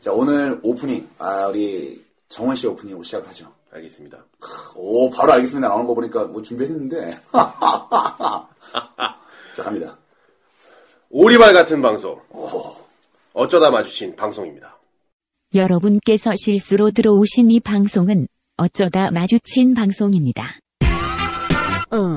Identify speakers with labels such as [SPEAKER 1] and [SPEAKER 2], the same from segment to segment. [SPEAKER 1] 자, 오늘 오프닝, 아, 우리 정원 씨 오프닝으로 시작을 하죠.
[SPEAKER 2] 알겠습니다.
[SPEAKER 1] 오, 바로 알겠습니다. 나오는 거 보니까 뭐 준비했는데. 자, 갑니다.
[SPEAKER 2] 오리발 같은 방송. 어쩌다 마주친 방송입니다.
[SPEAKER 3] 여러분께서 실수로 들어오신 이 방송은 어쩌다 마주친 방송입니다.
[SPEAKER 4] Uh,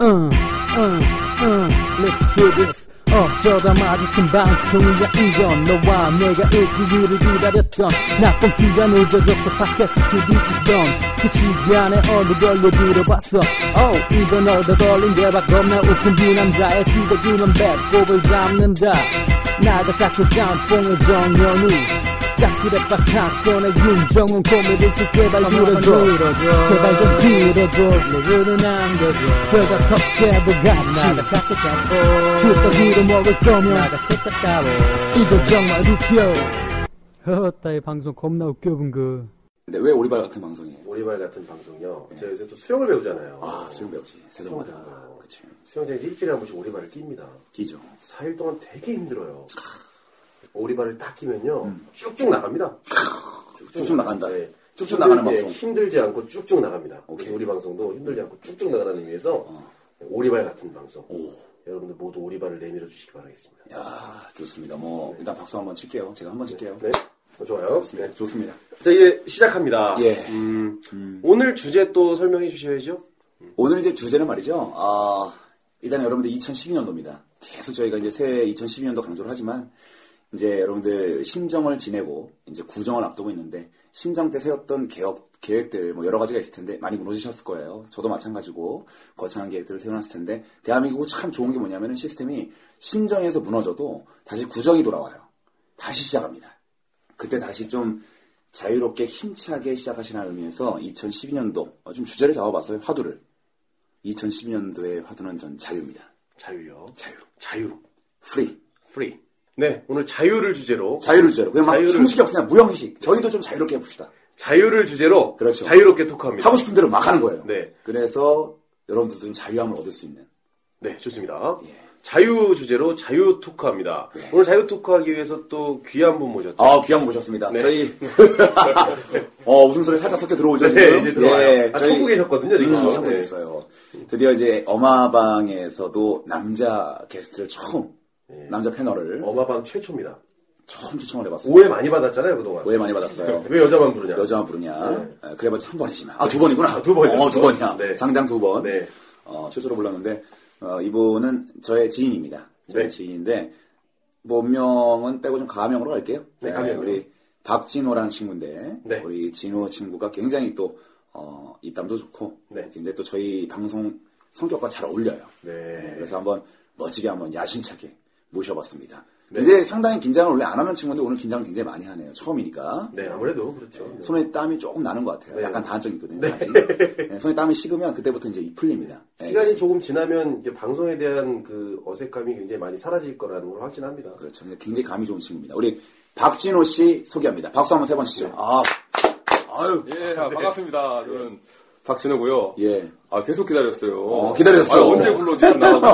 [SPEAKER 4] uh, uh, uh, let's do this. Uh, 어쩌다 마주친 방송이야 이건 너와 내가 일주일을 기다렸던 나쁜 시간 늦어져서 팟캐스트 뒤집던 그 시간에 어느 걸로 들어봤어 oh, 이건 얻어 걸린 대박 겁나 웃긴 두 남자의 시대기는 배꼽을 잡는다 나가사쿠 짬뽕의 정연우 짝스레빠 사건의 윤정은 고민을 치 제발 들어줘 제발 좀 들어줘 노래는 남겨줘 뼈가 섞여도 같이 나가사쿠 짬뽕 끄떡이로 먹을 거면 나가사쿠 따로 이거 정말 웃겨 허따의 방송 겁나 웃겨 분그
[SPEAKER 1] 근데 왜 오리발 같은 방송이에요?
[SPEAKER 2] 오리발 같은 방송요. 제가 요새 또 수영을 배우잖아요.
[SPEAKER 1] 아, 수영 배우지. 세종마다. 그치.
[SPEAKER 2] 수영장에서 일주일에 한 번씩 오리발을 낍니다.
[SPEAKER 1] 기죠.
[SPEAKER 2] 4일 동안 되게 힘들어요. 오리발을 딱 끼면요. 쭉쭉 나갑니다.
[SPEAKER 1] 쭉쭉 나간다.
[SPEAKER 2] 네.
[SPEAKER 1] 쭉쭉 나가는
[SPEAKER 2] 힘들지-
[SPEAKER 1] 방송.
[SPEAKER 2] 힘들지 않고 쭉쭉 나갑니다.
[SPEAKER 1] 오케이.
[SPEAKER 2] 그래서 우리 방송도 힘들지 않고 쭉쭉 나가라는 의미에서 어. 오리발 같은 방송. 여러분들 모두 오리발을 내밀어 주시기 바라겠습니다.
[SPEAKER 1] 야 좋습니다. 뭐, 일단 박수 한번 칠게요. 제가 한번 칠게요.
[SPEAKER 2] 네. 어, 좋아요.
[SPEAKER 1] 좋습니다.
[SPEAKER 2] 네.
[SPEAKER 1] 좋습니다.
[SPEAKER 2] 자, 이제 시작합니다.
[SPEAKER 1] 예.
[SPEAKER 2] 음, 오늘 주제 또 설명해 주셔야죠.
[SPEAKER 1] 오늘 이제 주제는 말이죠. 아, 일단 여러분들 2012년도입니다. 계속 저희가 이제 새해 2012년도 강조를 하지만 이제 여러분들 심정을 지내고 이제 구정을 앞두고 있는데 심정 때 세웠던 개혁 계획들 뭐 여러 가지가 있을 텐데 많이 무너지셨을 거예요. 저도 마찬가지고 거창한 계획들을 세워놨을 텐데 대한민국 참 좋은 게 뭐냐면은 시스템이 심정에서 무너져도 다시 구정이 돌아와요. 다시 시작합니다. 그때 다시 좀 자유롭게 힘차게 시작하시라는 의미에서 2012년도 좀 주제를 잡아봤어요. 화두를 2010년도의 화두는 전 자유입니다.
[SPEAKER 2] 자유요.
[SPEAKER 1] 자유.
[SPEAKER 2] 자유.
[SPEAKER 1] 프리.
[SPEAKER 2] 프리. 네, 오늘 자유를 주제로
[SPEAKER 1] 자유를 주제로. 그냥 막
[SPEAKER 2] 자유를-
[SPEAKER 1] 형식이 없으냐, 무형식. 저희도 좀 자유롭게 해봅시다.
[SPEAKER 2] 자유를 주제로
[SPEAKER 1] 그렇죠.
[SPEAKER 2] 자유롭게 토크합니다.
[SPEAKER 1] 하고 싶은 대로 막 하는 거예요.
[SPEAKER 2] 네.
[SPEAKER 1] 그래서 여러분들도 좀 자유함을 얻을 수 있는.
[SPEAKER 2] 네, 좋습니다.
[SPEAKER 1] 예.
[SPEAKER 2] 자유 주제로 자유 토크합니다. 오늘 자유 토크하기 위해서 또 귀한 분 모셨죠.
[SPEAKER 1] 아, 귀한 분 모셨습니다.
[SPEAKER 2] 네.
[SPEAKER 1] 저희, 어, 웃음소리 살짝 섞여 들어오죠, 지금? 예,
[SPEAKER 2] 네, 이제 들어와요. 아,
[SPEAKER 1] 저희-
[SPEAKER 2] 참고 계셨거든요, 지금.
[SPEAKER 1] 음, 참고
[SPEAKER 2] 네.
[SPEAKER 1] 계셨어요. 드디어 이제 어마방에서도 남자 게스트를 처음, 남자 패널을
[SPEAKER 2] 네. 어마방 최초입니다.
[SPEAKER 1] 처음 초청을 해봤어요.
[SPEAKER 2] 오해 네. 많이 받았잖아요, 그동안.
[SPEAKER 1] 오해 많이 받았어요.
[SPEAKER 2] 왜 여자만 부르냐?
[SPEAKER 1] 여자만 부르냐? 아, 그래봤자 한 번이지만. 아, 두 번이구나.
[SPEAKER 2] 네. 두 번이요.
[SPEAKER 1] 어, 두 번이야.
[SPEAKER 2] 네.
[SPEAKER 1] 장장 두 번.
[SPEAKER 2] 네.
[SPEAKER 1] 어, 최초로 불렀는데, 어, 이분은 저의 지인입니다. 저의
[SPEAKER 2] 네.
[SPEAKER 1] 지인인데, 본명은 빼고 좀 가명으로 갈게요.
[SPEAKER 2] 네, 가명이요.
[SPEAKER 1] 우리 박진호라는 친구인데,
[SPEAKER 2] 네.
[SPEAKER 1] 우리 진호 친구가 굉장히 또, 어, 입담도 좋고,
[SPEAKER 2] 네.
[SPEAKER 1] 근데 또 저희 방송 성격과 잘 어울려요.
[SPEAKER 2] 네.
[SPEAKER 1] 그래서 한번 멋지게 한번 야심차게 모셔봤습니다.
[SPEAKER 2] 네.
[SPEAKER 1] 근데 상당히 긴장을 원래 안 하는 친구인데 오늘 긴장을 굉장히 많이 하네요. 처음이니까.
[SPEAKER 2] 네, 아무래도 그렇죠. 네.
[SPEAKER 1] 손에 땀이 조금 나는 것 같아요.
[SPEAKER 2] 네.
[SPEAKER 1] 약간 다한증 있거든요. 아직. 네, 손에 땀이 식으면 그때부터 이제 풀립니다. 네,
[SPEAKER 2] 시간이 조금 지나면 이제 방송에 대한 그 어색함이 굉장히 많이 사라질 거라는 걸 확신합니다.
[SPEAKER 1] 그렇죠. 근데 굉장히 감이 좋은 친구입니다. 우리 박진호 씨 소개합니다. 박수 한번 세번 치죠. 아, 아유,
[SPEAKER 5] 예, 아, 반갑습니다. 저는 박진호고요.
[SPEAKER 1] 예.
[SPEAKER 5] 아, 계속 기다렸어요.
[SPEAKER 1] 어, 기다렸어.
[SPEAKER 5] 아, 언제 불러주셨나 하고.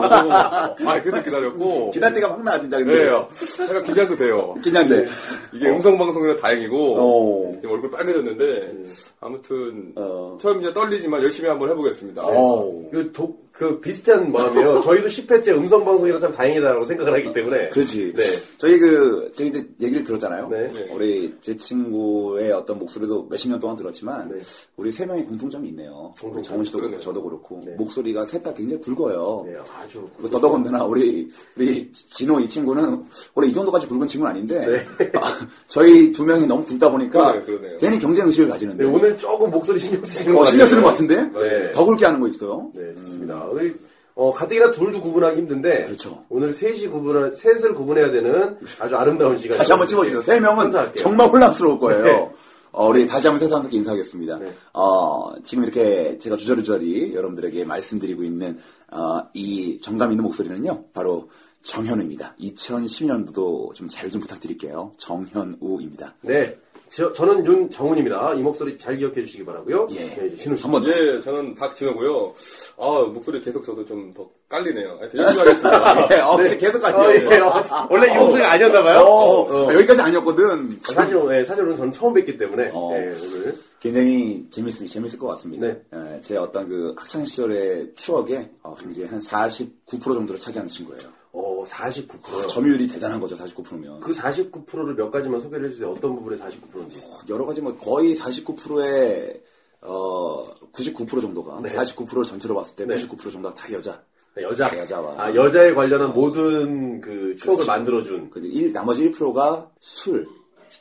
[SPEAKER 5] 아, 계속 기다렸고.
[SPEAKER 1] 기다릴 때가 확 나, 진짜. 근데.
[SPEAKER 5] 네, 약간 긴장도 돼요.
[SPEAKER 1] 긴장돼.
[SPEAKER 5] 이게 음성 방송이라 다행이고
[SPEAKER 1] 어. 음.
[SPEAKER 5] 지금 얼굴 빨개졌는데 아무튼
[SPEAKER 1] 어.
[SPEAKER 5] 처음이라 떨리지만 열심히 한번 해보겠습니다.
[SPEAKER 1] 어우.
[SPEAKER 2] 그, 도, 그 비슷한 마음이요. 저희도 10회째 음성 방송이라 참 다행이다라고 생각을 하기 때문에.
[SPEAKER 1] 그렇지.
[SPEAKER 2] 네.
[SPEAKER 1] 저희 그, 저희 이제 얘기를 들었잖아요.
[SPEAKER 2] 네.
[SPEAKER 1] 우리 제 친구의 어떤 목소리도 몇십 년 동안 들었지만,
[SPEAKER 2] 네.
[SPEAKER 1] 우리 세 명이 공통점이 있네요.
[SPEAKER 2] 공통점.
[SPEAKER 1] 우리 정훈 씨도 그렇고,
[SPEAKER 5] 그러네요.
[SPEAKER 1] 저도 그렇고, 목소리가 셋 다 굉장히 굵어요.
[SPEAKER 2] 네, 아주.
[SPEAKER 1] 그리고 뭐 더더군다나 우리 우리 진호 이 친구는 원래 이 정도까지 굵은 친구는 아닌데
[SPEAKER 2] 네.
[SPEAKER 1] 아, 저희 두 명이 너무 굵다 보니까
[SPEAKER 5] 그러네요, 그러네요.
[SPEAKER 1] 괜히 경쟁 의식을 가지는데
[SPEAKER 2] 네, 오늘 조금 목소리 신경 쓰시는
[SPEAKER 1] 어,
[SPEAKER 2] 것
[SPEAKER 1] 신경
[SPEAKER 2] 같아요.
[SPEAKER 1] 쓰는 것 같은데
[SPEAKER 2] 네.
[SPEAKER 1] 더 굵게 하는 거 있어요.
[SPEAKER 2] 네, 좋습니다. 오늘, 어, 가뜩이나 둘도 구분하기 힘든데.
[SPEAKER 1] 그렇죠.
[SPEAKER 2] 오늘 셋이 구분, 셋을 구분해야 되는 아주 아름다운 시간.
[SPEAKER 1] 다시 한번 찝어주세요. 세 명은
[SPEAKER 2] 선사할게요.
[SPEAKER 1] 정말 혼란스러울 거예요.
[SPEAKER 2] 네.
[SPEAKER 1] 어, 우리 다시 한번 세상스럽게 인사하겠습니다.
[SPEAKER 2] 네.
[SPEAKER 1] 어, 지금 이렇게 제가 주저리주저리 여러분들에게 말씀드리고 있는 어, 이 정감 있는 목소리는요. 바로 정현우입니다. 2010년도도 좀 잘 좀 부탁드릴게요. 정현우입니다.
[SPEAKER 2] 네. 저, 저는 윤정훈입니다. 이 목소리 잘 기억해 주시기 바라고요.
[SPEAKER 1] 예.
[SPEAKER 2] 네, 이제 신우 씨.
[SPEAKER 1] 한번 더.
[SPEAKER 5] 예, 저는 박진호고요. 아, 목소리 계속 저도 좀 더 깔리네요. 하여튼 열심히 하겠습니다.
[SPEAKER 1] 네, 어, 계속 갈게요.
[SPEAKER 2] 아, 예. 어, 원래 이 목소리 아니었나 봐요.
[SPEAKER 1] 어, 어, 아, 여기까지 아니었거든.
[SPEAKER 2] 사실 예, 사실은 저는 처음 뵙기 때문에
[SPEAKER 1] 어.
[SPEAKER 2] 예, 오늘
[SPEAKER 1] 굉장히 재밌을, 재밌을 것 같습니다.
[SPEAKER 2] 네.
[SPEAKER 1] 예, 제 어떤 그 학창 시절의 추억에 어, 굉장히 한 49% 정도를 차지하는 친구예요.
[SPEAKER 2] 어,
[SPEAKER 1] 아,
[SPEAKER 2] 49%.
[SPEAKER 1] 점유율이 대단한 거죠, 49%면.
[SPEAKER 2] 그 49%를 몇 가지만 소개를 해주세요. 어떤 부분에 49%인지.
[SPEAKER 1] 여러 가지 뭐 거의 49%의 어, 99% 정도가
[SPEAKER 2] 네.
[SPEAKER 1] 49%를 전체로 봤을 때 99% 정도가 다 여자.
[SPEAKER 2] 여자.
[SPEAKER 1] 여자와.
[SPEAKER 2] 아, 여자에 관련한 모든 그 추억을 만들어준
[SPEAKER 1] 근데 일- 나머지 1%가 술,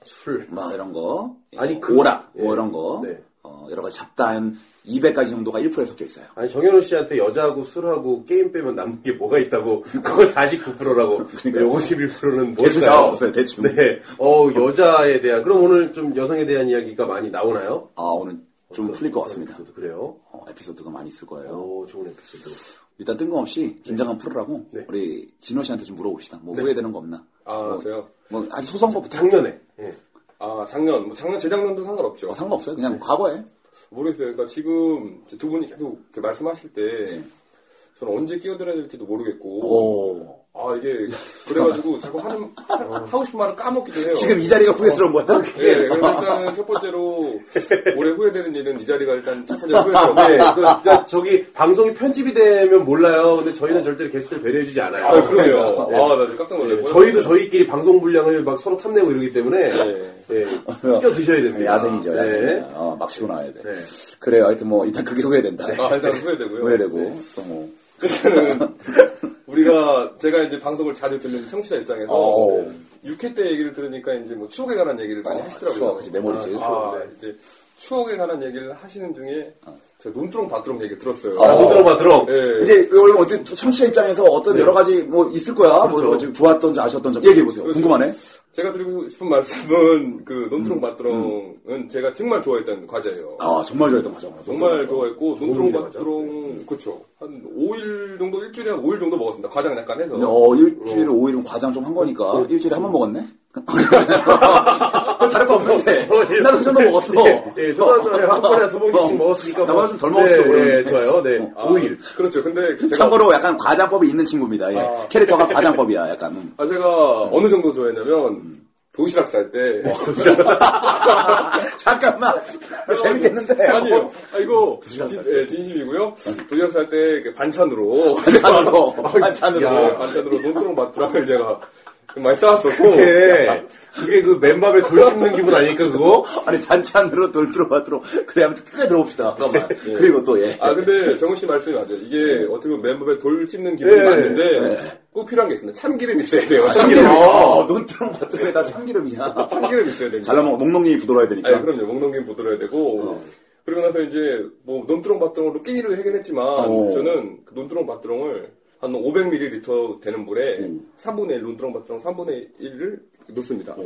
[SPEAKER 2] 술.
[SPEAKER 1] 막 이런 거.
[SPEAKER 2] 아니,
[SPEAKER 1] 어,
[SPEAKER 2] 그-
[SPEAKER 1] 오락,
[SPEAKER 2] 예.
[SPEAKER 1] 뭐 이런 거.
[SPEAKER 2] 네.
[SPEAKER 1] 어, 여러 가지 잡다한 200가지 정도가 1%에 섞여 있어요.
[SPEAKER 2] 아니, 정현우 씨한테 여자하고 술하고 게임 빼면 남는 게 뭐가 있다고. 그거 49%라고. 51%는 뭘까요?
[SPEAKER 1] 대충 잡아봤어요, 대충.
[SPEAKER 2] 네. 어, 여자에 대한. 그럼 오늘 좀 여성에 대한 이야기가 많이 나오나요?
[SPEAKER 1] 아, 오늘 좀 풀릴 것 같습니다.
[SPEAKER 2] 저도 그래요.
[SPEAKER 1] 어, 에피소드가 많이 있을 거예요.
[SPEAKER 2] 오, 좋은 에피소드.
[SPEAKER 1] 일단 뜬금없이 긴장감 풀으라고
[SPEAKER 2] 네.
[SPEAKER 1] 우리 진호 씨한테 좀 물어봅시다. 뭐 후회되는 거 없나?
[SPEAKER 5] 아, 저요?
[SPEAKER 1] 뭐 아주 소상법부터
[SPEAKER 2] 작년에. 예.
[SPEAKER 5] 아, 작년, 뭐 작년, 재작년도 상관없죠.
[SPEAKER 1] 어, 상관없어요. 그냥 과거에
[SPEAKER 5] 모르겠어요. 그러니까 지금 두 분이 계속 이렇게 말씀하실 때 저는 언제 끼어들어야 될지도
[SPEAKER 1] 어.
[SPEAKER 5] 모르겠고. 아, 이게 그래가지고 자꾸 하는, 하- 하고 싶은 말을 까먹기도 해요.
[SPEAKER 1] 지금 이 자리가 후회스러운 거야?
[SPEAKER 5] 예, 그래서 일단은 첫 번째로 올해 후회되는 일은 이 자리가 일단 첫 번째 후회스럽고.
[SPEAKER 2] 네, 그, 그러니까 저기 방송이 편집이 되면 몰라요. 근데 저희는 절대로 게스트를 배려해주지 않아요.
[SPEAKER 5] 아, 그러네요.
[SPEAKER 2] 네.
[SPEAKER 5] 아, 나 지금 깜짝 놀랐고요.
[SPEAKER 2] 저희도 저희끼리 방송 분량을 막 서로 탐내고 이러기 때문에
[SPEAKER 5] 네.
[SPEAKER 2] 네, 끼어 드셔야 됩니다.
[SPEAKER 1] 네, 아, 야생이죠. 야생.
[SPEAKER 2] 네.
[SPEAKER 1] 어, 막 치고 나와야 돼.
[SPEAKER 2] 네.
[SPEAKER 1] 그래요. 하여튼 뭐 일단 그게 후회된다.
[SPEAKER 5] 아, 일단 후회되고요.
[SPEAKER 1] 후회되고 또 뭐.
[SPEAKER 5] 일단은 우리가 제가 이제 방송을 자주 듣는 청취자 입장에서
[SPEAKER 1] 오.
[SPEAKER 5] 6회 때 얘기를 들으니까 이제 뭐 추억에 관한 얘기를 많이 하시더라고요.
[SPEAKER 1] 어, 예, 추억, 그치, 메모리지.
[SPEAKER 5] 아, 이제 추억에 관한 얘기를 하시는 중에 제가 논두렁 바두렁 얘기 들었어요.
[SPEAKER 2] 아, 노드렁 바드렁.
[SPEAKER 1] 네.
[SPEAKER 5] 예.
[SPEAKER 1] 이제 원래 뭐 어떤 청취자 입장에서 어떤 여러 가지 뭐 있을 거야. 뭐
[SPEAKER 2] 그렇죠.
[SPEAKER 1] 여러 가지 좋았던지 아쉬웠던지 얘기해 보세요.
[SPEAKER 5] 그렇죠.
[SPEAKER 1] 궁금하네.
[SPEAKER 5] 제가 드리고 싶은 말씀은 그 논두렁 바두렁은 제가 정말 좋아했던 과제예요.
[SPEAKER 1] 아 정말 좋아했던 과정.
[SPEAKER 5] 정말 좋아했고 논두렁
[SPEAKER 2] 과자?
[SPEAKER 5] 바두렁 그렇죠. 한 5일 정도 일주일에 한 5일 정도 먹었습니다. 과장 약간 해서.
[SPEAKER 1] 어, 일주일에 오일은 과장 좀 한 거니까 일주일에 한 번 먹었네? 다를
[SPEAKER 2] 어,
[SPEAKER 1] 거 없는데 나도 그 정도 먹었어
[SPEAKER 2] 뭐, 예, 예, 저도 저한 번에 두
[SPEAKER 1] 어.
[SPEAKER 2] 봉지씩 먹었으니까.
[SPEAKER 1] 나보다 좀덜 먹었어도 어.
[SPEAKER 2] 네, 예,
[SPEAKER 1] 모르는데.
[SPEAKER 2] 좋아요. 네.
[SPEAKER 5] 아,
[SPEAKER 2] 오일
[SPEAKER 5] 그렇죠. 근데 제가
[SPEAKER 1] 참고로 약간 과장법이 있는 친구입니다 예.
[SPEAKER 5] 아.
[SPEAKER 1] 캐릭터가 과장법이야 약간 음.
[SPEAKER 5] 아, 제가 어느 정도 좋아했냐면, 도시락 살 때.
[SPEAKER 1] 잠깐만 재밌겠는데
[SPEAKER 5] 아니요. 아, 이거, 진, 예, 진심이고요. 도시락 살 때, 그 반찬으로.
[SPEAKER 1] 반찬으로
[SPEAKER 5] 예,
[SPEAKER 1] 반찬으로
[SPEAKER 5] 반찬으로 논두렁 밭두랑을 제가 많이 쌓았었고.
[SPEAKER 1] 어. 예.
[SPEAKER 2] 그게, 그게 그 맨밥에 돌 씹는 기분 아닐까, 그거?
[SPEAKER 1] 아니 반찬으로 돌 들어가도록 그래 아무튼 끝까지 들어봅시다 잠깐만 그리고 또예
[SPEAKER 5] 아, 근데 정우 씨 말씀이 맞아요. 이게 어떻게 보면 맨몸에 돌 찝는 기분이
[SPEAKER 2] 예.
[SPEAKER 5] 맞는데, 꼭 필요한 게 있습니다. 참기름이 있어야 돼요.
[SPEAKER 1] 참기름
[SPEAKER 5] 참기름.
[SPEAKER 1] 어, 논두렁 밭두렁에 다 참기름이야
[SPEAKER 5] 참기름이 있어야 됩니다.
[SPEAKER 1] 잘라먹어 목농이 부돌아야 아. 되니까
[SPEAKER 5] 아니, 예, 그럼요. 목넘김 부드러야 되고. 그리고 나서 이제, 뭐, 논두렁 밭두렁으로 끼니를 해결했지만,
[SPEAKER 1] 어.
[SPEAKER 5] 저는 그 논두렁 밭두렁을 한 500ml 되는 물에
[SPEAKER 1] 음.
[SPEAKER 5] 3분의 1, 논두렁 밭두렁 3분의 1을 넣습니다. 예.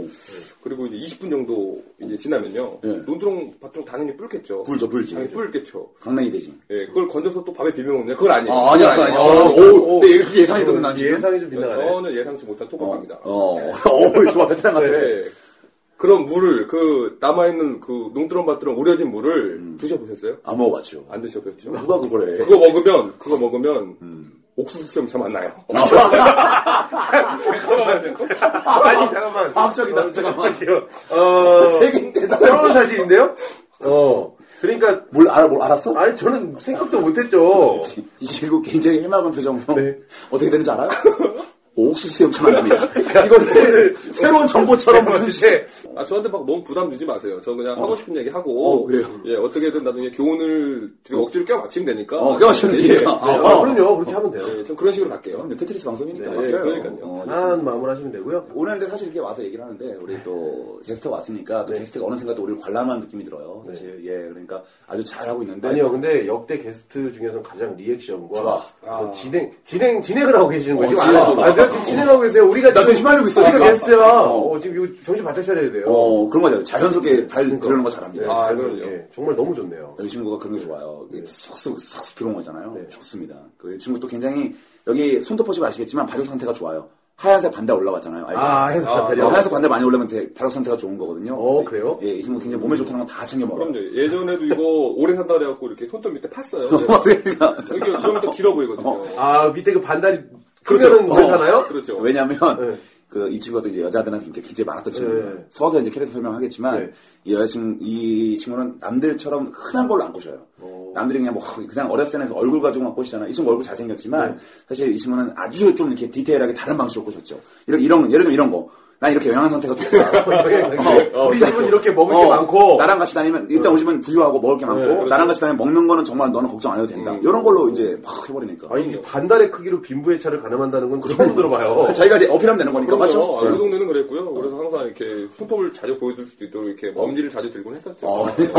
[SPEAKER 5] 그리고 이제 20분 정도 이제 지나면요.
[SPEAKER 1] 어. 예.
[SPEAKER 5] 논두렁 밭두렁 당연히 뿔겠죠.
[SPEAKER 1] 불죠 불지
[SPEAKER 5] 당연히 뿔겠죠.
[SPEAKER 1] 강냉이 되지
[SPEAKER 5] 예, 그걸 건져서 또 밥에 비벼 먹냐? 그건 아니에요.
[SPEAKER 1] 아 아니야
[SPEAKER 5] 그건
[SPEAKER 1] 아니야
[SPEAKER 5] 아니에요.
[SPEAKER 1] 어, 오 근데 이게 예상했거든 난 지금
[SPEAKER 2] 예상이 좀 빗나가네.
[SPEAKER 1] 그렇죠.
[SPEAKER 5] 저는 예상치 못한 톡방입니다.
[SPEAKER 1] 어, 어, 좋아, 베테랑 같아.
[SPEAKER 5] 네. 그런 물을, 그, 남아있는 그 농두렁 밭두렁 우려진 물을
[SPEAKER 1] 음.
[SPEAKER 5] 드셔보셨어요?
[SPEAKER 1] 안 먹어봤죠.
[SPEAKER 5] 안 드셔보셨죠?
[SPEAKER 1] 누가 그걸 해?
[SPEAKER 5] 그거 먹으면 그거 먹으면
[SPEAKER 1] 음.
[SPEAKER 5] 옥수수 수염 참안 나요.
[SPEAKER 2] 아니, 잠깐만.
[SPEAKER 1] 과학적이다, 잠깐만.
[SPEAKER 2] 잠깐만요. 어,
[SPEAKER 1] 되게 대단해.
[SPEAKER 2] 새로운 사실인데요? 어. 그러니까,
[SPEAKER 1] 뭘 알아, 뭘 알았어?
[SPEAKER 2] 아니, 저는 생각도 못했죠.
[SPEAKER 1] 이 친구 굉장히 해맑은 표정으로
[SPEAKER 2] 네.
[SPEAKER 1] 어떻게 되는지 알아요? 옥수수 염찬합니다. 이거는 새로운 정보처럼 무슨 씨.
[SPEAKER 2] 네.
[SPEAKER 5] 아 저한테 막 너무 부담 주지 마세요. 저 그냥 하고 싶은 얘기 하고
[SPEAKER 1] 어, 그래요?
[SPEAKER 5] 예 어떻게든 나중에 교훈을 드리고 억지로 껴 맞추면 되니까.
[SPEAKER 1] 어, 껴맞추면
[SPEAKER 5] 예.
[SPEAKER 1] 되니까.
[SPEAKER 5] 예.
[SPEAKER 1] 아,
[SPEAKER 2] 아, 그럼요. 그렇게 하면 돼요.
[SPEAKER 5] 예, 좀 그런 식으로 갈게요.
[SPEAKER 1] 근데 테트리스 방송이니까
[SPEAKER 5] 네,
[SPEAKER 1] 바뀌어요.
[SPEAKER 5] 그러니까요.
[SPEAKER 1] 어,
[SPEAKER 2] 편안한 마음을 하시면 되고요.
[SPEAKER 1] 오늘 근데 사실 이렇게 와서 얘기를 하는데 우리 또 게스트가 왔으니까 또 게스트가 어느샌가 또 우리를 관람한 느낌이 들어요. 사실 예 그러니까 아주 잘 하고 있는데
[SPEAKER 2] 아니요, 근데 역대 게스트 중에서 가장 리액션과
[SPEAKER 1] 좋아.
[SPEAKER 2] 그 진행, 진행, 진행을 하고 계시는 거예요.
[SPEAKER 1] 어,
[SPEAKER 2] 지금
[SPEAKER 1] 진행.
[SPEAKER 2] 아, 세요 지금 진행하고 계세요. 우리가
[SPEAKER 1] 나도
[SPEAKER 2] 지금-
[SPEAKER 1] 휘말리고 있어,
[SPEAKER 2] 우리가
[SPEAKER 1] 지금.
[SPEAKER 2] 게스트야.
[SPEAKER 1] 어.
[SPEAKER 2] 어, 지금 이거 정신 바짝 차려야 돼요.
[SPEAKER 1] 어 그런 거죠. 자연스럽게 발들
[SPEAKER 2] 그러니까.
[SPEAKER 1] 들어오는 거
[SPEAKER 2] 네,
[SPEAKER 1] 잘합니다.
[SPEAKER 5] 아,
[SPEAKER 2] 잘
[SPEAKER 5] 그럼요.
[SPEAKER 2] 들을게. 정말 너무 좋네요.
[SPEAKER 1] 이 친구가 그런 게 좋아요.
[SPEAKER 2] 네.
[SPEAKER 1] 이게 쏙쏙 그 쏙 들어온 거잖아요. 좋습니다. 그이 친구 또 굉장히 여기 손톱 보시면 아시겠지만 발육 상태가 좋아요. 하얀색 반대 올라왔잖아요. 아이고.
[SPEAKER 2] 아, 하얀색
[SPEAKER 5] 아,
[SPEAKER 2] 반탈이요?
[SPEAKER 1] 어, 하얀색 반대 많이 올라면 되 발효 상태가 좋은 거거든요.
[SPEAKER 2] 어, 그래요?
[SPEAKER 1] 예, 이 친구 굉장히 몸에 좋다는 건 다 챙겨 먹어요.
[SPEAKER 5] 그럼요. 예전에도 이거 오래 산다 그래갖고 이렇게 손톱 밑에 팠어요. 네.
[SPEAKER 1] 그러니까.
[SPEAKER 5] 이렇게 그러면 더 길어 보이거든요.
[SPEAKER 2] 아, 밑에 그 반달이
[SPEAKER 1] 그렇죠.
[SPEAKER 2] 크면은
[SPEAKER 1] 어.
[SPEAKER 2] 왜 사나요?
[SPEAKER 5] 그렇죠.
[SPEAKER 1] 왜냐면,
[SPEAKER 2] 네.
[SPEAKER 1] 그, 이 친구가 또 이제 여자들한테 굉장히, 굉장히 많았던 친구입니다.
[SPEAKER 2] 네.
[SPEAKER 1] 서서 이제 캐릭터 설명하겠지만,
[SPEAKER 2] 네.
[SPEAKER 1] 이 여자친구, 이 친구는 남들처럼 흔한 걸로 안 꼬셔요. 남들이 그냥 뭐, 그냥 어렸을 때는 그 얼굴 가지고만 꼬시잖아요. 이 친구 얼굴
[SPEAKER 2] 네.
[SPEAKER 1] 잘생겼지만, 사실 이 친구는 아주 좀 이렇게 디테일하게 다른 방식으로 꼬셨죠. 이런, 이런, 예를 들면 이런 거. 난 이렇게 영양 상태가 좋다.
[SPEAKER 2] 어, 우리 집은 이렇게 먹을 게
[SPEAKER 1] 어,
[SPEAKER 2] 많고. 네.
[SPEAKER 1] 나랑 같이 다니면 일단 오시면 부유하고 먹을 게 많고
[SPEAKER 5] 그렇죠.
[SPEAKER 1] 나랑 같이 다니면 먹는 거는 정말 너는 걱정 안 해도 된다 이런 걸로 이제 막 해버리니까
[SPEAKER 2] 음. 아니, 이게 반달의 크기로 빈부의 차를 가늠한다는 건 처음 들어봐요.
[SPEAKER 1] 자기가 이제 어필하면 되는 거니까
[SPEAKER 5] 그럼요.
[SPEAKER 1] 그러니까 맞죠?
[SPEAKER 5] 아, 우리 동네는 그랬고요. 그래서 항상 이렇게 손톱을 자주 보여줄 수도 있도록 이렇게
[SPEAKER 1] 어.
[SPEAKER 5] 엄지를 자주 들곤 했었죠.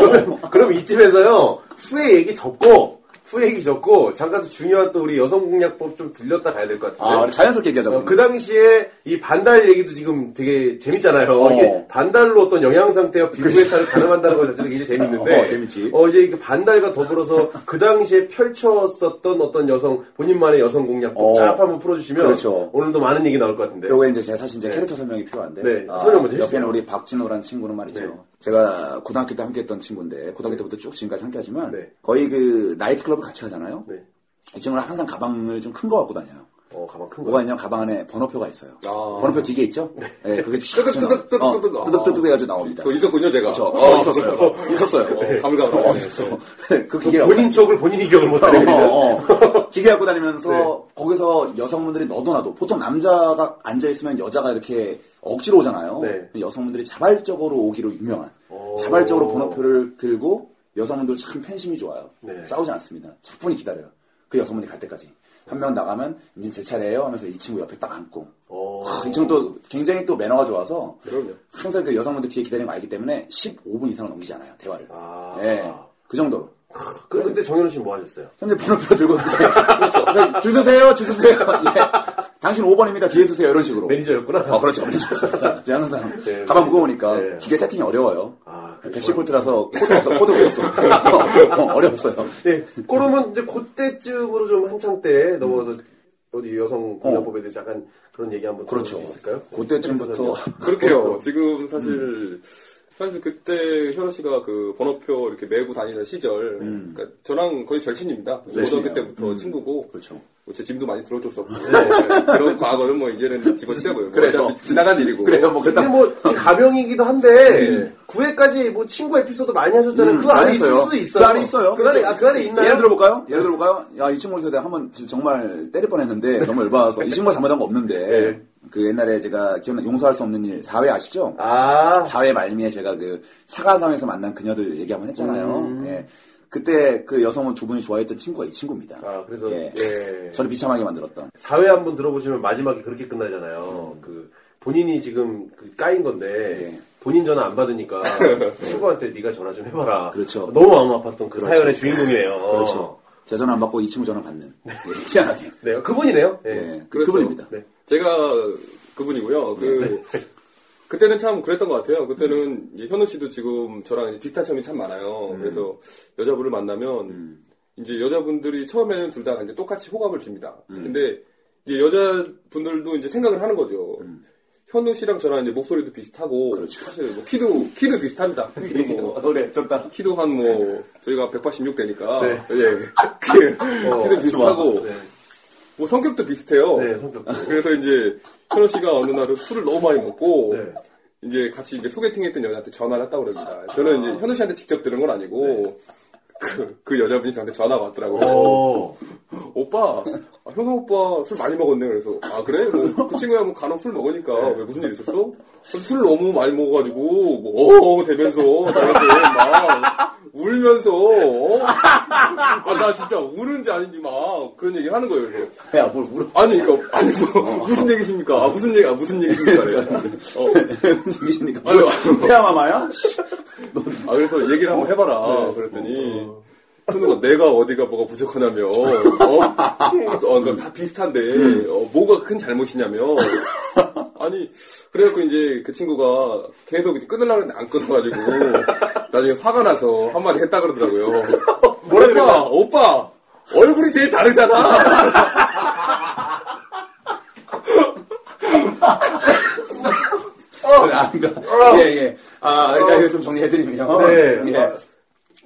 [SPEAKER 2] 그럼 이쯤에서요, 후에 얘기 접고, 후에 얘기 접고, 잠깐 또 중요한 또 우리 여성 공략법 좀 들렸다 가야 될 것
[SPEAKER 1] 아,
[SPEAKER 2] 같은데.
[SPEAKER 1] 우리 자연스럽게 얘기하자고
[SPEAKER 2] 어, 그 당시에 이 반달 얘기도 지금 되게 재밌잖아요.
[SPEAKER 1] 어.
[SPEAKER 2] 이게 반달로 어떤 영양 상태와 비부의 차를 가늠한다는 것 자체도 굉장히 재밌는데.
[SPEAKER 1] 어, 재밌지.
[SPEAKER 2] 어, 이제 그 반달과 더불어서 그 당시에 펼쳤었던 어떤 여성, 본인만의 여성 공략법
[SPEAKER 1] 어.
[SPEAKER 2] 쫙 한번 풀어주시면.
[SPEAKER 1] 그렇죠.
[SPEAKER 2] 오늘도 많은 얘기 나올 것 같은데.
[SPEAKER 1] 그 요거 이제 제 사실 이제 캐릭터 설명이 필요한데
[SPEAKER 2] 네,
[SPEAKER 1] 아,
[SPEAKER 2] 설명 먼저 해주세요.
[SPEAKER 1] 옆에는 우리 박진호라는 친구는 말이죠.
[SPEAKER 2] 네.
[SPEAKER 1] 제가 고등학교 때 함께했던 친구인데 고등학교 때부터 쭉 지금까지 함께하지만
[SPEAKER 2] 네.
[SPEAKER 1] 거의 그 나이트클럽을 같이 가잖아요.
[SPEAKER 2] 네.
[SPEAKER 1] 이 친구는 항상 가방을 좀 큰 거 갖고 다녀요.
[SPEAKER 2] 어, 가방 큰 거.
[SPEAKER 1] 뭐가 있냐면 가방 안에 번호표가 있어요.
[SPEAKER 5] 아.
[SPEAKER 1] 번호표 기계 있죠? 네, 그게
[SPEAKER 5] 뜨득, 뜨득, 뜨득, 뜨득.
[SPEAKER 1] 어, 뜨득뜨득 해가지고 나옵니다.
[SPEAKER 5] 그거 있었군요, 제가.
[SPEAKER 1] 그렇죠. 어, 있었어요. 있었어요.
[SPEAKER 5] 어, 가물가물.
[SPEAKER 1] 어, 있었어. 그 기계
[SPEAKER 2] 본인 쪽을 본인이 기억을 못하는 거예요.
[SPEAKER 1] 어, 어. 기계 갖고 다니면서 거기서 여성분들이 너도나도 보통 남자가 앉아 있으면 여자가 이렇게 억지로 오잖아요.
[SPEAKER 2] 네.
[SPEAKER 1] 여성분들이 자발적으로 오기로 유명한 자발적으로 번호표를 들고 여성분들 참 팬심이 좋아요.
[SPEAKER 2] 네.
[SPEAKER 1] 싸우지 않습니다. 차분히 기다려요. 그 여성분이 갈 때까지 한 명 나가면 이제 제 차례예요 하면서 이 친구 옆에 딱 앉고
[SPEAKER 2] 오.
[SPEAKER 1] 하, 이 친구 또 굉장히 또 매너가 좋아서
[SPEAKER 5] 그럼요.
[SPEAKER 1] 항상 그 여성분들 뒤에 기다리는 거 알기 때문에 15분 이상을 넘기지 않아요 대화를.
[SPEAKER 2] 아.
[SPEAKER 1] 예, 그 정도로.
[SPEAKER 2] 그, 그때 정현우 씨는 뭐 하셨어요?
[SPEAKER 1] 현재 번호표 들고 계세요. 그렇죠. 줄 서세요, 줄 서세요. 예. 당신 5번입니다, 뒤에 서세요. 이런 식으로.
[SPEAKER 2] 매니저였구나.
[SPEAKER 1] 어, 그렇죠. 매니저였습니다. 제가 항상
[SPEAKER 2] 네,
[SPEAKER 1] 가방 무거우니까
[SPEAKER 2] 네.
[SPEAKER 1] 기계 세팅이 어려워요.
[SPEAKER 2] 아, 그렇구나.
[SPEAKER 1] 110볼트라서 코드 없어, 코드 없어. 어, 어려웠어요.
[SPEAKER 2] 네, 그러면 이제 그때쯤으로 좀 한창 때 넘어가서 어디 여성 공략법에 대해서 약간 그런 얘기 한번
[SPEAKER 1] 그렇죠.
[SPEAKER 2] 들어볼 수 있을까요? 네, 그렇죠.
[SPEAKER 1] 그때쯤부터 그렇죠.
[SPEAKER 5] 그렇게요.
[SPEAKER 1] 음.
[SPEAKER 5] 지금 사실 사실 그때 현우 씨가 그 번호표 이렇게 메고 다니던 시절, 그러니까 저랑 거의 절친입니다. 고등학교
[SPEAKER 1] 음. 절친이에요.
[SPEAKER 5] 때부터 친구고,
[SPEAKER 1] 그렇죠.
[SPEAKER 5] 뭐제 짐도 많이 들어줬었고 네, 그런 과거는 뭐 이제는 집어치우고요.
[SPEAKER 1] 그래요.
[SPEAKER 5] 어차피 지나간 일이고.
[SPEAKER 1] 그래요, 뭐,
[SPEAKER 2] 근데
[SPEAKER 1] 그때
[SPEAKER 2] 뭐 지금 가명이기도 한데
[SPEAKER 5] 네.
[SPEAKER 2] 9회까지 뭐 친구 에피소드 많이 하셨잖아요.
[SPEAKER 1] 음,
[SPEAKER 2] 그 안에
[SPEAKER 1] 많이
[SPEAKER 2] 있을
[SPEAKER 1] 했어요.
[SPEAKER 2] 수도
[SPEAKER 1] 그
[SPEAKER 2] 있어요.
[SPEAKER 1] 안에 있어요.
[SPEAKER 2] 그 안에,
[SPEAKER 1] 그렇죠.
[SPEAKER 2] 아, 그 안에 있나요?
[SPEAKER 1] 예를 들어볼까요? 예를 들어볼까요? 야, 이 친구한테 내가 한번 진짜 정말 때릴 뻔 했는데, 너무 열받아서. 이 친구가 잘못한 거 없는데,
[SPEAKER 2] 네.
[SPEAKER 1] 그 옛날에 제가 기억나, 용서할 수 없는 일, 4회 아시죠?
[SPEAKER 2] 아,
[SPEAKER 1] 사회 말미에 제가 그 사과장에서 만난 그녀들 얘기 한번 했잖아요. 예. 그때 그 여성은 두 분이 좋아했던 친구가 이 친구입니다.
[SPEAKER 2] 아, 그래서
[SPEAKER 1] 예.
[SPEAKER 2] 예. 어.
[SPEAKER 1] 저를 비참하게 만들었던.
[SPEAKER 2] 4회 한번 들어보시면 마지막에 그렇게 끝나잖아요. 그 본인이 지금 그 까인 건데
[SPEAKER 1] 네.
[SPEAKER 2] 본인 전화 안 받으니까 친구한테 네가 전화 좀 해봐라.
[SPEAKER 1] 그렇죠.
[SPEAKER 2] 너무 마음 아팠던 그 사연의 주인공이에요.
[SPEAKER 1] 그렇죠. 제 전화 안 받고 이 친구 전화 받는. 예, 희한하게.
[SPEAKER 2] 네, 그분이네요. 예.
[SPEAKER 1] 예. 그,
[SPEAKER 5] 그렇죠.
[SPEAKER 1] 그분입니다.
[SPEAKER 2] 네.
[SPEAKER 5] 제가 그분이고요. 그 그때는 참 그랬던 것 같아요.
[SPEAKER 2] 음.
[SPEAKER 5] 그때는 이제 현우 씨도 지금 저랑 비슷한 점이 참 많아요. 그래서 여자분을 만나면
[SPEAKER 2] 음.
[SPEAKER 5] 이제 여자분들이 처음에는 둘 다 이제 똑같이 호감을 줍니다.
[SPEAKER 2] 음.
[SPEAKER 5] 근데 이제 여자분들도 이제 생각을 하는 거죠.
[SPEAKER 2] 음.
[SPEAKER 5] 현우 씨랑 저랑 이제 목소리도 비슷하고
[SPEAKER 2] 그렇죠.
[SPEAKER 5] 사실 뭐 키도 키도 비슷합니다. 그리고 뭐
[SPEAKER 2] 네.
[SPEAKER 1] 어, 그래, 졌다.
[SPEAKER 5] 키도 한 뭐 저희가 186 되니까
[SPEAKER 2] 네.
[SPEAKER 5] 예 키,
[SPEAKER 2] 어,
[SPEAKER 5] 키도 비슷하고
[SPEAKER 2] 네.
[SPEAKER 5] 뭐 성격도 비슷해요.
[SPEAKER 2] 네, 성격도.
[SPEAKER 5] 그래서 이제 현우 씨가 어느 날 술을 너무 많이 먹고
[SPEAKER 2] 네.
[SPEAKER 5] 이제 같이 이제 소개팅했던 여자한테 전화를 했다고 그럽니다. 저는 이제 현우 씨한테 직접 들은 건 아니고 그, 그 여자분이 저한테 전화가
[SPEAKER 1] 어.
[SPEAKER 5] 왔더라고요.
[SPEAKER 2] 네. 오.
[SPEAKER 5] 오빠 아, 현우 오빠 술 많이 먹었네. 그래서 아 그래? 뭐, 그 친구야 뭐 간혹 술 먹으니까
[SPEAKER 2] 네.
[SPEAKER 5] 왜 무슨 일 있었어? 술 너무 많이 먹어가지고 뭐어 되면서 저한테 막 울면서 어? 아, 나 진짜 우는지 아닌지 막 그런 얘기 하는 거예요. 그래서
[SPEAKER 1] 야, 뭘 물어.
[SPEAKER 5] 아니, 그러니까, 아니, 뭐, 무슨 얘기십니까? 아, 무슨 얘기, 아, 무슨 얘기십니까? 그래. 어.
[SPEAKER 1] 이십니까
[SPEAKER 5] 아유.
[SPEAKER 1] 태아마마야?
[SPEAKER 5] 아, 그래서 얘기를 한번
[SPEAKER 2] 네.
[SPEAKER 5] 해봐라. 그랬더니, 현우가 내가 어디가 뭐가 부족하냐며, 어? 아, 또, 어, 그러니까 다 비슷한데,
[SPEAKER 2] 음.
[SPEAKER 5] 어, 뭐가 큰 잘못이냐며. 아니, 그래갖고 이제 그 친구가 계속 이제 끊으려고 했는데 안 끊어가지고, 나중에 화가 나서 한마디 했다 그러더라고요.
[SPEAKER 2] 뭐라 그래요?
[SPEAKER 5] 오빠, 오빠! 얼굴이 제일 다르잖아!
[SPEAKER 1] 아, 그러니까, 예, 예. 아, 그러니까 이거 좀 정리해드리면.
[SPEAKER 2] 어. 네.
[SPEAKER 1] 예.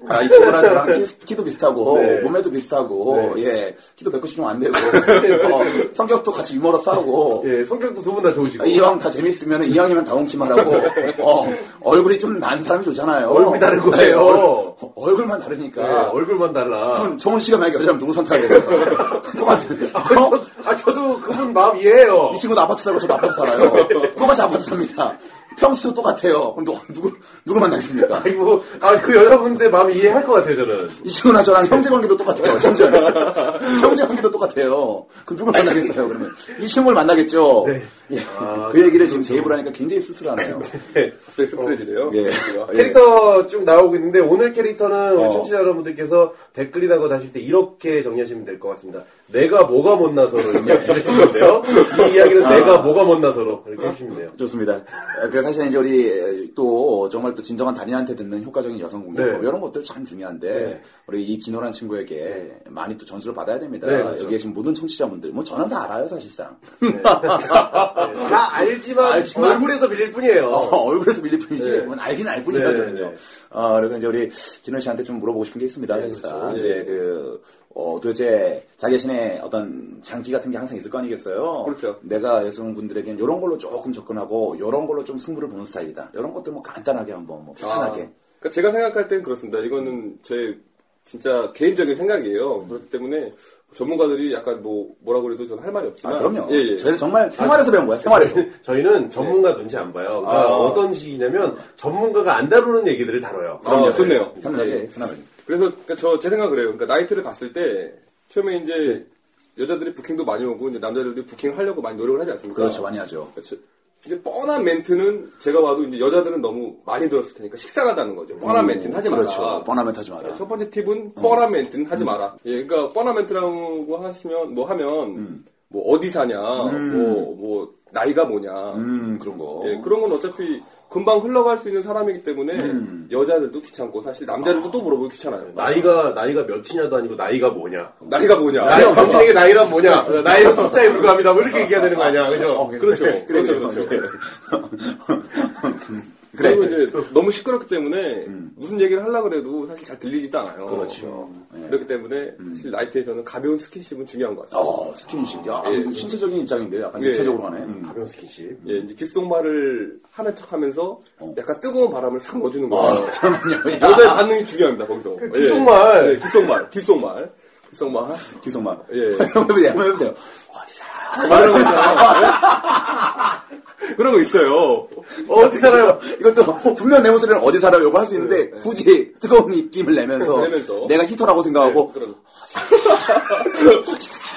[SPEAKER 1] 아, 이 친구랑 저랑 키, 도 비슷하고,
[SPEAKER 2] 네.
[SPEAKER 1] 몸매도 비슷하고,
[SPEAKER 2] 네.
[SPEAKER 1] 예. 키도 190 좀 안 되고, 어, 성격도 같이 유머러스하고,
[SPEAKER 2] 예, 성격도 두 분 다 좋으시고.
[SPEAKER 1] 아, 이왕 다 재밌으면 이왕이면 당홍치만 하고 어, 얼굴이 좀 난 사람이 좋잖아요.
[SPEAKER 2] 네. 얼굴이 다른 거예요.
[SPEAKER 1] 네, 얼, 얼굴만
[SPEAKER 2] 예,
[SPEAKER 1] 다르니까.
[SPEAKER 2] 얼굴만 달라.
[SPEAKER 1] 그럼 정훈 씨가 만약에 여자면 누구 선택하겠어요? 똑같은.
[SPEAKER 2] 아, 저, 아, 저도 그분 마음 이해해요.
[SPEAKER 1] 어? 이 친구도 아파트 살고 저도 아파트 살아요. 똑같이 아파트 삽니다. 평수 똑같아요. 그럼 누, 누구, 누굴 만나겠습니까?
[SPEAKER 2] 아이고, 아, 그 여자분들 마음 이해할 것 같아요, 저는.
[SPEAKER 1] 이 친구나 저랑 형제 관계도 똑같아요, 심지어. 형제 관계도 똑같아요. 그럼 누굴 만나겠어요, 그러면? 이 친구를 만나겠죠? 예. 그 얘기를 지금 제 입으로 하니까 굉장히 씁쓸하네요.
[SPEAKER 5] 갑자기 씁쓸해지네요.
[SPEAKER 1] 예.
[SPEAKER 5] 제가.
[SPEAKER 2] 캐릭터 쭉 나오고 있는데 오늘 캐릭터는
[SPEAKER 1] 어.
[SPEAKER 2] 우리 청취자 여러분들께서 댓글이라고 다실 때 이렇게 정리하시면 될 것 같습니다. 내가 뭐가 못나서로 이야기를 해주는데요. 이 이야기는 내가 뭐가 못나서로 이렇게 해주시면 돼요.
[SPEAKER 1] 좋습니다. 어, 그래서 사실 이제 우리 또 정말 또 진정한 단인한테 듣는 효과적인 여성 공격
[SPEAKER 2] 네.
[SPEAKER 1] 이런 것들 참 중요한데
[SPEAKER 2] 네.
[SPEAKER 1] 우리 이 진호란 친구에게 많이 또 전수를 받아야 됩니다.
[SPEAKER 2] 네, 그렇죠.
[SPEAKER 1] 여기 계신 모든 청취자분들 뭐 저는 다 알아요 사실상
[SPEAKER 2] 네. 다 알지만,
[SPEAKER 1] 아. 알지만
[SPEAKER 2] 얼굴에서 빌릴 뿐이에요.
[SPEAKER 1] 어, 얼굴에서 밀릴 뿐이지 뭔 알긴 알 뿐이다
[SPEAKER 2] 네,
[SPEAKER 1] 저는요.
[SPEAKER 2] 네.
[SPEAKER 1] 어, 그래서 이제 우리 진호 씨한테 좀 물어보고 싶은 게 있습니다 사실상
[SPEAKER 5] 그렇죠.
[SPEAKER 1] 이제
[SPEAKER 5] 예.
[SPEAKER 1] 그 어, 도대체 자기 자신의 어떤 장기 같은 게 항상 있을 거 아니겠어요?
[SPEAKER 5] 그렇죠.
[SPEAKER 1] 내가 여성분들에게는 이런 걸로 조금 접근하고 이런 걸로 좀 승부를 보는 스타일이다. 이런 것들 뭐 간단하게 한번 뭐 편하게
[SPEAKER 5] 그러니까 제가 생각할 땐 그렇습니다. 이거는 제 진짜 개인적인 생각이에요. 그렇기 때문에 전문가들이 약간 뭐 뭐라고 그래도 저는 할 말이 없지만
[SPEAKER 1] 아, 그럼요.
[SPEAKER 5] 예, 예.
[SPEAKER 1] 저희는 정말 생활에서 배운 거야, 생활에서.
[SPEAKER 2] 저희는 전문가 눈치 안 봐요. 그러니까
[SPEAKER 5] 아.
[SPEAKER 2] 어떤 식이냐면 전문가가 안 다루는 얘기들을 다뤄요.
[SPEAKER 5] 아, 좋네요.
[SPEAKER 1] 편하게,
[SPEAKER 5] 예.
[SPEAKER 1] 편하게.
[SPEAKER 5] 그래서 그러니까 저 제 생각은 그래요. 그러니까 나이트를 갔을 때 처음에 이제
[SPEAKER 1] 네.
[SPEAKER 5] 여자들이 부킹도 많이 오고 이제 남자들이 부킹을 하려고 많이 노력을 하지 않습니까?
[SPEAKER 1] 그렇죠, 많이 하죠.
[SPEAKER 5] 그렇죠. 이제 뻔한 멘트는 제가 봐도 이제 여자들은 너무 많이 들었을 테니까 식상하다는 거죠. 뻔한 멘트는 하지 마라.
[SPEAKER 1] 음, 그렇죠. 뻔하면 타지 마라.
[SPEAKER 5] 첫 번째 팁은 뻔한 멘트는 하지 마라. 예, 그러니까 뻔한 멘트라고 하시면 뭐 하면 뭐 어디 사냐, 뭐, 뭐 나이가 뭐냐,
[SPEAKER 1] 음, 그런 거.
[SPEAKER 5] 예, 그런 건 어차피 금방 흘러갈 수 있는 사람이기 때문에 여자들도 귀찮고 사실 남자들도 또 물어보기 귀찮아요.
[SPEAKER 2] 나이가, 나이가 몇이냐도 아니고 나이가 뭐냐.
[SPEAKER 5] 나이가 뭐냐?
[SPEAKER 2] 나이가 당신에게 나이란 뭐냐. 나이는 숫자에 불과합니다. 뭐 이렇게 얘기해야 되는 거 아니야. 그죠? 네.
[SPEAKER 5] 그렇죠. 그렇죠. 그렇죠. 예. 그래. 그리고 이제 너무 시끄럽기 때문에 무슨 얘기를 하려고 해도 사실 잘 들리지도 않아요.
[SPEAKER 1] 그렇죠. 예.
[SPEAKER 5] 그렇기 때문에 사실 나이트에서는 가벼운 스킨십은 중요한 것 같습니다.
[SPEAKER 1] 어, 스킨십. 야,
[SPEAKER 5] 예.
[SPEAKER 1] 이거 신체적인 입장인데 약간
[SPEAKER 5] 예.
[SPEAKER 1] 육체적으로 하네. 음.
[SPEAKER 2] 가벼운 스킨십.
[SPEAKER 5] 예, 이제 귓속말을 하는 척 하면서
[SPEAKER 1] 어.
[SPEAKER 5] 약간 뜨거운 바람을 싹 넣어주는
[SPEAKER 1] 아,
[SPEAKER 5] 거예요.
[SPEAKER 1] 잠깐만요. 야,
[SPEAKER 5] 여자의 반응이 중요합니다, 거기서. 예.
[SPEAKER 2] 그 귓속말.
[SPEAKER 5] 예, 귓속말. 귓속말. 귓속말.
[SPEAKER 1] 기성만.
[SPEAKER 5] 예.
[SPEAKER 1] 한번 해보세요.
[SPEAKER 5] 그런 거 있잖아요. 예? 그런 거 있어요.
[SPEAKER 1] 어디 살아요? 이것도 분명 내 목소리는 어디 살아요? 이거 할 수 있는데 굳이 뜨거운 입김을 내면서,
[SPEAKER 5] 내면서. 예.
[SPEAKER 1] 내가 히터라고 생각하고
[SPEAKER 5] 어, 그런 거.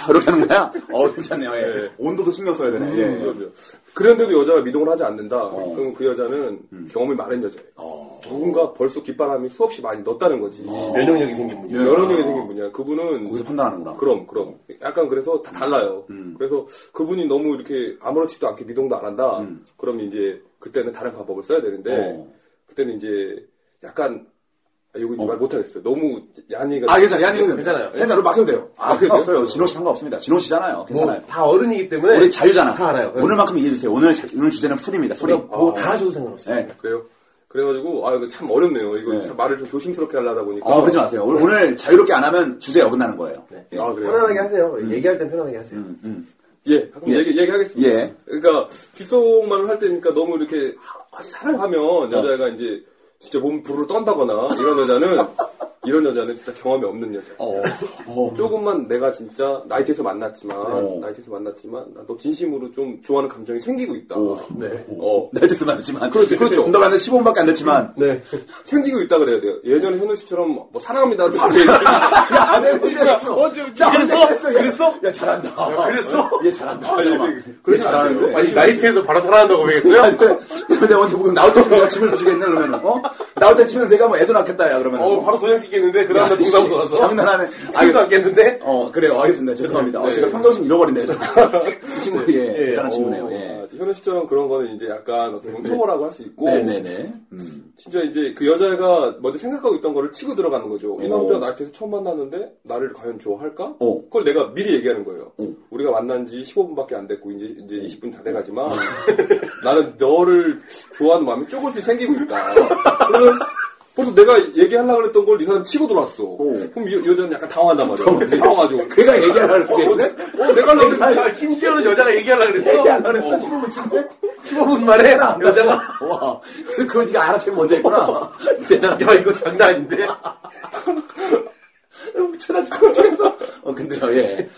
[SPEAKER 1] 이렇게 하는 거야? 어, 괜찮네요. 예.
[SPEAKER 5] 예. 음.
[SPEAKER 1] 온도도 신경 써야 되네. 예.
[SPEAKER 5] 그럼요. 그런데도 여자가 미동을 하지 않는다.
[SPEAKER 1] 어.
[SPEAKER 5] 그럼 그 여자는
[SPEAKER 1] 음.
[SPEAKER 5] 경험이 많은 여자예요. 누군가 벌써 깃바람이 수없이 많이 넣었다는 거지.
[SPEAKER 2] 면역력이 생긴 분이요.
[SPEAKER 5] 여러 명이 생긴 분이야. 그분은
[SPEAKER 1] 어. 거기서 판단하는구나.
[SPEAKER 5] 그럼 그럼 약간 그래서 다 달라요.
[SPEAKER 1] 음.
[SPEAKER 5] 그래서 그분이 너무 이렇게 아무렇지도 않게 미동도 안 한다. 그럼 이제 그때는 다른 방법을 써야 되는데
[SPEAKER 1] 음. 어.
[SPEAKER 5] 그때는 이제 약간 아, 이거 이제 말 못하겠어요. 너무 얀이가
[SPEAKER 1] 아, 괜찮아요. 아니, 괜찮아요.
[SPEAKER 2] 괜찮아요.
[SPEAKER 5] 예.
[SPEAKER 1] 괜찮아요. 막혀도 돼요. 아,
[SPEAKER 5] 돼요?
[SPEAKER 1] 상관없어요. 진호 씨 상관없습니다. 진호 씨잖아요. 괜찮아요.
[SPEAKER 2] 뭐다 어른이기 때문에
[SPEAKER 1] 우리 자유잖아.
[SPEAKER 2] 다 알아요. 아.
[SPEAKER 1] 오늘만큼 이해해주세요. 오늘, 자- 오늘 주제는 풀입니다. 풀이.
[SPEAKER 2] 뭐다 하셔도 상관없어요.
[SPEAKER 1] 네.
[SPEAKER 5] 그래요. 그래가지고 아 이거 참 어렵네요. 이거
[SPEAKER 1] 네.
[SPEAKER 5] 참 말을 좀 조심스럽게 하려다 보니까
[SPEAKER 1] 어, 그러지 마세요. 오늘, 오늘 자유롭게 안 하면 주제에 어긋나는 거예요.
[SPEAKER 2] 네.
[SPEAKER 5] 아, 그래요?
[SPEAKER 2] 편안하게 하세요. 얘기할 땐 편안하게 하세요.
[SPEAKER 5] 예, 그럼
[SPEAKER 1] 예.
[SPEAKER 5] 얘기, 얘기하겠습니다.
[SPEAKER 1] 예.
[SPEAKER 5] 그러니까, 귓속말을 할 때니까 너무 이렇게, 하- 사랑을
[SPEAKER 1] 어.
[SPEAKER 5] 하면 여자가 이제, 진짜 몸 부르르 떤다거나, 이런 여자는, 이런 여자는 진짜 경험이 없는 여자.
[SPEAKER 1] 어, 어.
[SPEAKER 5] 조금만 내가 진짜 나이트에서 만났지만,
[SPEAKER 1] 어.
[SPEAKER 5] 나이트에서 만났지만, 나 너 진심으로 좀 좋아하는 감정이 생기고 있다.
[SPEAKER 2] 네.
[SPEAKER 5] 어.
[SPEAKER 1] 내 뜻은 맞지만.
[SPEAKER 5] 그렇죠, 그렇죠.
[SPEAKER 1] 너가 는 15분밖에 안 됐지만.
[SPEAKER 2] 네.
[SPEAKER 5] 생기고 있다 그래야 돼요.
[SPEAKER 1] 네.
[SPEAKER 5] 예전에 현우 씨처럼, 뭐, 사랑합니다를 바로 얘기해.
[SPEAKER 1] 야, 내 문제였어.
[SPEAKER 2] 어, 지금
[SPEAKER 1] 그랬어? 그랬어? 야, 잘한다.
[SPEAKER 2] 그랬어?
[SPEAKER 1] 얘 잘한다.
[SPEAKER 5] 아니,
[SPEAKER 1] 잠깐만.
[SPEAKER 2] 네,
[SPEAKER 5] 근데
[SPEAKER 1] 얘
[SPEAKER 5] 그러진
[SPEAKER 1] 잘하는데.
[SPEAKER 5] 않아요.
[SPEAKER 2] 아니, 나이트에서 네. 바로 살아난다고 얘기했어요?
[SPEAKER 1] 아니, 근데, 근데 언제 보면 나올 때쯤 내가 짐을 더 주겠네, 그러면. 어? 나올 때쯤은 내가 뭐 애도 낳겠다, 야, 그러면.
[SPEAKER 2] 어, 바로 소장찍 시키는데 그 다음날 동사무소 가서
[SPEAKER 1] 장난하는.
[SPEAKER 2] 술도 안 깼는데
[SPEAKER 1] 어, 그래요. 알겠습니다. 죄송합니다. 어,
[SPEAKER 5] 네.
[SPEAKER 1] 제가 평정심 잃어버린다. 이 친구, 예.
[SPEAKER 2] 네.
[SPEAKER 1] 대단한 친구네요.
[SPEAKER 2] 오.
[SPEAKER 1] 예.
[SPEAKER 5] 아, 현우 씨처럼 그런 거는 이제 약간 어떻게 보면 초보라고 할 수 있고
[SPEAKER 1] 네네네. 음.
[SPEAKER 5] 진짜 이제 그 여자가 먼저 생각하고 있던 거를 치고 들어가는 거죠. 이
[SPEAKER 1] 오.
[SPEAKER 5] 남자 나한테 처음 만났는데 나를 과연 좋아할까?
[SPEAKER 1] 오.
[SPEAKER 5] 그걸 내가 미리 얘기하는 거예요.
[SPEAKER 1] 오.
[SPEAKER 5] 우리가 만난 지 15분밖에 안 됐고 이제 이제 20분 다 돼가지만 나는 너를 좋아하는 마음이 조금씩 생기고 있다. 그러면 벌써 내가 얘기하려고 했던 걸 이 사람 치고 들어왔어. 그럼 이, 여- 여자는 약간 당황한단 말이야. 당황하죠.
[SPEAKER 1] 그가 얘기하라는
[SPEAKER 5] 어, 어, 내,
[SPEAKER 1] 게.
[SPEAKER 5] 어, 내가 너를
[SPEAKER 2] 아, 심지어는 여자가 얘기하려고 그랬어
[SPEAKER 1] 얘기하라는 거. 15분 친데
[SPEAKER 2] 15분 만에 여자가
[SPEAKER 1] 와. 그걸 네가 알아채면 먼저 했구나. 대단하다.
[SPEAKER 2] 야 이거 장난 아닌데
[SPEAKER 1] 쳐다주고 싶어. 어, 근데요, 예.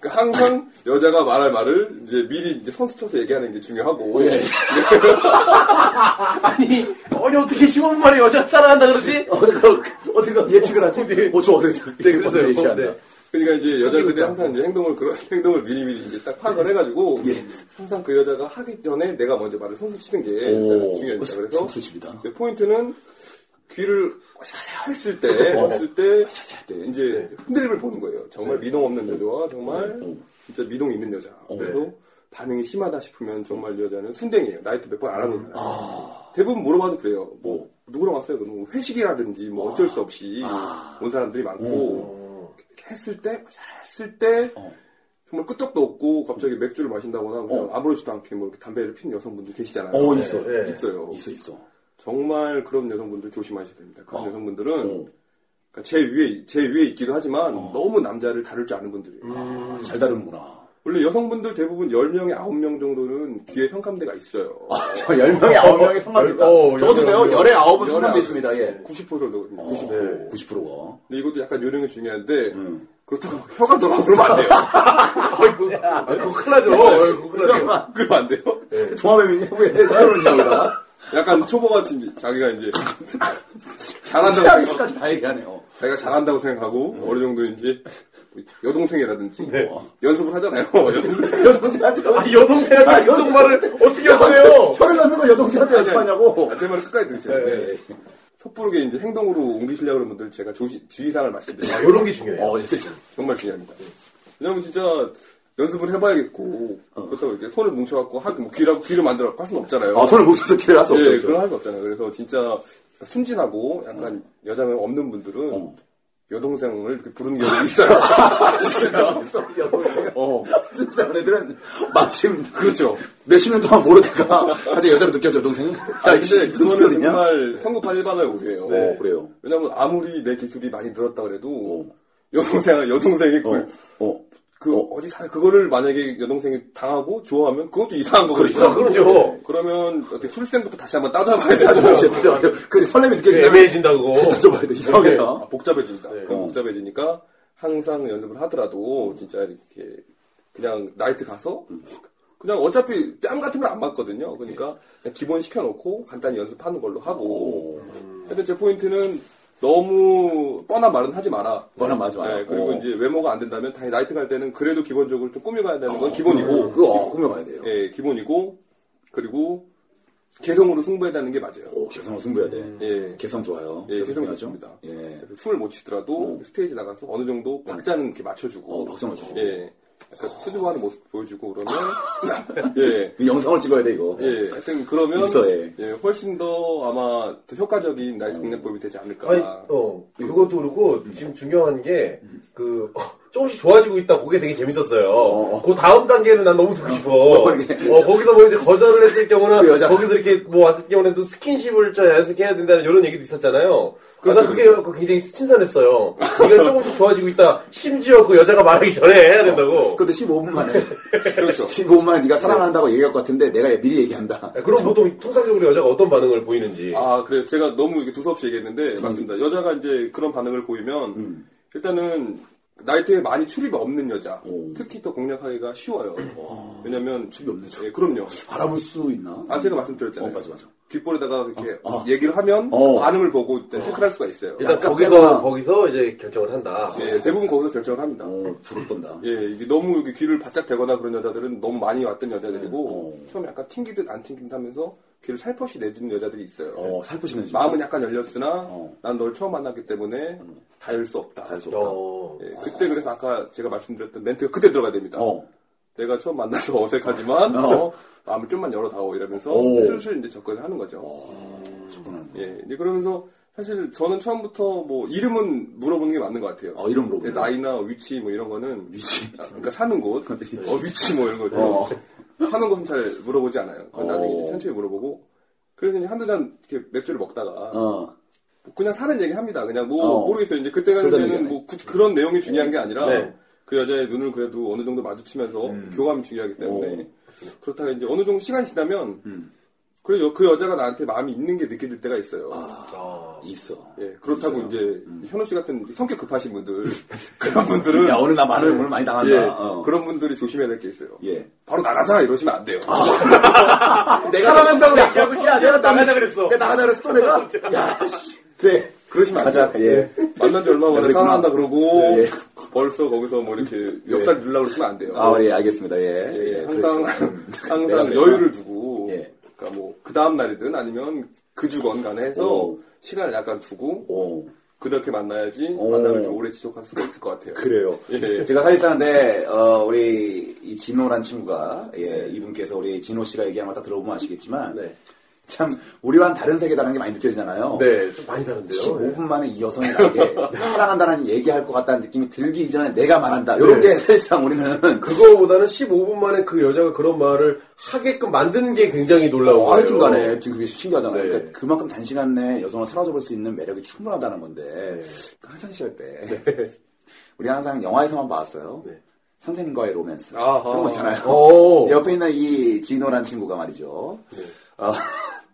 [SPEAKER 5] 그러니까 항상 여자가 말할 말을 이제 미리 이제 선수 쳐서 얘기하는 게 중요하고
[SPEAKER 1] 예.
[SPEAKER 2] 아니 아니 어떻게 15분 만에 여자 사랑한다 그러지?
[SPEAKER 1] 어떻게, 어떻게 예측을 하지? 어, 저 어디서.
[SPEAKER 2] 네 그래서
[SPEAKER 1] 먼저 예측한다. 예.
[SPEAKER 2] 네.
[SPEAKER 5] 그러니까 이제 여자들이 항상 이제 행동을 그런 행동을 미리미리 이제 딱 파악을 해가지고 항상 그 여자가 하기 전에 내가 먼저 말을 선수 치는 게 일단은 중요합니다. 그래서
[SPEAKER 1] 집이다.
[SPEAKER 5] 이제 포인트는 귀를 사사 했을 때 했을 때 이제 흔들림을 보는 거예요. 정말 미동 없는 여자와 정말 진짜 미동 있는 여자. 그래서 반응이 심하다 싶으면 정말 여자는 순댕이에요. 나이트 몇 번 안 하는 거예요. 대부분 물어봐도 그래요. 뭐 누구랑 왔어요? 그럼 뭐 회식이라든지 뭐 어쩔 수 없이 온 사람들이 많고 이렇게 했을 때 했을 때 정말 끄떡도 없고 갑자기 맥주를 마신다거나 그냥 아무렇지도 않게 뭐 이렇게 담배를 피는 여성분들 계시잖아요.
[SPEAKER 1] 어, 있어.
[SPEAKER 2] 네.
[SPEAKER 5] 있어요.
[SPEAKER 1] 있어, 있어.
[SPEAKER 5] 정말 그런 여성분들 조심하셔야 됩니다. 그런
[SPEAKER 1] 어.
[SPEAKER 5] 여성분들은
[SPEAKER 1] 어.
[SPEAKER 5] 그러니까 제 위에 제 위에 있기도 하지만 너무 남자를 다룰 줄 아는 분들이에요.
[SPEAKER 1] 아, 잘 다루는구나.
[SPEAKER 5] 원래 여성분들 대부분 10명에 9명 정도는 귀에 성감대가 있어요.
[SPEAKER 1] 저 10명에 9명이 성감대 있다.
[SPEAKER 2] 열- 어,
[SPEAKER 1] 적어두세요.
[SPEAKER 2] 열- 열-
[SPEAKER 1] 10에 9은 성감대
[SPEAKER 5] 열에
[SPEAKER 1] 있습니다. 예.
[SPEAKER 5] 90%거든요. 90%.
[SPEAKER 1] 90%가.
[SPEAKER 5] 근데 이것도 약간 요령이 중요한데
[SPEAKER 1] 음.
[SPEAKER 5] 그렇다고 막 혀가 돌아가고 그러면 안 돼요.
[SPEAKER 2] 아이고 아이고 큰일 나죠 아이고, 큰일 나죠
[SPEAKER 1] 잠깐만.
[SPEAKER 5] 그러면 안 돼요.
[SPEAKER 1] 네. 종합의미냐고
[SPEAKER 5] 네.
[SPEAKER 1] 왜 저러느냐고 다.
[SPEAKER 5] 약간 초보같이 이제 자기가 이제 잘한다고 생각,
[SPEAKER 1] 체아리스까지 다 얘기하네요.
[SPEAKER 5] 자기가 잘한다고 생각하고
[SPEAKER 1] 음.
[SPEAKER 5] 어느 정도 이제 뭐 여동생이라든지 뭐
[SPEAKER 2] 네.
[SPEAKER 5] 연습을 하잖아요. 여동생.
[SPEAKER 1] 여동생한테.
[SPEAKER 2] 아니 여동생한테 이런 말을 어떻게 하세요?
[SPEAKER 1] 혀를 넣는 걸 여동생한테
[SPEAKER 5] 아니, 아니.
[SPEAKER 1] 연습하냐고.
[SPEAKER 5] 아, 제 말을 끝까지 들으세요.
[SPEAKER 2] 네, 네.
[SPEAKER 5] 섣부르게 이제 행동으로 옮기시려고 하는 분들 제가 조시, 주의사항을 말씀드려요.
[SPEAKER 2] 이런 게 중요해요
[SPEAKER 1] 어, 진짜.
[SPEAKER 5] 정말 중요합니다. 왜냐면 진짜 연습을 해봐야겠고 그렇다고 이렇게 손을 뭉쳐갖고 하, 뭐 귀라고 귀를 만들어갖고 할 수는 없잖아요.
[SPEAKER 1] 어. 아, 손을 못 쳐서 기회를 할수
[SPEAKER 5] 예,
[SPEAKER 1] 없죠.
[SPEAKER 5] 그런
[SPEAKER 1] 그렇죠.
[SPEAKER 5] 할수 없잖아요. 그래서 진짜 순진하고 약간 여자면 없는 분들은
[SPEAKER 1] 어.
[SPEAKER 5] 여동생을 이렇게 부르는 경우가 있어요. 진짜.
[SPEAKER 1] 여동생.
[SPEAKER 5] 어,
[SPEAKER 1] 그런 애들은 마침
[SPEAKER 5] 그렇죠.
[SPEAKER 1] 몇십 년 동안 모르다가 갑자기 여자로 느껴져, 동생이.
[SPEAKER 5] 아,
[SPEAKER 1] 야,
[SPEAKER 5] 근데
[SPEAKER 1] 이씨, 무슨
[SPEAKER 5] 그거는
[SPEAKER 1] 소리냐?
[SPEAKER 5] 정말 성급한 일반화의 오류예요.
[SPEAKER 1] 어, 그래요.
[SPEAKER 5] 왜냐면 아무리 내 기술이 많이 늘었다 그래도
[SPEAKER 1] 어.
[SPEAKER 5] 여동생 여동생이
[SPEAKER 1] 어,
[SPEAKER 5] 그-
[SPEAKER 1] 어.
[SPEAKER 5] 그 어. 디 사람 그거를 만약에 여동생이 당하고 좋아하면 그것도 이상한 거거든요.
[SPEAKER 2] 그럼요.
[SPEAKER 5] 그러면 어떻게 출생부터 다시 한번 따져봐야
[SPEAKER 1] 아,
[SPEAKER 5] 되죠.
[SPEAKER 1] 저, 저, 저, 저, 그 설렘이 느껴지네.
[SPEAKER 2] 애매해진다 그거
[SPEAKER 1] 따져봐야 돼, 이상하겠다.
[SPEAKER 5] 아, 복잡해진다. 그럼
[SPEAKER 1] 어.
[SPEAKER 5] 복잡해지니까 항상 연습을 하더라도 진짜 이렇게 그냥 나이트 가서 그냥 어차피 뺨 같은 건 안 맞거든요. 그러니까 그냥 기본 시켜놓고 간단히 연습하는 걸로 하고. 근데 제 포인트는 너무 뻔한 말은 하지 마라.
[SPEAKER 1] 뻔한 말 하지 마라.
[SPEAKER 5] 네, 그리고
[SPEAKER 1] 어.
[SPEAKER 5] 이제 외모가 안 된다면 당연히 나이트 갈 때는 그래도 기본적으로 좀 꾸며가야 되는 건 기본이고.
[SPEAKER 1] 그거 어, 꾸며가야 돼요.
[SPEAKER 5] 예, 기본이고. 그리고 개성으로 승부해다는 게 맞아요.
[SPEAKER 1] 오, 개성으로 승부해야 돼.
[SPEAKER 5] 예.
[SPEAKER 1] 개성 좋아요.
[SPEAKER 5] 예,
[SPEAKER 1] 개성
[SPEAKER 5] 개성
[SPEAKER 1] 중요하죠.
[SPEAKER 5] 좋습니다.
[SPEAKER 1] 예.
[SPEAKER 5] 그래서 춤을 못 추더라도 스테이지 나가서 어느 정도 박자는 이렇게 맞춰주고.
[SPEAKER 1] 음. 어, 박자 맞춰주고.
[SPEAKER 5] 예. 약간 수줍어하는 모습 보여주고 그러면 예.
[SPEAKER 1] 이 영상을 찍어야 돼 이거.
[SPEAKER 5] 예, 하여튼 그러면
[SPEAKER 1] 있어, 예.
[SPEAKER 5] 훨씬 더 아마 더 효과적인 나이트 공략법이 되지 않을까.
[SPEAKER 2] 아니 어 그것도 그렇고 지금 중요한 게 그 조금씩 좋아지고 있다 그게 되게 재밌었어요
[SPEAKER 1] 어.
[SPEAKER 2] 그 다음 단계는 난 너무 듣고 싶어
[SPEAKER 1] 뭐 이렇게.
[SPEAKER 2] 어, 거기서 뭐 이제 거절을 했을 경우나
[SPEAKER 1] 그 여자.
[SPEAKER 2] 거기서 이렇게 뭐 왔을 경우는 또 스킨십을 좀 자연스럽게 해야 된다는 이런 얘기도 있었잖아요 그래서 난 그게 굉장히 신선했어요 네가 조금씩 좋아지고 있다 심지어 그 여자가 말하기 전에 해야 된다고
[SPEAKER 1] 어, 그것도 15분 만에.
[SPEAKER 5] 그렇죠. 예.
[SPEAKER 1] 15분 만에 네가 사랑한다고 얘기할 것 같은데 내가 미리 얘기한다.
[SPEAKER 2] 아, 그럼 보통 통상적으로 여자가 어떤 반응을 보이는지
[SPEAKER 5] 아, 그래요. 제가 너무 이게 두서없이 얘기했는데,
[SPEAKER 1] 음.
[SPEAKER 5] 맞습니다. 여자가 이제 그런 반응을 보이면, 일단은, 나이트에 많이 출입이 없는 여자,
[SPEAKER 1] 오.
[SPEAKER 5] 특히 더 공략하기가 쉬워요. 왜냐면,
[SPEAKER 1] 출입이 없는 여자.
[SPEAKER 5] 예, 그럼요.
[SPEAKER 1] 알아볼 수 있나?
[SPEAKER 5] 아, 제가 말씀드렸잖아요.
[SPEAKER 1] 어, 맞아, 맞아.
[SPEAKER 5] 귓볼에다가 이렇게
[SPEAKER 1] 어.
[SPEAKER 5] 얘기를 하면,
[SPEAKER 1] 어. 그
[SPEAKER 5] 반응을 보고 일단 체크를 할 수가 있어요.
[SPEAKER 2] 일단
[SPEAKER 1] 약간
[SPEAKER 2] 거기서
[SPEAKER 1] 빼거나.
[SPEAKER 2] 거기서 이제 결정을 한다
[SPEAKER 5] 예, 대부분 거기서 결정을 합니다.
[SPEAKER 1] 어, 부럽던다.
[SPEAKER 5] 예, 이게 너무 이렇게 귀를 바짝 대거나 그런 여자들은 너무 많이 왔던 여자들이고,
[SPEAKER 1] 어.
[SPEAKER 5] 처음에 약간 튕기듯 안 튕기듯 하면서, 귀를 살포시 내주는 여자들이 있어요.
[SPEAKER 1] 어, 살포시는 진짜.
[SPEAKER 5] 마음은 약간 열렸으나
[SPEAKER 1] 어.
[SPEAKER 5] 난 널 처음 만났기 때문에 다 열 수 없다.
[SPEAKER 1] 다할수 없다.
[SPEAKER 2] 어.
[SPEAKER 5] 예, 그때 그래서 아까 제가 말씀드렸던 멘트가 그때 들어가야 됩니다.
[SPEAKER 1] 어.
[SPEAKER 5] 내가 처음 만나서 어색하지만
[SPEAKER 1] 어.
[SPEAKER 5] 어, 마음을 좀만 열어다오 이러면서
[SPEAKER 1] 오. 아,
[SPEAKER 5] 슬슬 이제 접근을 하는 거죠.
[SPEAKER 1] 접근하는 거.
[SPEAKER 5] 예, 이제 그러면서 사실 저는 처음부터 뭐 이름은 물어보는 게 맞는 것 같아요.
[SPEAKER 1] 어, 이름 물어보는
[SPEAKER 5] 근데
[SPEAKER 1] 거.
[SPEAKER 5] 나이나 위치 뭐 이런 거는
[SPEAKER 1] 위치.
[SPEAKER 5] 아, 그러니까 사는 곳,
[SPEAKER 1] 위치.
[SPEAKER 5] 어, 위치 뭐 이런 거죠.
[SPEAKER 1] 어.
[SPEAKER 5] 사는 곳은 잘 물어보지 않아요. 그건 나중에
[SPEAKER 1] 어.
[SPEAKER 5] 이제 천천히 물어보고 그래서 이제 한두 잔 이렇게 맥주를 먹다가
[SPEAKER 1] 어.
[SPEAKER 5] 그냥 사는 얘기 합니다. 그냥 뭐
[SPEAKER 1] 어.
[SPEAKER 5] 모르겠어요. 이제 그때 가는
[SPEAKER 1] 그러다
[SPEAKER 5] 때는
[SPEAKER 1] 얘기하네.
[SPEAKER 5] 뭐 굳이 그런 내용이 중요한 게 아니라
[SPEAKER 2] 네.
[SPEAKER 5] 그 여자의 눈을 그래도 어느 정도 마주치면서 교감이 중요하기 때문에 그렇다가 이제 어느 정도 시간이 지나면
[SPEAKER 1] 음.
[SPEAKER 5] 그래 그 여자가 나한테 마음이 있는 게 느껴질 때가 있어요.
[SPEAKER 2] 아.
[SPEAKER 1] 있어.
[SPEAKER 5] 예, 그렇다고
[SPEAKER 1] 있어요. 음.
[SPEAKER 5] 이제 현우 씨 같은 성격 급하신 분들 그런 분들은
[SPEAKER 1] 야, 오늘 나 말을 오늘 많이 당한다.
[SPEAKER 5] 예,
[SPEAKER 1] 어.
[SPEAKER 5] 그런 분들이 조심해야 될 게 있어요.
[SPEAKER 1] 예. 아.
[SPEAKER 5] 바로 나가자 이러시면 안 돼요.
[SPEAKER 1] 내가 나간다고 얘기하고 야, 내가 나가자
[SPEAKER 2] 그랬어.
[SPEAKER 1] 내가 나가자 그랬어, 또 내가? 야, 씨. 그래.
[SPEAKER 5] 그러시면 안
[SPEAKER 1] 가자.
[SPEAKER 5] 돼요.
[SPEAKER 1] 예.
[SPEAKER 5] 만난 지 얼마 만에
[SPEAKER 1] 그랬구나.
[SPEAKER 5] 사랑한다 그러고
[SPEAKER 1] 예.
[SPEAKER 5] 벌써 거기서 뭐 이렇게 멱살 밀라 그러시면 안 돼요.
[SPEAKER 1] 아, 예, 알겠습니다. 예.
[SPEAKER 5] 예,
[SPEAKER 1] 예,
[SPEAKER 5] 항상
[SPEAKER 1] 그렇죠. 내가
[SPEAKER 5] 항상
[SPEAKER 1] 그랬나?
[SPEAKER 5] 여유를 두고
[SPEAKER 1] 예.
[SPEAKER 5] 그러니까 뭐 그 다음 날이든 아니면 그 주건 간에 해서
[SPEAKER 1] 오.
[SPEAKER 5] 시간을 약간 두고
[SPEAKER 1] 오.
[SPEAKER 5] 그렇게 만나야지
[SPEAKER 1] 오.
[SPEAKER 5] 만남을 좀 오래 지속할 수가 있을 것 같아요.
[SPEAKER 1] 그래요.
[SPEAKER 5] 예.
[SPEAKER 1] 제가 사실상 근데 어, 우리 이 진호란 친구가 예, 이분께서 우리 진호 씨가 얘기한 거 다 들어보면 아시겠지만
[SPEAKER 2] 네.
[SPEAKER 1] 참 우리와는 다른 세계다라는 게 많이 느껴지잖아요.
[SPEAKER 2] 네, 좀 많이 다른데요.
[SPEAKER 1] 15분 만에 이 여성이 나에게 사랑한다는 얘기할 것 같다는 느낌이 들기 이전에 내가 말한다. 이런
[SPEAKER 2] 네.
[SPEAKER 1] 게 사실상 우리는
[SPEAKER 2] 그거보다는 15분 만에 그 여자가 그런 말을 하게끔 만드는 게 굉장히 놀라운
[SPEAKER 1] 어,
[SPEAKER 2] 거예요.
[SPEAKER 1] 하여튼 간에 지금 그게 신기하잖아요.
[SPEAKER 2] 네.
[SPEAKER 1] 그러니까 그만큼 단시간 내에 여성을 사로잡을 수 있는 매력이 충분하다는 건데
[SPEAKER 2] 네.
[SPEAKER 1] 화장실 할 때 우리 항상 영화에서만 봤어요.
[SPEAKER 2] 네. 어,
[SPEAKER 1] 선생님과의 로맨스
[SPEAKER 5] 아하.
[SPEAKER 1] 그런 거 있잖아요.
[SPEAKER 2] 오.
[SPEAKER 1] 옆에 있는 이 진호란 친구가 말이죠.
[SPEAKER 2] 네.
[SPEAKER 1] 어,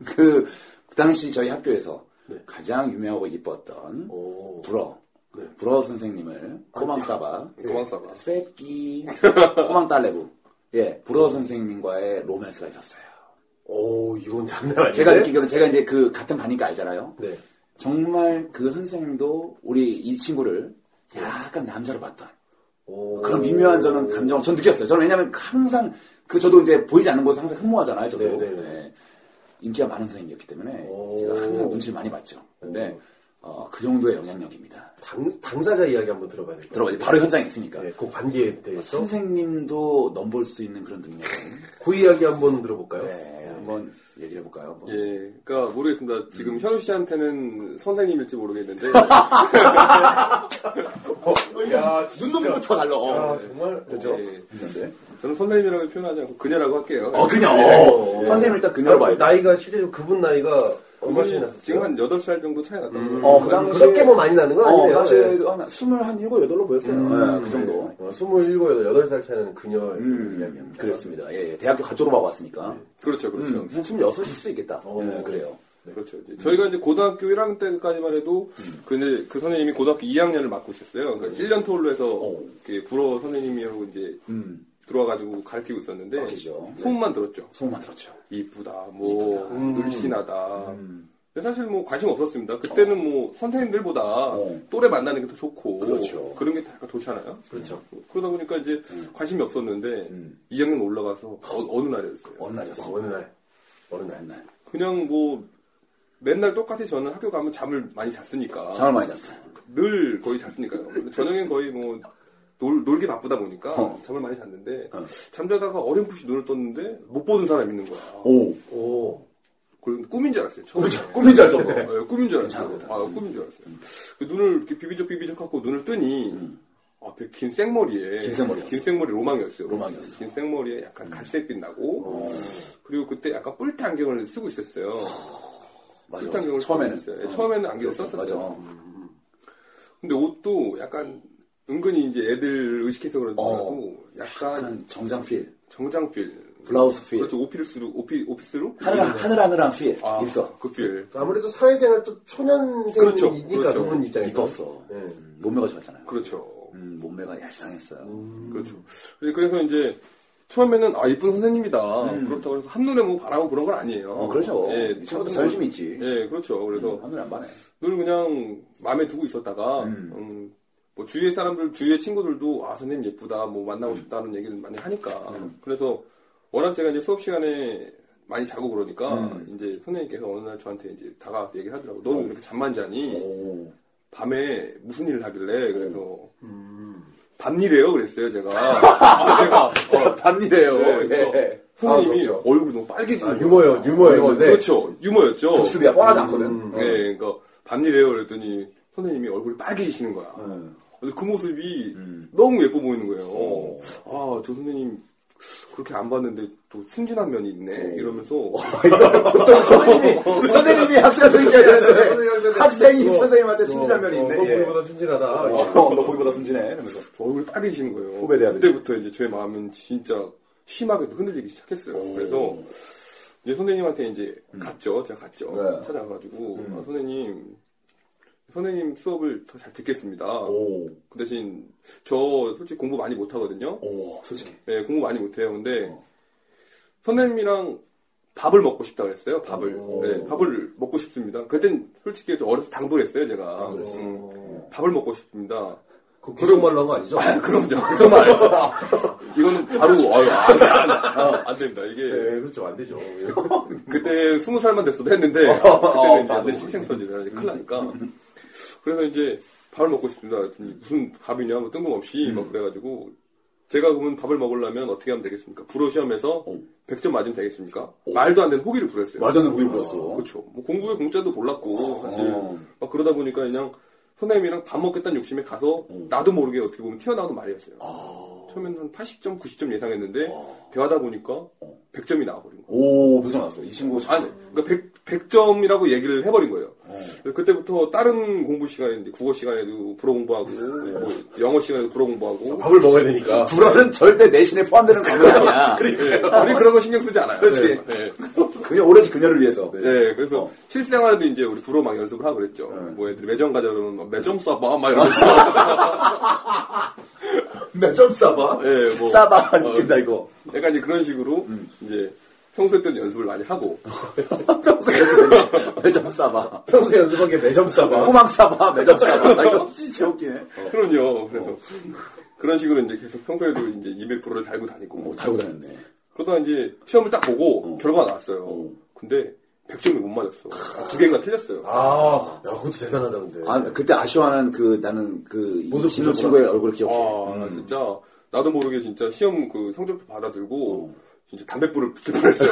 [SPEAKER 1] 그, 그 당시 저희 학교에서 가장 유명하고 이뻤던
[SPEAKER 2] 네. 오. 네. 아,
[SPEAKER 1] 불어 불어 선생님을 꼬망싸바
[SPEAKER 5] 고맙사봐.
[SPEAKER 1] 새끼 꼬망딸레부 예 불어 선생님과의 로맨스가 있었어요.
[SPEAKER 2] 오, 이건 장난 아니네.
[SPEAKER 1] 제가 느끼기로는 제가 이제 그 같은 반니까 알잖아요.
[SPEAKER 2] 네.
[SPEAKER 1] 정말 그 선생님도 우리 이 친구를
[SPEAKER 2] 네.
[SPEAKER 1] 약간 남자로 봤던
[SPEAKER 2] 오.
[SPEAKER 1] 그런 미묘한 저는 감정을 전 느꼈어요. 저는 왜냐면 항상 그 저도 이제 보이지 않는 곳에 항상 흠모하잖아요. 저도
[SPEAKER 2] 네, 네, 네.
[SPEAKER 1] 네. 인기가 많은 선생님이었기 때문에
[SPEAKER 2] 오. 네.
[SPEAKER 1] 제가 항상 눈치를 많이 봤죠. 근데 어, 그 정도의 영향력입니다.
[SPEAKER 2] 당, 당사자 이야기 한번 들어봐야 될것
[SPEAKER 1] 들어가지 바로 현장에 있으니까
[SPEAKER 2] 같아요. 네, 그 관계에 대해서
[SPEAKER 1] 선생님도 넘볼 수 있는 그런 능력을
[SPEAKER 2] 그 이야기 한번 들어볼까요?
[SPEAKER 1] 네, 한번 얘기를 해볼까요? 한번.
[SPEAKER 5] 예, 그러니까 모르겠습니다.
[SPEAKER 1] 음.
[SPEAKER 5] 지금 현우 씨한테는 선생님일지 모르겠는데
[SPEAKER 2] 야,
[SPEAKER 1] 눈높이부터 달라. 어.
[SPEAKER 2] 야, 정말 아, 그죠?
[SPEAKER 5] 예,
[SPEAKER 1] 있는데.
[SPEAKER 5] 저는 선생님이라고 표현하지 않고 그녀라고 할게요.
[SPEAKER 1] 어, 그녀.
[SPEAKER 2] 네.
[SPEAKER 1] 선생님 일단 그녀를 봐야 돼.
[SPEAKER 2] 나이가 실제로 그분 나이가 얼마 차이 났어요?
[SPEAKER 5] 그분이 지금 한 8살 정도 차이 났다고. 음.
[SPEAKER 1] 어, 그 당시에.
[SPEAKER 2] 그렇게 뭐 많이 나는 건
[SPEAKER 1] 어,
[SPEAKER 2] 아니네요. 예.
[SPEAKER 1] 사실 한 스물 한 일곱 여덟로 보였어요. 네, 그 정도.
[SPEAKER 2] 어, 27, 8살 차이는 그녀를
[SPEAKER 1] 음,
[SPEAKER 2] 이야기합니다.
[SPEAKER 1] 그렇습니다. 예, 예. 대학교 갓 졸업하고
[SPEAKER 2] 네.
[SPEAKER 1] 왔으니까.
[SPEAKER 5] 그렇죠, 그렇죠.
[SPEAKER 1] 음, 한 26일 수 있겠다.
[SPEAKER 2] 어.
[SPEAKER 1] 예, 그래요.
[SPEAKER 5] 그렇죠. 이제 저희가 이제 고등학교 1학년 때까지만 해도 그, 이제 그 선생님이 고등학교 2학년을 맡고 있었어요. 그러니까 1년 토울로 해서 이렇게 불어 선생님이라고 이제
[SPEAKER 1] 음,
[SPEAKER 5] 들어와가지고 가르치고 있었는데
[SPEAKER 1] 그렇죠.
[SPEAKER 5] 소문만 들었죠.
[SPEAKER 1] 소문만 들었죠.
[SPEAKER 5] 이쁘다, 뭐
[SPEAKER 2] 음.
[SPEAKER 5] 늘씬하다. 근데 사실 뭐 관심 없었습니다. 그때는 뭐 선생님들보다 또래 만나는 게 더 좋고
[SPEAKER 1] 그렇죠.
[SPEAKER 5] 런게 다 좋잖아요. 뭐
[SPEAKER 2] 그렇죠.
[SPEAKER 5] 그러다 보니까 이제 관심이 없었는데 2학년 올라가서 어, 느 날이었어요.
[SPEAKER 1] 어느 날이었어?
[SPEAKER 2] 어느 날, 어느 날.
[SPEAKER 1] 어느 날.
[SPEAKER 5] 그냥 뭐 맨날 똑같이 저는 학교 가면 잠을 많이 잤으니까
[SPEAKER 1] 잠을 많이 잤어요.
[SPEAKER 5] 늘 거의 잤으니까요. 저녁엔 거의 뭐 놀, 놀기 바쁘다 보니까
[SPEAKER 1] 어.
[SPEAKER 5] 잠을 많이 잤는데 잠자다가 어렴풋이 눈을 떴는데 못 보는 사람이 있는 거야.
[SPEAKER 1] 오.
[SPEAKER 2] 오.
[SPEAKER 5] 그리고 꿈인 줄 알았어요. 처음에.
[SPEAKER 1] 꿈인 줄, 꿈인 줄 알죠? 뭐.
[SPEAKER 5] 네, 꿈인 줄 알았어요.
[SPEAKER 1] 괜찮거든.
[SPEAKER 5] 아, 꿈인 줄 알았어요. 그 눈을 이렇게 비비적 비비적 하고 눈을 뜨니 앞에 긴 생머리에
[SPEAKER 1] 음. 긴 생머리였어.
[SPEAKER 5] 긴 생머리 로망이었어요.
[SPEAKER 1] 로망이었어. 음. 어.
[SPEAKER 5] 긴 생머리에 약간 갈색빛 나고 그리고 그때 약간 뿔테 안경을 쓰고 있었어요.
[SPEAKER 1] 맞아.
[SPEAKER 5] 뿔테
[SPEAKER 1] 맞아.
[SPEAKER 5] 안경을
[SPEAKER 1] 처음에는.
[SPEAKER 5] 쓰고 있었어요.
[SPEAKER 1] 어.
[SPEAKER 5] 예, 처음에는 안경을
[SPEAKER 1] 그랬어, 맞아.
[SPEAKER 5] 썼었어요. 근데 옷도 약간 은근히 이제 애들 의식해서 그런지
[SPEAKER 1] 어.
[SPEAKER 5] 몰라도 약간,
[SPEAKER 1] 약간 정장필,
[SPEAKER 5] 정장필
[SPEAKER 1] 블라우스 필,
[SPEAKER 5] 그렇죠 오피스루 오피 오피스루
[SPEAKER 1] 하늘, 하늘하늘한 필
[SPEAKER 5] 아,
[SPEAKER 1] 있어.
[SPEAKER 5] 그필
[SPEAKER 2] 아무래도 사회생활 또 초년생이니까
[SPEAKER 5] 그렇죠, 그렇죠.
[SPEAKER 2] 그분 입장에서.
[SPEAKER 1] 입었어.
[SPEAKER 2] 네.
[SPEAKER 1] 음, 몸매가 좋았잖아요.
[SPEAKER 5] 그렇죠
[SPEAKER 1] 음, 몸매가 얄쌍했어요.
[SPEAKER 5] 그렇죠 그래서 이제 처음에는 아 이쁜 선생님이다 그렇다고 해서 한눈에 뭐 바라고 그런 건 아니에요
[SPEAKER 1] 음. 어, 그렇죠.
[SPEAKER 5] 예
[SPEAKER 1] 처음부터
[SPEAKER 5] 뭐-
[SPEAKER 1] 자존심 있지.
[SPEAKER 5] 예 그렇죠 그래서
[SPEAKER 1] 하늘 안 반해.
[SPEAKER 5] 늘 그냥 마음에 두고 있었다가 음, 뭐 주위의 사람들 주위의 친구들도 아 선생님 예쁘다 뭐 만나고 싶다는 얘기를 많이 하니까 그래서 워낙 제가 이제 수업 시간에 많이 자고 그러니까 이제 선생님께서 어느 날 저한테 이제 다가와서 얘기를 하더라고. 너는 왜 이렇게 잠만 자니?
[SPEAKER 1] 오.
[SPEAKER 5] 밤에 무슨 일을 하길래 그래서 밤일이에요 그랬어요 제가. 아, 제가 어,
[SPEAKER 1] 밤이래요.
[SPEAKER 5] 네,
[SPEAKER 1] 예.
[SPEAKER 5] 그래서 선생님이
[SPEAKER 2] 아, 그렇죠.
[SPEAKER 5] 얼굴이 너무 빨개지는
[SPEAKER 2] 아,
[SPEAKER 5] 거예요.
[SPEAKER 2] 유머요, 유머였는데.
[SPEAKER 5] 그렇죠. 유머였죠.
[SPEAKER 1] 복습이야 뻔하지 않거든. 어.
[SPEAKER 5] 네, 그러니까 밤일이에요 그랬더니 선생님이 얼굴이 빨개지시는 거야.
[SPEAKER 1] 음.
[SPEAKER 5] 근데 그 모습이
[SPEAKER 1] 음.
[SPEAKER 5] 너무 예뻐 보이는 거예요. 아, 저 선생님 그렇게 안 봤는데 또 순진한 면이 있네 이러면서
[SPEAKER 1] 예. 선생님이 선생님이 학생한테 얘기하는데
[SPEAKER 2] 선생님한테-
[SPEAKER 1] 학생이
[SPEAKER 2] 어,
[SPEAKER 1] 선생님한테 순진한 면이
[SPEAKER 2] 어, 너
[SPEAKER 1] 있네. 예.
[SPEAKER 2] 보기보다 순진하다.
[SPEAKER 1] 어, 너 거기보다 순진해. 이러면서.
[SPEAKER 5] 얼굴이 빨개지는 거예요.
[SPEAKER 1] 후배 대하듯이.
[SPEAKER 5] 그때부터 이제 제 마음은 진짜 심하게 흔들리기 시작했어요. 그래서 이제 선생님한테 이제 갔죠. 제가 갔죠.
[SPEAKER 1] 음. 네.
[SPEAKER 5] 찾아가가지고 아, 선생님 선생님 수업을 더 잘 듣겠습니다.
[SPEAKER 1] 오.
[SPEAKER 5] 그 대신 저 솔직히 공부 많이 못하거든요.
[SPEAKER 1] 오, 솔직히. 어.
[SPEAKER 5] 네, 공부 많이 못해요. 근데 선생님이랑 밥을 먹고 싶다 그랬어요. 밥을.
[SPEAKER 1] 오.
[SPEAKER 5] 네, 밥을 먹고 싶습니다. 그땐 솔직히 좀 어려서 당돌했어요, 제가.
[SPEAKER 1] 당돌했어.
[SPEAKER 5] 음, 밥을 먹고 싶습니다.
[SPEAKER 2] 그 구력 말로 한거 아니죠?
[SPEAKER 5] 그럼요. 그런 말 했어. 이거는 바로 어이, 안, 안, 안, 안 됩니다. 이게
[SPEAKER 2] 네, 그렇죠. 안 되죠. 예.
[SPEAKER 5] 그때 스무 살만 됐어도 했는데
[SPEAKER 1] 어,
[SPEAKER 5] 그때는
[SPEAKER 1] 안
[SPEAKER 5] 이제
[SPEAKER 1] 되지.
[SPEAKER 5] 학생선지라 큰일 나니까 그래서 이제 밥을 먹고 싶습니다 그랬더니 무슨 밥이냐 뭐 뜬금없이 막 그래가지고 제가 그러면 밥을 먹으려면 어떻게 하면 되겠습니까 불어 시험에서 100점 맞으면 되겠습니까 말도 안 되는 호기를 부렸어요
[SPEAKER 1] 말도 안 되는 호기를 부렸어.
[SPEAKER 5] 그렇죠 뭐 공부에 공짜도 몰랐고 사실
[SPEAKER 1] 어.
[SPEAKER 5] 막 그러다 보니까 그냥 선생님이랑 밥 먹겠다는 욕심에 가서 나도 모르게 어떻게 보면 튀어나오는 말이었어요
[SPEAKER 1] 아.
[SPEAKER 5] 처음엔 한 80점 90점 예상했는데 대화하다 보니까
[SPEAKER 1] 어.
[SPEAKER 5] 100점이 나와버린 거예요
[SPEAKER 1] 오, 표정 나왔어. 이 친구
[SPEAKER 5] 아,
[SPEAKER 1] 참.
[SPEAKER 5] 그러니까 100, 점이라고 얘기를 해버린 거예요.
[SPEAKER 1] 어.
[SPEAKER 5] 그래서 그때부터 다른 공부 시간에, 이제 국어 시간에도 불어 공부하고,
[SPEAKER 1] 네.
[SPEAKER 5] 뭐 영어 시간에도 불어 공부하고.
[SPEAKER 1] 아,
[SPEAKER 2] 밥을 먹어야 되니까.
[SPEAKER 1] 불안은 절대 내신에 포함되는 감은 아니야.
[SPEAKER 5] 네, 우리 그런 거 신경 쓰지 않아요.
[SPEAKER 1] 그렇지.
[SPEAKER 5] 네, 네.
[SPEAKER 1] 그냥 오로지 그녀를 위해서.
[SPEAKER 5] 네, 그래서
[SPEAKER 1] 어. 네.
[SPEAKER 5] 실생활에도 이제 우리 불어 막 연습을 하고 그랬죠. 뭐 애들이 매점 가자 그러면 막 매점 쏴봐 막 이러면서.
[SPEAKER 1] 몇점 싸봐?
[SPEAKER 5] 예, 뭐.
[SPEAKER 1] 싸봐.
[SPEAKER 5] 어.
[SPEAKER 1] 웃긴다, 이거.
[SPEAKER 5] 약간 이제 그런 식으로 이제 평소에 때는 연습을 많이 하고.
[SPEAKER 1] 매점 싸봐.
[SPEAKER 2] 평소에 연습한 게 매점 싸봐.
[SPEAKER 1] 꼬막 싸봐. 매점 싸봐. 아, 이거 진짜 웃기네.
[SPEAKER 5] 어, 그럼요. 그래서 그런 식으로 이제 계속 평소에도 이제 입에 불어를 달고 다니고.
[SPEAKER 1] 오, 달고 다녔네.
[SPEAKER 5] 그러다 이제 시험을 딱 보고 결과가 나왔어요.
[SPEAKER 1] 어.
[SPEAKER 5] 근데 100점이 못 맞았어. 두 개인가 틀렸어요.
[SPEAKER 2] 아, 야, 그것도 대단하다, 근데.
[SPEAKER 1] 아, 그때 아쉬워하는 그, 나는 그, 이
[SPEAKER 2] 모습
[SPEAKER 1] 진호
[SPEAKER 2] 보셨구나.
[SPEAKER 1] 친구의 얼굴을 기억해. 음.
[SPEAKER 5] 아, 나 진짜 나도 모르게 진짜 시험 그 성적표 받아들고 진짜 담뱃불을 붙일 뻔했어요.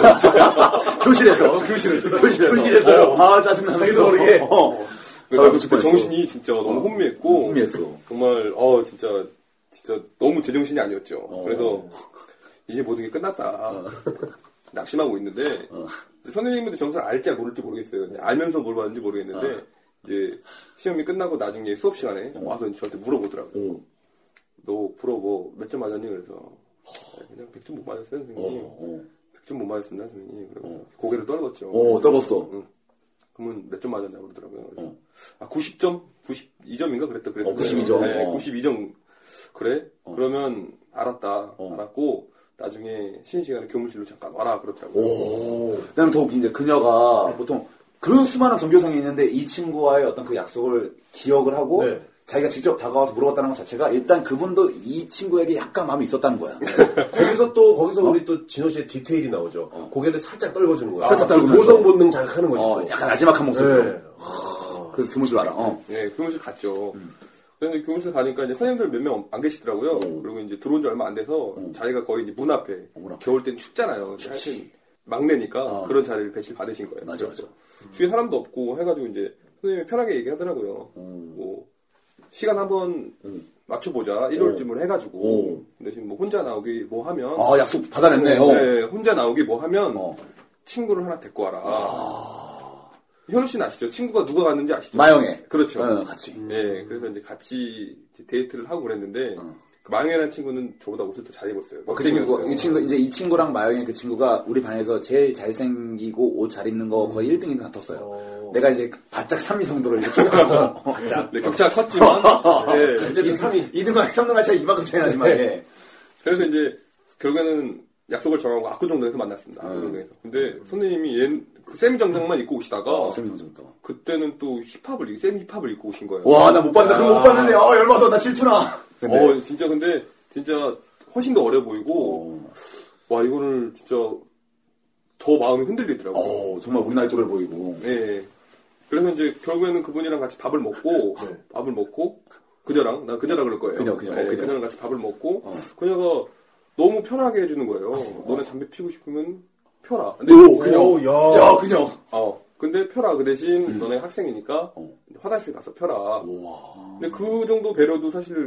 [SPEAKER 1] 교실에서. 교실에서. 교실에서.
[SPEAKER 2] 교실에서요?
[SPEAKER 1] 아, 짜증나네.
[SPEAKER 2] 자기도 모르게.
[SPEAKER 1] 어.
[SPEAKER 5] 그래서
[SPEAKER 1] 붙일
[SPEAKER 5] 그때
[SPEAKER 1] 뻔했어.
[SPEAKER 5] 정신이 진짜 너무 혼미했고
[SPEAKER 1] 혼미했어.
[SPEAKER 5] 정말 어 진짜 진짜 너무 제정신이 아니었죠.
[SPEAKER 1] 어.
[SPEAKER 5] 그래서 이제 모든 게 끝났다. 낙심하고 있는데
[SPEAKER 1] 어.
[SPEAKER 5] 선생님한테 점수를 알지 모를지 모르겠어요. 근데 알면서 뭘 봤는지 모르겠는데
[SPEAKER 1] 어.
[SPEAKER 5] 이제 시험이 끝나고 나중에 수업 시간에 와서 저한테 물어보더라고요.
[SPEAKER 1] 오.
[SPEAKER 5] 너 불어 뭐몇 점 맞았니? 그래서 그냥 100점 못 맞았어요 선생님.
[SPEAKER 1] 어.
[SPEAKER 5] 100점 못 맞았습니다 선생님. 그래서 고개를 떨궜죠.
[SPEAKER 1] 어, 떨궜어.
[SPEAKER 5] 응. 그러면 몇 점 맞았냐고 그러더라고요. 그래서 아 90점? 92점인가 그랬다 그랬어요.
[SPEAKER 1] 어, 92 점.
[SPEAKER 5] 네,
[SPEAKER 1] 어.
[SPEAKER 5] 92점. 그래? 그러면 알았다.
[SPEAKER 1] 어.
[SPEAKER 5] 알았고 나중에 쉬는 시간에 교무실로 잠깐 와라 그러더라고요.
[SPEAKER 1] 오. 나는 더 웃긴 게 그녀가 보통 그런 수많은 전교생이 있는데 이 친구와의 어떤 그 약속을 기억을 하고
[SPEAKER 2] 네.
[SPEAKER 1] 자기가 직접 다가와서 물어봤다는 것 자체가 일단 그분도 이 친구에게 약간 마음이 있었다는 거야.
[SPEAKER 2] 아, 거기서 또, 거기서 우리 또 진호 씨의 디테일이 나오죠. 고개를 어. 살짝 떨궈주는 거야. 아,
[SPEAKER 1] 살짝 떨구면서.
[SPEAKER 2] 모성 본능 자극하는 거지.
[SPEAKER 1] 어,
[SPEAKER 2] 또.
[SPEAKER 1] 약간 나지막한 목소리로.
[SPEAKER 2] 네.
[SPEAKER 1] 그래서 교무실 와라. 어.
[SPEAKER 5] 네, 교무실 갔죠.
[SPEAKER 1] 음.
[SPEAKER 5] 그런데 교무실 가니까 이제 선생님들 몇 명 안 계시더라고요. 그리고 이제 들어온 지 얼마 안 돼서 자리가 거의 이제 문 앞에.
[SPEAKER 1] 음. 어, 문 앞에.
[SPEAKER 5] 겨울 땐 춥잖아요. 하여튼 막내니까 그런 자리를 배치 받으신 거예요.
[SPEAKER 1] 어. 맞아,
[SPEAKER 5] 그래서
[SPEAKER 1] 맞아.
[SPEAKER 5] 주위 사람도 없고 해가지고 이제 선생님이 편하게 얘기하더라고요.
[SPEAKER 1] 음.
[SPEAKER 5] 뭐 시간 한번 맞춰보자. 1월쯤으로 해가지고
[SPEAKER 1] 오.
[SPEAKER 5] 대신 뭐 혼자 나오기 뭐 하면
[SPEAKER 1] 아, 약속 받아냈네. 어.
[SPEAKER 5] 네, 혼자 나오기 뭐 하면
[SPEAKER 1] 어. 아.
[SPEAKER 5] 친구를 하나 데리고 와라. 현우 씨는 아시죠? 친구가 누가 갔는지 아시죠?
[SPEAKER 1] 마영애.
[SPEAKER 5] 그렇죠.
[SPEAKER 1] 어, 같이.
[SPEAKER 5] 예, 그래서 이제 같이 이제 데이트를 하고 그랬는데, 그 망연한 친구는 저보다 옷을 더 잘 입었어요.
[SPEAKER 1] 어. 그 친구, 이 친구, 이제 이 친구랑 마영이 그 친구가 우리 반에서 제일 잘생기고 옷 잘 입는 거 거의 1등이 같았어요. 내가 이제 바짝 3위 정도로 이렇게 쪼고 바짝.
[SPEAKER 5] 네, 격차가 컸지만, 예.
[SPEAKER 2] 어쨌든 3위.
[SPEAKER 1] 2등과 3등과 네. 차이 이만큼 차이 나지만, 예.
[SPEAKER 5] 그래서 이제 결국에는 약속을 정하고 압구정동에서 만났습니다.
[SPEAKER 1] 네.
[SPEAKER 5] 압구정동에서. 근데 선생님이 얘, 그 세미 정장만 입고 오시다가,
[SPEAKER 1] 어, 선생님 좀부터
[SPEAKER 5] 그때는 또 힙합을, 세미 힙합을 입고 오신 거예요.
[SPEAKER 1] 와, 네. 나 못 봤는데, 그거 못 봤는데, 어, 열받아, 나 질투나.
[SPEAKER 5] 어, 진짜 근데, 진짜 훨씬 더 어려 보이고,
[SPEAKER 1] 어,
[SPEAKER 5] 와, 이거를 진짜 더 마음이 흔들리더라고요.
[SPEAKER 1] 어, 정말 우리 나이 또래 보이고.
[SPEAKER 5] 예. 그래서 이제 결국에는 그분이랑 같이 밥을 먹고 밥을 먹고 그녀랑 나 그녀라 그럴 거예요.
[SPEAKER 1] 네. 그녀, 그녀,
[SPEAKER 5] 예,
[SPEAKER 1] 어, 그녀.
[SPEAKER 5] 그녀랑 같이 밥을 먹고
[SPEAKER 1] 어.
[SPEAKER 5] 그녀가 너무 편하게 해주는 거예요. 너네 담배 피우고 싶으면 펴라. 근데
[SPEAKER 1] 오, 그냥.
[SPEAKER 2] 오, 야.
[SPEAKER 1] 야, 그냥.
[SPEAKER 5] 어 근데 펴라 그 대신 너네 학생이니까
[SPEAKER 1] 음. 어.
[SPEAKER 5] 화장실 가서 펴라.
[SPEAKER 1] 우와.
[SPEAKER 5] 근데 그 정도 배려도 사실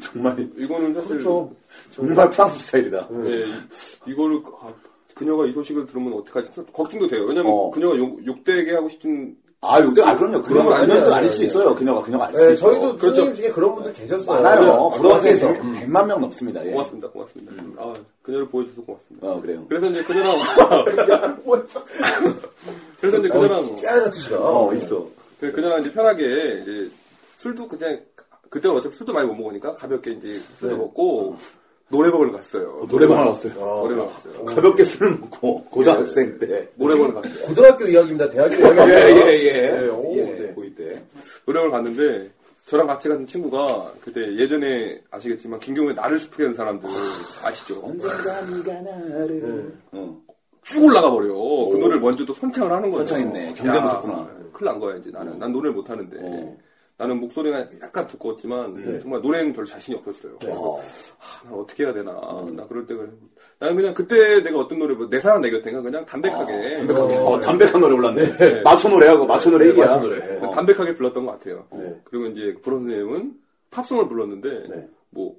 [SPEAKER 1] 정말,
[SPEAKER 5] 이거는 사실
[SPEAKER 2] 그렇죠.
[SPEAKER 1] 정말 네. 프랑스 스타일이다.
[SPEAKER 5] 예,
[SPEAKER 1] 음.
[SPEAKER 5] 이거를 아, 그녀가 이 소식을 들으면 어떡하지 걱정도 돼요. 왜냐면
[SPEAKER 1] 어.
[SPEAKER 5] 그녀가 욕, 욕되게 하고 싶은
[SPEAKER 1] 아, 욕대, 아, 그럼요. 그런 건
[SPEAKER 2] 그건
[SPEAKER 1] 아니어도
[SPEAKER 2] 아니에요,
[SPEAKER 1] 아닐 수
[SPEAKER 2] 아니에요.
[SPEAKER 1] 있어요. 그녀가, 그녀가 알 수
[SPEAKER 2] 네,
[SPEAKER 1] 있어요.
[SPEAKER 2] 저희도
[SPEAKER 5] 그렇죠.
[SPEAKER 2] 선생님 중에 그런 분들 계셨어요.
[SPEAKER 1] 많아요.
[SPEAKER 2] 네,
[SPEAKER 1] 브로드에서
[SPEAKER 2] 브로드에서.
[SPEAKER 1] 100만 명 넘습니다. 예.
[SPEAKER 5] 고맙습니다, 고맙습니다. 아 그녀를 보여주셔서 고맙습니다.
[SPEAKER 1] 어, 그래요.
[SPEAKER 5] 그래서 이제 그녀랑 그래서 이제 그녀랑
[SPEAKER 2] 깨알 같으시다.
[SPEAKER 1] 어, 있어.
[SPEAKER 5] 그- 그녀랑 이제 편하게 이제 술도 그냥 그때 어차피 술도 많이 못 먹으니까 가볍게
[SPEAKER 1] 네.
[SPEAKER 5] 이제 술도 먹고 노래방을 갔어요.
[SPEAKER 1] 노래방 어. 나왔어요.
[SPEAKER 2] 어.
[SPEAKER 5] 노래방 갔어요.
[SPEAKER 1] 가볍게 술을 먹고, 고등학생 때.
[SPEAKER 5] 노래방을 갔어요.
[SPEAKER 2] 고등학교 이야기입니다. 대학교 이야기
[SPEAKER 1] 예,
[SPEAKER 2] 아니에요.
[SPEAKER 1] 예, 예.
[SPEAKER 2] 네, 오, 네.
[SPEAKER 1] 고이 때.
[SPEAKER 5] 노래방을 갔는데 저랑 같이 간 친구가 그때 예전에 아시겠지만 김경우의 나를 슬프게 하는 사람들 아시죠?
[SPEAKER 1] 언젠가 네가 나를. 어.
[SPEAKER 5] 쭉 올라가 버려. 그 노래를 먼저 또 선창을 하는 거예요.
[SPEAKER 1] 선창했네. 경쟁
[SPEAKER 5] 야,
[SPEAKER 1] 붙었구나.
[SPEAKER 5] 큰일 난 거야 이제 나는. 난 노래를 못 하는데.
[SPEAKER 1] 어. 네.
[SPEAKER 5] 나는 목소리가 약간 두꺼웠지만 정말 노래는 별 자신이 없었어요.
[SPEAKER 1] 어.
[SPEAKER 5] 아, 난 어떻게 해야 되나.
[SPEAKER 1] 음.
[SPEAKER 5] 나 그럴 때 그래. 나는 그냥 그때 내가 어떤 노래 뭐, 내 사랑 내 곁엔가 그냥 담백하게
[SPEAKER 1] 아, 담백하게. 어, 담백한 노래 올랐네. 마초 노래하고 마초 노래
[SPEAKER 2] 네,
[SPEAKER 1] 1위야.
[SPEAKER 2] 마초 노래.
[SPEAKER 5] 어. 담백하게 불렀던 것 같아요.
[SPEAKER 2] 네.
[SPEAKER 5] 그리고 이제 불로 선생님은 팝송을 불렀는데
[SPEAKER 2] 네.
[SPEAKER 5] 뭐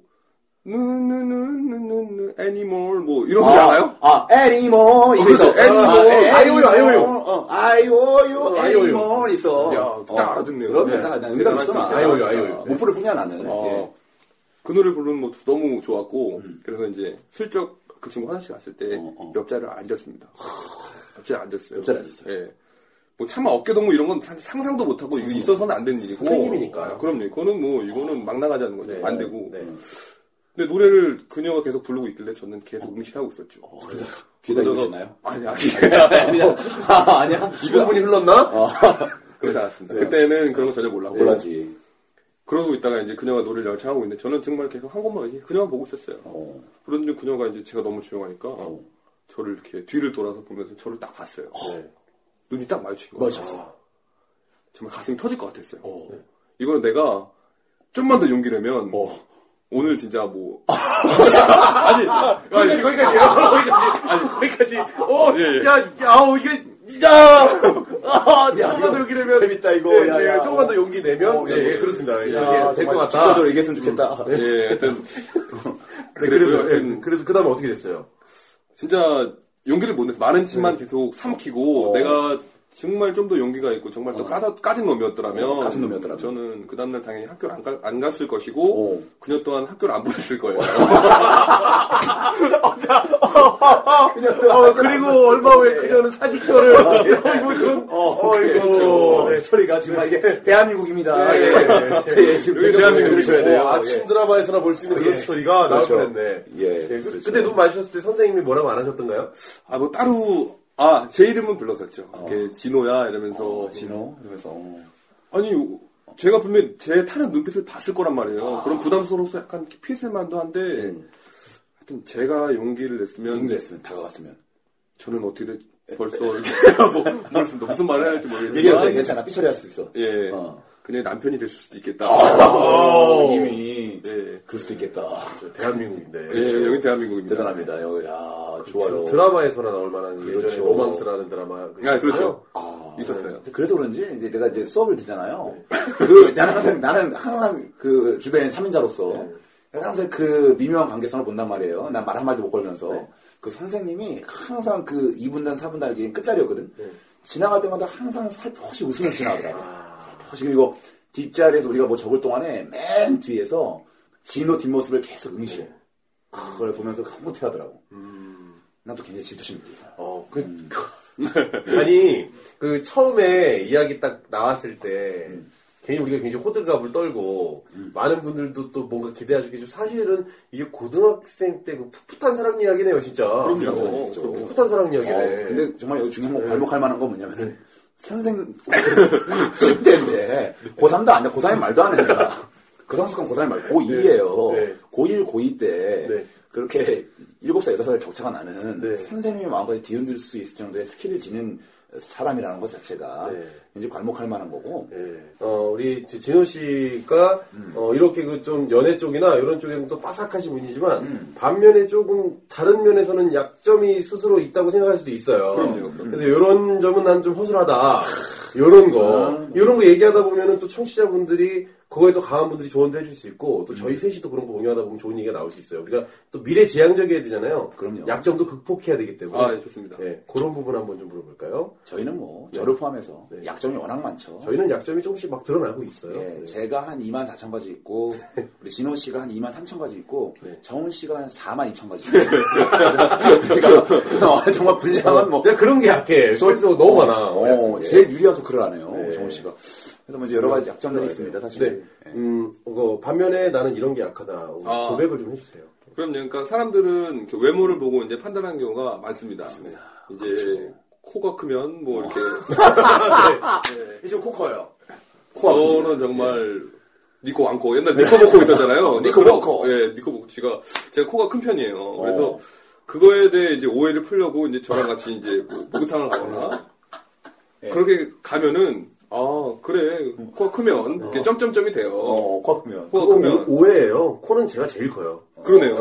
[SPEAKER 5] 누누누누누누 애니멀 뭐 이런 거 알아요?
[SPEAKER 1] 아, 애니모. 이거 있어.
[SPEAKER 5] 그렇죠, animal.
[SPEAKER 1] 아,
[SPEAKER 2] 아이오유, 아이오유.
[SPEAKER 1] 어, 아이오유,
[SPEAKER 2] 아이오유.
[SPEAKER 1] 애니모. 있어.
[SPEAKER 5] 야, 딱 알아듣네요.
[SPEAKER 1] 그럼요.
[SPEAKER 5] 네.
[SPEAKER 1] 나, 나 응답
[SPEAKER 5] 대단하시다.
[SPEAKER 1] 있어. 나.
[SPEAKER 2] 아이오유, 아이오유.
[SPEAKER 1] 못 부를 뿐이야, 나는.
[SPEAKER 5] 어,
[SPEAKER 1] 예.
[SPEAKER 5] 그 노래 부르는 것도 너무 좋았고 그래서 이제 슬쩍 그 친구 화장실 갔을 때
[SPEAKER 1] 어, 어.
[SPEAKER 5] 옆자리를 앉았습니다. 옆자리에 앉았어요.
[SPEAKER 1] 옆자리에 앉았어요.
[SPEAKER 5] 예. 뭐 차마 어깨 동무 이런 건 사- 상상도 못하고 이거 있어서는 안 되는 일이고
[SPEAKER 2] 선생님이니까.
[SPEAKER 5] 아, 그럼요. 그거는 뭐 이거는 막 나가자는 거죠.
[SPEAKER 1] 예.
[SPEAKER 5] 안 되고.
[SPEAKER 2] 네.
[SPEAKER 5] 근데 노래를 그녀가 계속 부르고 있길래 저는 계속 응시하고 있었죠.
[SPEAKER 1] 귀에다
[SPEAKER 5] 그러다가-
[SPEAKER 1] 입으셨나요?
[SPEAKER 5] 아니, 아니.
[SPEAKER 1] 아니야. 아, 아니야.
[SPEAKER 2] 15분이 흘렀나?
[SPEAKER 5] 그렇지 않았습니다. 네. 그때는 그런 거 전혀 몰랐고.
[SPEAKER 1] 몰랐지.
[SPEAKER 5] 그러고 있다가 이제 그녀가 노래를 열창하고 있는데 저는 정말 계속 한 것만 이제 그녀만 보고 있었어요.
[SPEAKER 1] 어.
[SPEAKER 5] 그런데 그녀가 이제 제가 너무 조용하니까 저를 이렇게 뒤를 돌아서 보면서 저를 딱 봤어요.
[SPEAKER 2] 네.
[SPEAKER 5] 눈이 딱 마주친 거예요.
[SPEAKER 1] 맞았어.
[SPEAKER 5] 정말 가슴이 터질 것 같았어요. 네.
[SPEAKER 1] 어.
[SPEAKER 5] 이거는 내가 좀만 더 용기 내면
[SPEAKER 1] 어.
[SPEAKER 5] 오늘 진짜 뭐
[SPEAKER 2] 거기까지, 거기까지요? 거기까지.
[SPEAKER 5] 아니
[SPEAKER 2] 거기까지. 어,
[SPEAKER 5] 예, 예.
[SPEAKER 2] 야, 아우, 이게, 진짜! 아, 조금만 더 용기 내면.
[SPEAKER 1] 재밌다, 이거.
[SPEAKER 2] 예,
[SPEAKER 1] 야,
[SPEAKER 2] 예,
[SPEAKER 1] 야.
[SPEAKER 2] 조금만 더 용기 내면.
[SPEAKER 1] 어,
[SPEAKER 2] 예,
[SPEAKER 1] 예,
[SPEAKER 2] 예, 그렇습니다. 예,
[SPEAKER 1] 야,
[SPEAKER 2] 될것
[SPEAKER 1] 정말
[SPEAKER 2] 같다. 음.
[SPEAKER 1] 직설적으로 얘기했으면 좋겠다.
[SPEAKER 5] 예,
[SPEAKER 2] 네,
[SPEAKER 5] 하여튼
[SPEAKER 2] 그래서,
[SPEAKER 5] 그래도
[SPEAKER 2] 예,
[SPEAKER 5] 하여튼
[SPEAKER 2] 그래서 그 다음에 어떻게 됐어요?
[SPEAKER 5] 진짜 용기를 못 내서 많은 짓만
[SPEAKER 1] 네.
[SPEAKER 5] 계속
[SPEAKER 1] 어.
[SPEAKER 5] 삼키고 내가 정말 좀 더 용기가 있고 정말 더 까다, 까진 놈이었더라면
[SPEAKER 1] 어, 까진 놈이었더라면. 어.
[SPEAKER 5] 저는 그 다음날 당연히 학교를 안, 가, 안 갔을 것이고
[SPEAKER 1] 오.
[SPEAKER 5] 그녀 또한 학교를 안 보냈을 거예요.
[SPEAKER 2] 어, 그리고 얼마 후에 그녀는 사직서를. 이거, 이건,
[SPEAKER 1] 어,
[SPEAKER 2] 어이구.
[SPEAKER 1] 그렇죠.
[SPEAKER 2] 네.
[SPEAKER 1] 스토리가 정말 이게 대한민국입니다.
[SPEAKER 2] 예, 예, 예.
[SPEAKER 1] 지금
[SPEAKER 5] 여기 대한민국
[SPEAKER 1] 들으셔야 돼요. 예.
[SPEAKER 2] 오, 어, 아침 드라마에서나 볼 수 있는 예. 그런 스토리가
[SPEAKER 1] 그렇죠.
[SPEAKER 2] 나올 뻔했네.
[SPEAKER 1] 예,
[SPEAKER 2] 그,
[SPEAKER 1] 그렇죠.
[SPEAKER 2] 근데 눈 마주쳤을 때 선생님이 뭐라고 안 하셨던가요?
[SPEAKER 5] 아 뭐 따로 아 제 이름은 불렀었죠. 이렇게 진호야 이러면서
[SPEAKER 1] 예. 어. 진호 이러면서 어.
[SPEAKER 5] 아니 제가 분명히 제 타는 눈빛을 봤을 거란 말이에요.
[SPEAKER 1] 아.
[SPEAKER 5] 그런 부담스러워서 약간 피했을 만도 한데 하여튼 제가 용기를 냈으면
[SPEAKER 1] 음. 용기 냈으면 다가갔으면
[SPEAKER 5] 저는 어떻게 돼 벌써 이렇게 뭐, 모르겠습니다. 무슨 말을 해야 할지
[SPEAKER 1] 아, 얘기해도 돼.
[SPEAKER 5] 모르겠지만
[SPEAKER 1] 괜찮아 삐처리할 수 있어.
[SPEAKER 5] 예
[SPEAKER 1] 어. 아,
[SPEAKER 5] 그냥 남편이 될 수도 있겠다.
[SPEAKER 1] 이미
[SPEAKER 5] 예.
[SPEAKER 1] 그럴 수도 있겠다.
[SPEAKER 2] 대한민국인데.
[SPEAKER 5] 예, 여기 대한민국입니다.
[SPEAKER 1] 그렇죠. 대단합니다. 여- 야 좋아요.
[SPEAKER 2] 예. 그, 드라마에서나 나올 만한 예전에
[SPEAKER 1] 그렇죠.
[SPEAKER 2] 로망스라는 드라마.
[SPEAKER 5] 아, 그렇죠.
[SPEAKER 1] 아.
[SPEAKER 5] 있었어요. 네.
[SPEAKER 1] 그래서 그런지 이제 내가 이제 수업을 듣잖아요. 그 나는 항상 나는 항상 그 주변 3인자로서
[SPEAKER 5] 네.
[SPEAKER 1] 항상 그 미묘한 관계성을 본단 말이에요. 난 말 한마디 못 걸면서
[SPEAKER 5] 네.
[SPEAKER 1] 그 선생님이 항상 그 2분단 4분단 이게 끝자리였거든.
[SPEAKER 5] 네.
[SPEAKER 1] 지나갈 때마다 항상 살포시
[SPEAKER 5] 아.
[SPEAKER 1] 웃으면서 지나가더라고. 살포시 그리고 뒷자리에서 우리가 뭐 적을 동안에 맨 뒤에서 진호 뒷모습을 계속 응시해.
[SPEAKER 5] 네.
[SPEAKER 1] 그걸 보면서 너무 태하더라고.
[SPEAKER 5] 음.
[SPEAKER 1] 난 또 굉장히 질투심이 들어요.
[SPEAKER 2] 어, 그, 아니, 그, 처음에 이야기 딱 나왔을 때, 괜히 우리가 굉장히 호들갑을 떨고, 많은 분들도 또 뭔가 기대하시겠죠. 사실은 이게 고등학생 때 그 풋풋한 사랑 이야기네요, 진짜.
[SPEAKER 5] 그럼요.
[SPEAKER 2] 그 풋풋한 사랑 이야기네.
[SPEAKER 1] 어, 근데 정말 여기 중요한
[SPEAKER 2] 예.
[SPEAKER 1] 거 발목할 만한 건 뭐냐면은 선생 10대인데 고3도 아니야 고3이 말도 안 된다. 그 상수건 고3이 말고 고2예요.
[SPEAKER 2] 네.
[SPEAKER 1] 고1, 고2 때
[SPEAKER 2] 네.
[SPEAKER 1] 그렇게 7살, 8살 격차가 나는
[SPEAKER 2] 네.
[SPEAKER 1] 선생님의 마음까지 뒤흔들 수 있을 정도의 스킬을 지닌 사람이라는 것 자체가
[SPEAKER 2] 네.
[SPEAKER 1] 이제 괄목할 만한 거고
[SPEAKER 2] 예. 어, 우리 지- 진호 씨가
[SPEAKER 5] 음.
[SPEAKER 2] 어, 이렇게 그 좀 연애 쪽이나 이런 쪽에는 또 빠삭하신 분이지만
[SPEAKER 5] 음.
[SPEAKER 2] 반면에 조금 다른 면에서는 약점이 스스로 있다고 생각할 수도 있어요.
[SPEAKER 5] 그럼요, 그럼요.
[SPEAKER 2] 그래서 이런 점은 난 좀 허술하다. 이런
[SPEAKER 5] 아,
[SPEAKER 2] 거,
[SPEAKER 5] 네.
[SPEAKER 2] 이런 거 얘기하다 보면은 또 청취자분들이 그거에 또 강한 분들이 조언도 해줄 수 있고 또
[SPEAKER 5] 음.
[SPEAKER 2] 저희 셋이 또 그런 거 공유하다 보면 좋은 얘기가 나올 수 있어요. 우리가 또 미래지향적이어야 되잖아요.
[SPEAKER 1] 그럼요.
[SPEAKER 2] 약점도 극복해야 되기 때문에.
[SPEAKER 5] 아, 예, 좋습니다.
[SPEAKER 2] 예, 그런 부분 한번 좀 물어볼까요?
[SPEAKER 1] 저희는 뭐 저를 포함해서 약점이 워낙 많죠.
[SPEAKER 2] 네. 저희는 약점이 조금씩 막 드러나고 있어요.
[SPEAKER 1] 예,
[SPEAKER 2] 네.
[SPEAKER 1] 제가 한 2만 4천 가지 있고 우리 진호 씨가 한 2만 3천 가지 있고
[SPEAKER 2] 네.
[SPEAKER 1] 정훈 씨가 한 4만 2천 가지. 있고. 그러니까 어, 정말 불량한 뭐
[SPEAKER 2] 내가 그런 게 약해. 저기서 너무 많아. 예.
[SPEAKER 1] 어,
[SPEAKER 2] 약해.
[SPEAKER 1] 제일 유리한 토크를 하네요, 정훈 씨가. 그래서 뭐 이제 여러 가지 약점들이 있습니다, 사실.
[SPEAKER 2] 네. 음, 그 반면에 나는 이런 게 약하다.
[SPEAKER 5] 아.
[SPEAKER 2] 고백을 좀 해주세요.
[SPEAKER 5] 그럼요. 그러니까 사람들은 이렇게 외모를 보고 이제 판단하는 경우가 많습니다. 이제
[SPEAKER 1] 그렇죠.
[SPEAKER 5] 코가 크면
[SPEAKER 1] 어.
[SPEAKER 5] 뭐 이렇게
[SPEAKER 1] 지금 코커요.
[SPEAKER 5] 저는 정말 니코 왕코 옛날 니코 먹고 있었잖아요.
[SPEAKER 1] 예. 니코
[SPEAKER 5] 그런-
[SPEAKER 1] 먹고.
[SPEAKER 5] 예, 니코 먹고 제가 제가 코가 큰 편이에요. 그래서
[SPEAKER 1] 어.
[SPEAKER 5] 그거에 대해 이제 오해를 풀려고 이제 저랑 같이 이제 뭐 목욕탕을 가거나
[SPEAKER 1] 예.
[SPEAKER 5] 그렇게 가면은 아 그래 코가 크면 이렇게 점점점이 돼요.
[SPEAKER 1] 어, 코가 크면.
[SPEAKER 5] 코가
[SPEAKER 2] 그거
[SPEAKER 5] 크면
[SPEAKER 2] 오- 오해예요. 코는 제가 제일 커요.
[SPEAKER 5] 그러네요.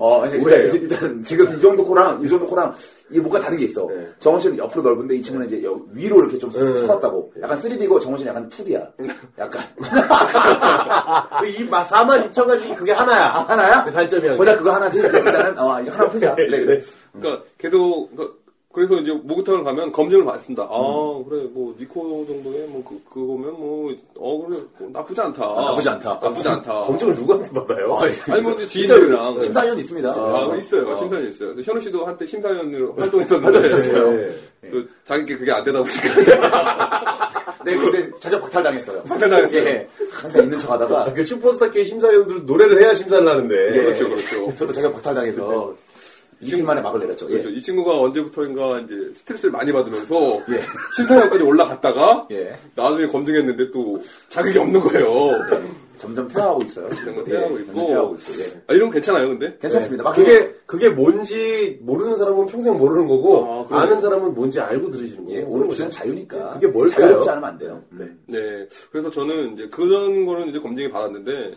[SPEAKER 1] 어, 이제
[SPEAKER 2] 뭐예요?
[SPEAKER 1] 일단, 일단 지금 이 정도 코랑 이 정도 코랑 이게 뭔가 다른 게 있어.
[SPEAKER 2] 네.
[SPEAKER 1] 정원 씨는 옆으로 넓은데 이 친구는 이제 여- 위로 이렇게 좀 솟았다고. 약간 3D고 정원 씨는 약간 2D야. 약간.
[SPEAKER 2] 이 4만 2천 가지 아, 그게 하나야.
[SPEAKER 1] 하나야?
[SPEAKER 2] 단점이야.
[SPEAKER 1] 보자 그거 하나지. 이제 일단은 어, 이거
[SPEAKER 2] 네.
[SPEAKER 1] 하나 풀자. 그래 그래.
[SPEAKER 5] 그러니까 계속 그래서 이제 목욕탕을 가면 검증을 받습니다. 아
[SPEAKER 1] 음.
[SPEAKER 5] 그래 뭐 니코 정도에 뭐 그, 그거면 뭐 어 그래 뭐 나쁘지 않다.
[SPEAKER 1] 아, 나쁘지 않다.
[SPEAKER 5] 나쁘지
[SPEAKER 1] 아.
[SPEAKER 5] 않다.
[SPEAKER 2] 검증을 누구한테 받아요?
[SPEAKER 5] 아니 뭐 이제 지인들이랑
[SPEAKER 1] 심사위원 있습니다.
[SPEAKER 5] 아,
[SPEAKER 1] 어.
[SPEAKER 5] 있어요. 심사위원 있어요. 근데 현우 씨도 한때 심사위원으로 활동했었는데
[SPEAKER 2] 네.
[SPEAKER 5] 또 자기 게 그게 안 되다 보니까
[SPEAKER 1] 네, 근데 자격 박탈당했어요.
[SPEAKER 5] 박탈당했어요.
[SPEAKER 1] 예, 항상 있는 척하다가
[SPEAKER 2] 그 슈퍼스타계 심사위원들 노래를 해야 심사를 하는데.
[SPEAKER 1] 예.
[SPEAKER 5] 그렇죠, 그렇죠. 네.
[SPEAKER 1] 저도 자격 박탈당해서 이틀 만에 막을 내렸죠. 예.
[SPEAKER 5] 그렇죠. 이 친구가 언제부터인가 이제 스트레스를 많이 받으면서 심사위원까지 올라갔다가
[SPEAKER 1] 예.
[SPEAKER 5] 나중에 검증했는데 또 자격이 없는 거예요.
[SPEAKER 1] 점점 퇴화하고 있어요.
[SPEAKER 5] 점점
[SPEAKER 1] 예,
[SPEAKER 5] 퇴화하고
[SPEAKER 1] 점점
[SPEAKER 5] 있고.
[SPEAKER 1] 퇴화하고 있고. 예.
[SPEAKER 5] 아, 이러면 괜찮아요, 근데?
[SPEAKER 1] 괜찮습니다. 막
[SPEAKER 2] 그게 그게 뭔지 모르는 사람은 평생 모르는 거고
[SPEAKER 5] 아, 그래요?
[SPEAKER 2] 아, 는 사람은 뭔지 알고 들으시는 거예요.
[SPEAKER 1] 예, 오늘 주제는 자유니까.
[SPEAKER 2] 그게 뭘까요?
[SPEAKER 1] 자유롭지 않으면 안 돼요.
[SPEAKER 5] 네. 그래서 저는 이제 그런 거는 이제 검증이 받았는데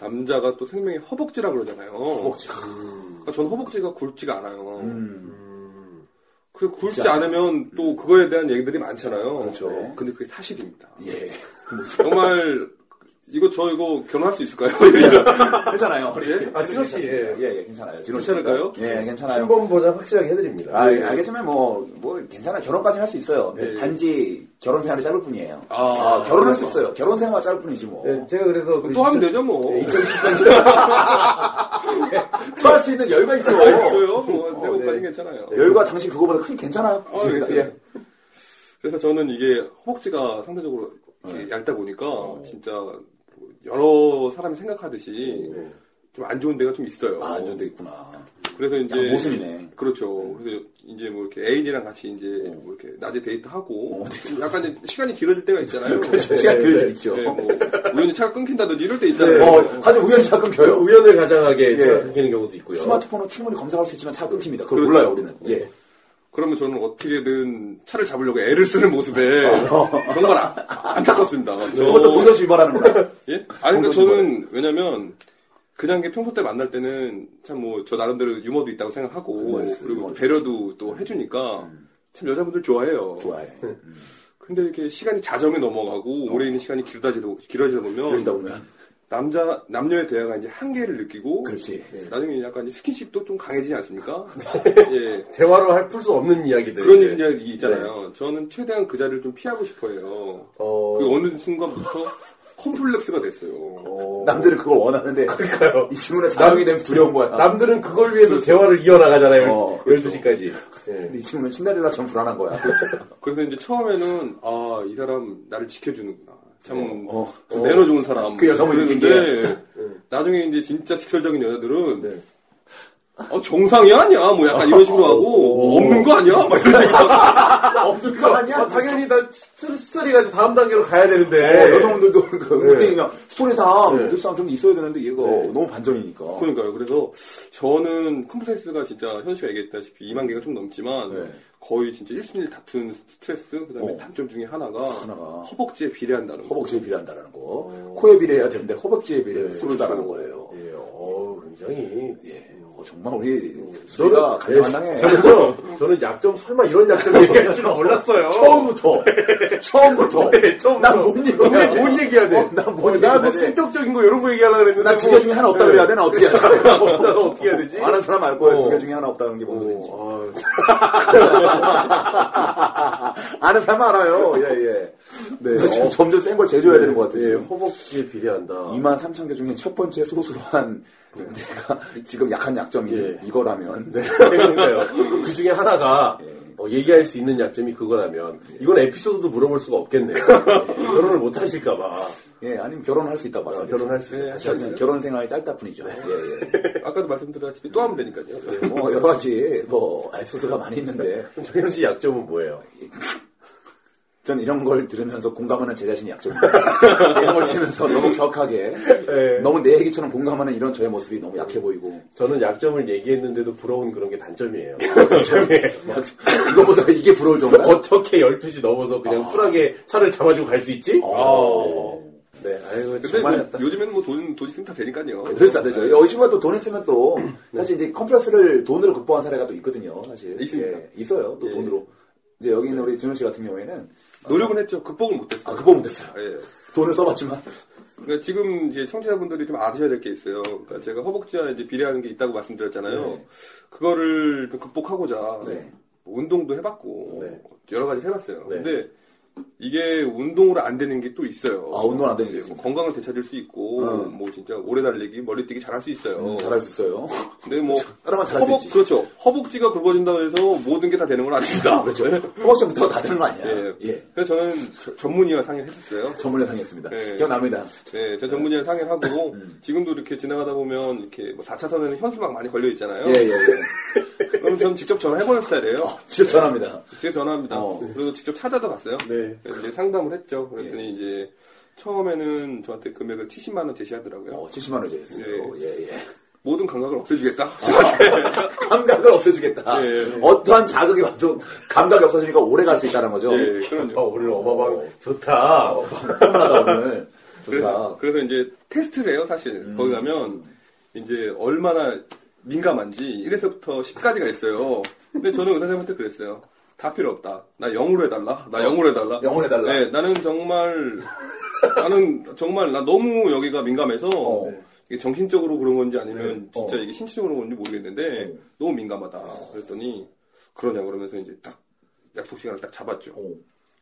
[SPEAKER 5] 남자가 또 생명이 허벅지라 그러잖아요.
[SPEAKER 1] 허벅지.
[SPEAKER 5] 그러니까 저는 허벅지가 굵지가 않아요.
[SPEAKER 1] 음.
[SPEAKER 5] 그리고 굵지 않으면 또 그거에 대한 얘기들이 많잖아요.
[SPEAKER 1] 그렇죠.
[SPEAKER 5] 근데 그게 사실입니다.
[SPEAKER 1] 예.
[SPEAKER 5] 정말 이거 저 이거 결혼할 수 있을까요? 이런.
[SPEAKER 1] 괜찮아요. 우리.
[SPEAKER 5] 예?
[SPEAKER 2] 아, 진호 씨, 예.
[SPEAKER 1] 예, 예, 괜찮아요. 진호 씨.
[SPEAKER 5] 괜찮을까요?
[SPEAKER 1] 예, 괜찮아요.
[SPEAKER 2] 신범 보장 확실하게 해드립니다.
[SPEAKER 1] 아, 알겠지만 뭐, 뭐, 괜찮아. 결혼까지는 할 수 있어요. 단지 결혼 생활이 짧을 뿐이에요.
[SPEAKER 5] 아,
[SPEAKER 1] 네. 아, 결혼할 수 있어요. 결혼 생활만 짧을 뿐이지 뭐.
[SPEAKER 2] 예, 제가 그래서 그
[SPEAKER 5] 또 하면 되죠 뭐.
[SPEAKER 1] 네, 토할 수 있는 여유가 있어.
[SPEAKER 5] 아, 있어요. 뭐 세번까지 는 괜찮아요.
[SPEAKER 1] 네. 여유가 당신 그거보다 크니 괜찮아요.
[SPEAKER 5] 아,
[SPEAKER 1] 있습니다.
[SPEAKER 5] 예,
[SPEAKER 1] 예.
[SPEAKER 5] 그래서 저는 이게 허벅지가 상대적으로 이렇게
[SPEAKER 1] 예.
[SPEAKER 5] 얇다 보니까
[SPEAKER 1] 어.
[SPEAKER 5] 진짜 여러 사람이 생각하듯이 좀 안 좋은 데가 좀 있어요.
[SPEAKER 1] 어. 아, 안전돼 있구나.
[SPEAKER 5] 그래서 이제
[SPEAKER 1] 약간 모순이네. 어.
[SPEAKER 5] 그렇죠. 그래서 이제 뭐 이렇게 애인이랑 같이 이제 뭐 이렇게 낮에 데이트하고 약간 이제 시간이 길어질 때가 있잖아요.
[SPEAKER 1] 시간 끌릴 때 있죠. 그렇죠.
[SPEAKER 5] 네, 뭐 우연히 차가 끊긴다든지 이럴 때 있잖아요.
[SPEAKER 1] 어, 가지 우연히 차가 끊겨요.
[SPEAKER 2] 우연을 가장하게 제가 끊기는 경우도 있고요.
[SPEAKER 1] 스마트폰으로 충분히 검색할 수 있지만 차가 끊깁니다. 그걸
[SPEAKER 5] 그렇죠.
[SPEAKER 1] 몰라요, 우리는. 예.
[SPEAKER 5] 그러면 저는 어떻게든 차를 잡으려고 애를 쓰는 모습에 정말 아- 안타깝습니다.
[SPEAKER 1] 어. 예. 그것도 동전주 위반하는구나.
[SPEAKER 5] 예? 아니 근데
[SPEAKER 1] 동서신
[SPEAKER 5] 저는 왜냐면 그냥 게 평소 때 만날 때는 참 뭐 저 나름대로 유머도 있다고 생각하고
[SPEAKER 1] 유머 있어, 유머
[SPEAKER 5] 그리고
[SPEAKER 1] 있어.
[SPEAKER 5] 배려도 또 해주니까 참 여자분들 음. 좋아해요.
[SPEAKER 1] 좋아해.
[SPEAKER 5] 근데 이렇게 시간이 자정에 넘어가고 오래 있는 시간이 길어지다, 길어지다 보면
[SPEAKER 1] 그러다 보면.
[SPEAKER 5] 남자 남녀의 대화가 이제 한계를 느끼고
[SPEAKER 1] 그렇지.
[SPEAKER 5] 나중에 약간 스킨십도 좀 강해지지 않습니까? 예.
[SPEAKER 2] 대화로 할 풀 수 없는 이야기들.
[SPEAKER 5] 그런
[SPEAKER 2] 이제.
[SPEAKER 5] 이야기 있잖아요. 저는 최대한 그 자리를 좀 피하고 싶어요.
[SPEAKER 2] 어.
[SPEAKER 5] 그 어느 순간부터 컴플렉스가 됐어요.
[SPEAKER 1] 남들은 그걸 원하는데.
[SPEAKER 2] 그러니까요.
[SPEAKER 1] 이 친구는 자동이 되면 두려운 거야.
[SPEAKER 2] 아.
[SPEAKER 1] 그렇죠.
[SPEAKER 2] 남들은 그걸 위해서 대화를 이어나가잖아요.
[SPEAKER 1] 어,
[SPEAKER 2] 12시까지. 예.
[SPEAKER 1] 근데 이 친구는 신데렐라 참 불안한 거야.
[SPEAKER 5] 그래서 이제 처음에는 아 이 사람 나를 지켜주는구나. 참
[SPEAKER 1] 어.
[SPEAKER 5] 좀 매너 좋은 사람. 네.
[SPEAKER 1] 그 여성분이 네.
[SPEAKER 5] 그랬는데 나중에 이제 진짜 직설적인 여자들은 아, 정상이 아니야? 뭐 약간 이런
[SPEAKER 1] 어.
[SPEAKER 5] 식으로 하고, 없는 거 아니야? 막 이런
[SPEAKER 1] 네.
[SPEAKER 5] 얘기.
[SPEAKER 2] 없을 거 아니야? 당연히 나 스토리, 스토리가 이제 다음 단계로 가야 되는데.
[SPEAKER 1] 어, 여성분들도 그
[SPEAKER 2] 네.
[SPEAKER 1] 그냥 스토리상
[SPEAKER 2] 네.
[SPEAKER 1] 무드상 좀 있어야 되는데 얘가 너무 반전이니까.
[SPEAKER 5] 그러니까요. 그래서 저는 컴플렉스가 진짜 현 씨가 얘기했다시피 2만 개가 좀 넘지만
[SPEAKER 1] 네.
[SPEAKER 5] 거의 진짜 1순위를 다툰 스트레스 그다음에
[SPEAKER 1] 어.
[SPEAKER 5] 단점 중에 하나가,
[SPEAKER 1] 하나가.
[SPEAKER 5] 허벅지에 비례한다는 거.
[SPEAKER 1] 허벅지에 비례한다라는 거, 코에 비례해야 되는데
[SPEAKER 2] 네.
[SPEAKER 1] 허벅지에 비례 쓰러다라는 거예요.
[SPEAKER 2] 예, 어, 굉장히.
[SPEAKER 1] 예, 어, 정말 우리
[SPEAKER 2] 네.
[SPEAKER 1] 저희가 간당간당해.
[SPEAKER 2] 저는, 저는 약점 설마 이런 약점 얘기할 줄은 몰랐어요.
[SPEAKER 1] 예. 처음부터, 처음부터.
[SPEAKER 2] 네, 처음부터.
[SPEAKER 1] 난못
[SPEAKER 2] 근데
[SPEAKER 1] 얘기해야 돼.
[SPEAKER 2] 뭔 얘기해야 돼?
[SPEAKER 1] 어, 난뭔
[SPEAKER 2] 어, 나도
[SPEAKER 1] 얘기해야 돼?
[SPEAKER 2] 성격적인 거 이런 거 얘기하려고 했는데. 네.
[SPEAKER 1] 난두 개 중에 하나 없다 그래야 돼? 나 어떻게 해야 돼?
[SPEAKER 2] 나는 어떻게 해야 되지?
[SPEAKER 1] 아는 사람 알 거예요.
[SPEAKER 2] 어.
[SPEAKER 1] 두 개 중에 하나 없다는 게 뭔 소리인지.
[SPEAKER 2] 어,
[SPEAKER 1] 아는 사람 알아요. 예, 예.
[SPEAKER 2] 네.
[SPEAKER 1] 지금
[SPEAKER 2] 어.
[SPEAKER 1] 점점 센 걸 제조해야 되는 것 같아요.
[SPEAKER 2] 예,
[SPEAKER 1] 지금.
[SPEAKER 2] 허벅지에 비례한다.
[SPEAKER 1] 2만 3천 개 중에 첫 번째 소수로한 내가 지금 약한 약점이
[SPEAKER 2] 네. 예.
[SPEAKER 1] 이거라면
[SPEAKER 2] 그러니까요. 그 중에 하나가
[SPEAKER 1] 예.
[SPEAKER 2] 어, 얘기할 수 있는 약점이 그거라면 이건 에피소드도 물어볼 수가 없겠네요. 결혼을 못 하실까봐.
[SPEAKER 1] 예 아니면 결혼할 수 있다고 봤어요.
[SPEAKER 2] 결혼할 수 있어요. 다시 네. 한번.
[SPEAKER 1] 결혼 생활이 짧다 뿐이죠. 예, 예.
[SPEAKER 5] 아까도 말씀드렸다시피 또 하면 되니까요.
[SPEAKER 1] 뭐 여러 가지 뭐 에피소드가 많이 있는데
[SPEAKER 2] 정현우 씨 약점은 뭐예요?
[SPEAKER 1] 전 이런 걸 들으면서 공감하는 제 자신이 약점입니다. 이런 걸 들으면서 너무 격하게
[SPEAKER 2] 예.
[SPEAKER 1] 너무 내 얘기처럼 공감하는 이런 저의 모습이 너무 약해 보이고
[SPEAKER 2] 저는 약점을 얘기했는데도 부러운 그런 게 단점이에요. 단점이에요.
[SPEAKER 1] 이거보다 이게 부러울 정도.
[SPEAKER 2] 어떻게 12시 넘어서 그냥
[SPEAKER 1] 아.
[SPEAKER 2] 쿨하게 차를 잡아주고 갈 수 있지? 네, 아이고,
[SPEAKER 5] 근데
[SPEAKER 2] 정말.
[SPEAKER 5] 뭐 요즘에는 뭐 돈, 돈이 있으면 다 되니까요.
[SPEAKER 1] 그래서 안 되죠. 이 친구가 또 돈 있으면 또 사실 이제 컴플렉스를 돈으로 극복한 사례가 또 있거든요. 사실
[SPEAKER 5] 있습니다.
[SPEAKER 1] 예, 있어요. 또 돈으로 이제 여기 있는 우리 진우 씨 같은 경우에는
[SPEAKER 5] 노력은 했죠. 극복을 못했어요.
[SPEAKER 1] 아 극복 못했어요.
[SPEAKER 5] 예.
[SPEAKER 1] 돈을 써봤지만
[SPEAKER 5] 그러니까 지금 이제 청취자분들이 좀 아셔야 될 게 있어요. 그러니까 제가 허벅지와 이제 비례하는 게 있다고 말씀드렸잖아요.
[SPEAKER 1] 네.
[SPEAKER 5] 그거를 좀 극복하고자
[SPEAKER 1] 네.
[SPEAKER 5] 뭐 운동도 해봤고
[SPEAKER 1] 네.
[SPEAKER 5] 여러 가지 해봤어요.
[SPEAKER 2] 네.
[SPEAKER 5] 근데 이게 운동으로 안 되는 게 또 있어요.
[SPEAKER 1] 아, 운동으로 안 되는 게
[SPEAKER 5] 네,
[SPEAKER 1] 있습니다.
[SPEAKER 5] 뭐 건강을 되찾을 수 있고
[SPEAKER 1] 음.
[SPEAKER 5] 뭐 진짜 오래 달리기, 멀리 뛰기 잘할 수 있어요.
[SPEAKER 1] 잘할 수 있어요.
[SPEAKER 5] 근데 뭐
[SPEAKER 1] 음. 그렇죠. 따라만 잘할 수
[SPEAKER 5] 허벅-
[SPEAKER 1] 있지.
[SPEAKER 5] 그렇죠. 허벅지가 굵어진다고 해서 모든 게 다 되는 건 아닙니다.
[SPEAKER 1] 그렇죠. 허벅지부터 다 되는 거 아니야.
[SPEAKER 5] 예.
[SPEAKER 1] 예.
[SPEAKER 5] 그래서 저는 저- 전문의와 상의를 했었어요.
[SPEAKER 1] 전문에 상했습니다.
[SPEAKER 5] 예.
[SPEAKER 1] 기억납니다.
[SPEAKER 5] 네, 저 전문의랑 상의를 하고
[SPEAKER 1] 음.
[SPEAKER 5] 지금도 이렇게 지나가다 보면 이렇게 뭐 4차선에는 현수막 많이 걸려 있잖아요.
[SPEAKER 1] 예예 예.
[SPEAKER 5] 그럼 저는 직접 전화해보는 스타일이에요.
[SPEAKER 1] 직접 전합니다.
[SPEAKER 5] 직접 전화합니다.
[SPEAKER 1] 어.
[SPEAKER 5] 그리고 직접 찾아도 갔어요.
[SPEAKER 2] 네.
[SPEAKER 5] 그래서 이제 상담을 했죠. 그랬더니
[SPEAKER 1] 예.
[SPEAKER 5] 이제 처음에는 저한테 금액을 70만 원 제시하더라고요.
[SPEAKER 1] 어, 70만 원 제했어요.
[SPEAKER 5] 네.
[SPEAKER 1] 예예.
[SPEAKER 5] 모든 감각을
[SPEAKER 1] 아,
[SPEAKER 5] 없애주겠다. 저한테.
[SPEAKER 1] 감각을 없애주겠다.
[SPEAKER 5] 예.
[SPEAKER 1] 어떠한 자극이 와도 감각이 없어지니까 오래 갈 수 있다는 거죠.
[SPEAKER 5] 예,
[SPEAKER 2] 아,
[SPEAKER 5] 그럼요.
[SPEAKER 2] 오늘 어마방 네. 좋다.
[SPEAKER 1] 편하다 오늘. 좋다. 음.
[SPEAKER 5] 그래서, 그래서 이제 테스트를 해요, 사실. 거기 가면 이제 얼마나 민감한지 1에서부터 10까지가 있어요. 근데 저는 의사선생님한테 그랬어요. 다 필요 없다. 나 0으로 해달라.
[SPEAKER 1] 어.
[SPEAKER 5] 나 0으로 해달라.
[SPEAKER 1] 영혼해 달라.
[SPEAKER 5] 네, 나는 정말 나는 정말 나 너무 여기가 민감해서
[SPEAKER 1] 어.
[SPEAKER 5] 이게 정신적으로 그런 건지 아니면
[SPEAKER 1] 네.
[SPEAKER 5] 진짜
[SPEAKER 1] 어. 네.
[SPEAKER 5] 이게 신체적으로 그런 건지 모르겠는데 너무 민감하다. 그랬더니 그러냐 그러면서 이제 딱 약속 시간을 딱 잡았죠.
[SPEAKER 1] 어.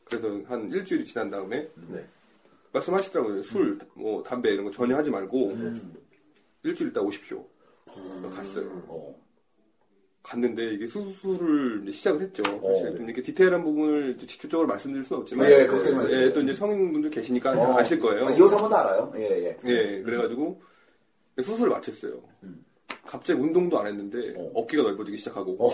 [SPEAKER 5] 그래서 한 일주일이 지난 다음에
[SPEAKER 2] 네.
[SPEAKER 5] 말씀하시더라고요. 술, 뭐 담배 이런 거 전혀 하지 말고
[SPEAKER 1] 음.
[SPEAKER 5] 일주일 있다 오십시오. 그래서 갔어요.
[SPEAKER 1] 어.
[SPEAKER 5] 갔는데 이게 수술을 이제 시작을 했죠. 사실
[SPEAKER 1] 어.
[SPEAKER 5] 좀 이렇게 디테일한 부분을 이제 직접적으로 말씀드릴 수는 없지만
[SPEAKER 1] 예, 그렇게는
[SPEAKER 5] 예,
[SPEAKER 1] 말씀드려요.
[SPEAKER 5] 또 이제 성인분들 계시니까
[SPEAKER 1] 어.
[SPEAKER 5] 아실 거예요.
[SPEAKER 1] 아, 이 여성분도 알아요. 예, 예.
[SPEAKER 5] 예, 그래가지고 수술을 마쳤어요.
[SPEAKER 1] 음.
[SPEAKER 5] 갑자기 운동도 안 했는데 어. 깨가 넓어지기 시작하고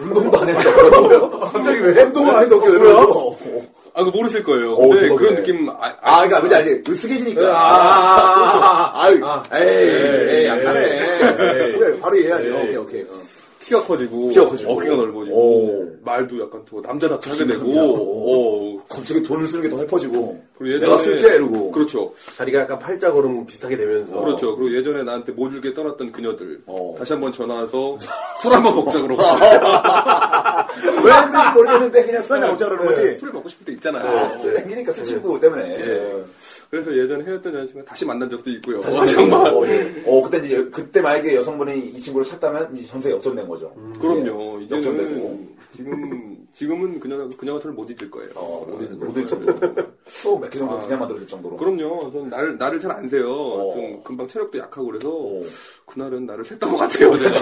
[SPEAKER 1] 운동도 안 했다고. 갑자기 왜? 운동을 안 했다고. 왜요?
[SPEAKER 5] 아, 그 모르실 거예요.
[SPEAKER 1] 어,
[SPEAKER 5] 근데
[SPEAKER 1] 대박이네.
[SPEAKER 5] 그런 느낌 아,
[SPEAKER 1] 아,
[SPEAKER 5] 아,
[SPEAKER 1] 그니까, 뭔지 알지? 으스개지니까.
[SPEAKER 2] 아,
[SPEAKER 1] 아, 유
[SPEAKER 2] 아.
[SPEAKER 1] 에이,
[SPEAKER 2] 에이,
[SPEAKER 1] 에이, 약하네.
[SPEAKER 2] 에이.
[SPEAKER 1] 그래, 바로 이해해야지.
[SPEAKER 2] 에이.
[SPEAKER 1] 오케이, 오케이. 어.
[SPEAKER 5] 키가 커지고,
[SPEAKER 1] 키가 커지고.
[SPEAKER 5] 어깨가 넓어지고
[SPEAKER 1] 오.
[SPEAKER 5] 말도 약간 더 남자답게 하게
[SPEAKER 1] 그렇습니다.
[SPEAKER 5] 되고 어.
[SPEAKER 1] 갑자기 돈을 쓰는 게 더 헤퍼지고.
[SPEAKER 5] 그리고
[SPEAKER 1] 내가 쓸게, 이러고.
[SPEAKER 5] 그렇죠.
[SPEAKER 2] 다리가 약간 팔자고름 비슷하게 되면서.
[SPEAKER 5] 그렇죠. 그리고 예전에 나한테 모질게 떨었던 그녀들
[SPEAKER 1] 어.
[SPEAKER 5] 다시 한번 전화해서 술 한번 먹자 그러고
[SPEAKER 1] 왜 그런지 모르겠는데, 그냥 술한잔 먹자 그러는
[SPEAKER 5] 네,
[SPEAKER 1] 거지.
[SPEAKER 5] 술을 먹고 싶을 때 있잖아요.
[SPEAKER 1] 아, 술 땡기니까 술 친구 때문에. 예.
[SPEAKER 5] 그래서 예전에 헤어졌던 여자친구 다시 만난 적도 있고요.
[SPEAKER 1] 어,
[SPEAKER 5] 정말
[SPEAKER 1] 어, 예. 어, 그때 이제, 여- 그때 만약에 여성분이 이 친구를 찾다면, 이제 전세가 역전된 거죠.
[SPEAKER 5] 그럼요.
[SPEAKER 1] 예. 역전되고.
[SPEAKER 5] 이제는 지금 지금은 그녀가 그녀가 저를 못 잊을 거예요. 네.
[SPEAKER 1] 어, 못 잃는, 못 잃을 정도로. 수업 몇개 정도 그냥 만들어줄 정도로.
[SPEAKER 5] 그럼요. 전 나를 나를 잘 안 세요.
[SPEAKER 1] 어.
[SPEAKER 5] 좀 금방 체력도 약하고 그래서
[SPEAKER 1] 어.
[SPEAKER 5] 그날은 나를 샜던 것 같아요. 제가.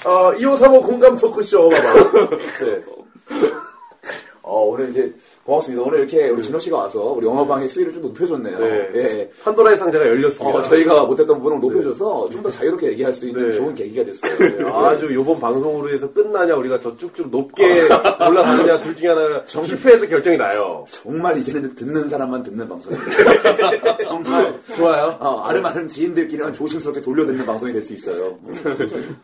[SPEAKER 1] 어,
[SPEAKER 2] 아, 2535 공감 토크쇼. 봐봐. 네.
[SPEAKER 1] 어, 오늘 이제 고맙습니다. 오늘 이렇게 우리 진호 씨가 와서 우리 영화방의 수위를 좀 높여줬네요.
[SPEAKER 2] 네.
[SPEAKER 1] 예.
[SPEAKER 2] 판도라의 상자가 열렸습니다.
[SPEAKER 1] 어, 저희가 못했던 부분을 높여줘서 좀 더 자유롭게 얘기할 수 있는
[SPEAKER 2] 네.
[SPEAKER 1] 좋은 계기가 됐어요.
[SPEAKER 2] 네, 아주 요번 방송으로 해서 끝나냐 우리가 더 쭉쭉 높게 올라가느냐 둘 중에 하나 실패해서 결정이 나요.
[SPEAKER 1] 정말 이제는 듣는 사람만 듣는 방송입니다. 정말
[SPEAKER 2] 좋아요.
[SPEAKER 1] 어, 아름아름 지인들끼리만 조심스럽게 돌려 듣는 방송이 될 수 있어요.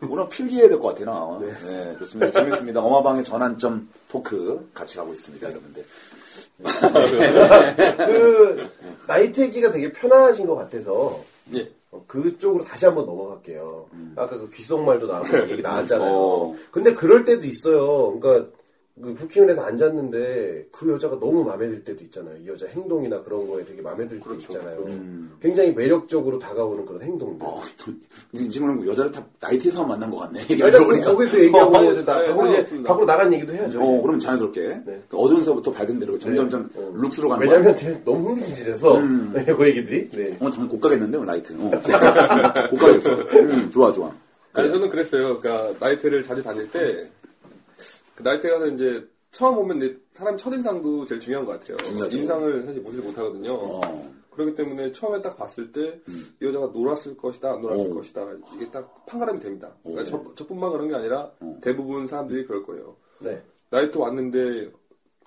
[SPEAKER 1] 오늘 필기해야 될 것 같아 나. 네. 좋습니다. 재밌습니다. 어마방의 전환점 토크 같이 가고 있습니다, 여러분들.
[SPEAKER 2] 그 나이트 얘기가 되게 편하신 것 같아서
[SPEAKER 5] 예.
[SPEAKER 2] 어, 그쪽으로 다시 한번 넘어갈게요. 아까 그 귓속말도 나왔고 얘기 나왔잖아요.
[SPEAKER 1] 어.
[SPEAKER 2] 근데 그럴 때도 있어요. 그러니까 그 부킹을 해서 앉았는데 그 여자가 너무 마음에 들 때도 있잖아요. 이 여자 행동이나 그런 거에 되게 마음에 들 때도 있잖아요. 굉장히 매력적으로 다가오는 그런 행동들.
[SPEAKER 1] 어, 지금은 뭐 여자를 다 나이트에서만 만난 것 같네.
[SPEAKER 2] 일단 거기서 얘기하고
[SPEAKER 1] 어,
[SPEAKER 2] 이제 나-
[SPEAKER 5] 네,
[SPEAKER 2] 밖으로 이제
[SPEAKER 5] 상관없습니다.
[SPEAKER 2] 밖으로 나간 얘기도 해야죠.
[SPEAKER 1] 어, 그럼 자연스럽게 그 어두운 서부터 밝은 데로 점점점
[SPEAKER 2] 네. 어.
[SPEAKER 1] 룩스로 가는 거야.
[SPEAKER 2] 왜냐면 제가 너무 흥미진진해서 네, 그 얘기들이 네.
[SPEAKER 1] 오늘 어, 당연히 곧 가겠는데, 오늘 나이트. 어. 곧 가겠어. 음, 좋아, 좋아.
[SPEAKER 5] 아니 저는 그랬어요. 그러니까 나이트를 자주 다닐 때, 그 나이트 가서 이제 처음 오면 이제 사람 첫인상도 제일 중요한 것 같아요.
[SPEAKER 1] 중요하죠.
[SPEAKER 5] 인상을 사실 무시 못하거든요.
[SPEAKER 1] 어.
[SPEAKER 5] 그렇기 때문에 처음에 딱 봤을 때 이 여자가 놀았을 것이다, 안 놀았을
[SPEAKER 1] 오.
[SPEAKER 5] 것이다 이게 딱 판가름이 됩니다.
[SPEAKER 1] 어.
[SPEAKER 5] 그러니까 저, 저뿐만 그런 게 아니라 대부분 사람들이 그럴 거예요.
[SPEAKER 2] 네.
[SPEAKER 5] 나이트 왔는데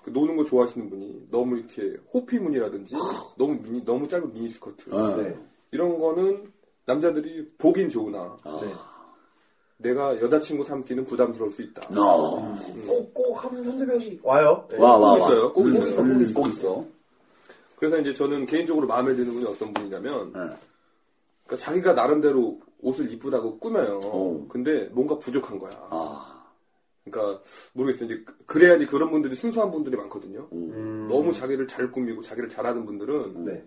[SPEAKER 5] 그 노는 거 좋아하시는 분이 너무 이렇게 호피문이라든지 너무 미니- 너무 짧은 미니스커트
[SPEAKER 1] 어.
[SPEAKER 2] 네.
[SPEAKER 5] 이런 거는 남자들이 보긴 좋으나
[SPEAKER 1] 아,
[SPEAKER 5] 내가 여자친구 삼기는 부담스러울 수 있다.
[SPEAKER 1] No.
[SPEAKER 2] 꼭꼭 한 현재 병씩 와요. 네.
[SPEAKER 1] 와, 와, 와.
[SPEAKER 5] 꼭 있어요. 꼭 있어요.
[SPEAKER 1] 음, 꼭 있어.
[SPEAKER 5] 그래서 이제 저는 개인적으로 마음에 드는 분이 어떤 분이냐면
[SPEAKER 1] 네.
[SPEAKER 5] 그러니까 자기가 나름대로 옷을 이쁘다고 꾸며요.
[SPEAKER 1] 오.
[SPEAKER 5] 근데 뭔가 부족한 거야.
[SPEAKER 1] 아,
[SPEAKER 5] 그러니까 모르겠어요. 이제 그- 그래야지 그런 분들이 순수한 분들이 많거든요. 너무 자기를 잘 꾸미고 자기를 잘하는 분들은
[SPEAKER 2] 네.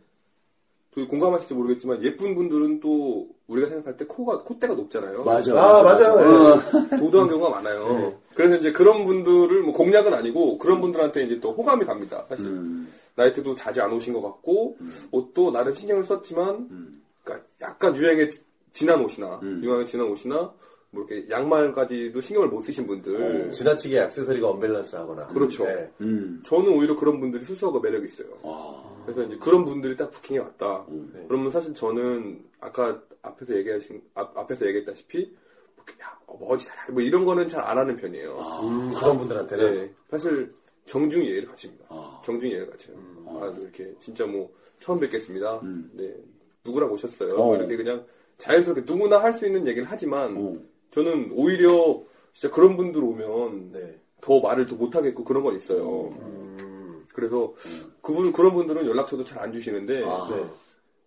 [SPEAKER 5] 저희 공감하실지 모르겠지만 예쁜 분들은 또 우리가 생각할 때 코가 콧대가 높잖아요.
[SPEAKER 1] 맞아.
[SPEAKER 2] 아, 맞아요.
[SPEAKER 1] 어.
[SPEAKER 5] 도도한 경우가 많아요. 그래서 이제 그런 분들을 뭐 공략은 아니고 그런 분들한테 이제 또 호감이 갑니다. 사실 나이트도 자주 안 오신 것 같고 옷도 나름 신경을 썼지만 그러니까 약간 유행에 지- 지난 옷이나 유행에 지난 옷이나 뭐 이렇게 양말까지도 신경을 못 쓰신 분들
[SPEAKER 2] 지나치게 액세서리가 언밸런스하거나.
[SPEAKER 5] 네. 그렇죠.
[SPEAKER 2] 네.
[SPEAKER 1] 음. 아,
[SPEAKER 5] 저는 오히려 그런 분들이 수수하고 매력이 있어요. 그래서 이제 그런 분들이 딱 부킹에 왔다. 그러면 사실 저는 아까 앞에서 얘기하신 앞, 앞에서 얘기했다시피 뭐 이렇게 야, 어, 뭐 어디 살아 뭐 이런 거는 잘 안 하는 편이에요.
[SPEAKER 2] 음, 그런 분들한테는
[SPEAKER 5] 네. 사실 정중 예의를 갖춥니다.
[SPEAKER 1] 아.
[SPEAKER 5] 정중 예의를 갖춰요. 아, 이렇게 진짜 뭐 처음 뵙겠습니다. 네. 누구랑 오셨어요? 뭐
[SPEAKER 1] 어.
[SPEAKER 5] 이렇게 그냥 자연스럽게 누구나 할 수 있는 얘기를 하지만
[SPEAKER 1] 어.
[SPEAKER 5] 저는 오히려 진짜 그런 분들 오면
[SPEAKER 2] 네.
[SPEAKER 5] 더 말을 더 못하겠고 그런 건 있어요. 음. 그래서 그분 그런 분들은 연락처도 잘 안 주시는데
[SPEAKER 2] 네.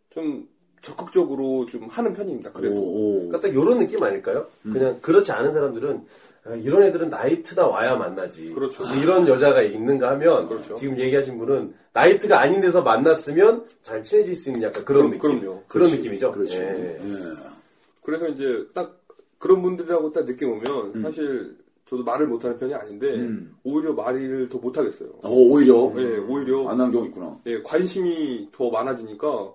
[SPEAKER 5] 좀 적극적으로 좀 하는 편입니다. 그래도
[SPEAKER 1] 오, 오.
[SPEAKER 2] 그러니까 딱 이런 느낌 아닐까요?
[SPEAKER 5] 음.
[SPEAKER 2] 그냥 그렇지 않은 사람들은 아, 이런 애들은 나이트다 와야 만나지. 뭐
[SPEAKER 5] 그렇죠.
[SPEAKER 2] 이런 여자가 있는가 하면
[SPEAKER 5] 그렇죠.
[SPEAKER 2] 지금 얘기하신 분은 나이트가 아닌 데서 만났으면 잘 친해질 수 있는 약간 그런
[SPEAKER 5] 그럼-
[SPEAKER 2] 느낌.
[SPEAKER 5] 그럼요.
[SPEAKER 2] 그런
[SPEAKER 1] 그렇지,
[SPEAKER 2] 느낌이죠.
[SPEAKER 1] 그렇지.
[SPEAKER 2] 예.
[SPEAKER 5] 그래서 이제 딱 그런 분들이라고 딱 느낌 오면
[SPEAKER 1] 음.
[SPEAKER 5] 사실 저도 말을 못하는 편이 아닌데 오히려 말을 더 못하겠어요.
[SPEAKER 1] 오, 오히려.
[SPEAKER 5] 예, 오히려
[SPEAKER 1] 아, 음. 안 나온 경우 있구나.
[SPEAKER 5] 예, 관심이 더 많아지니까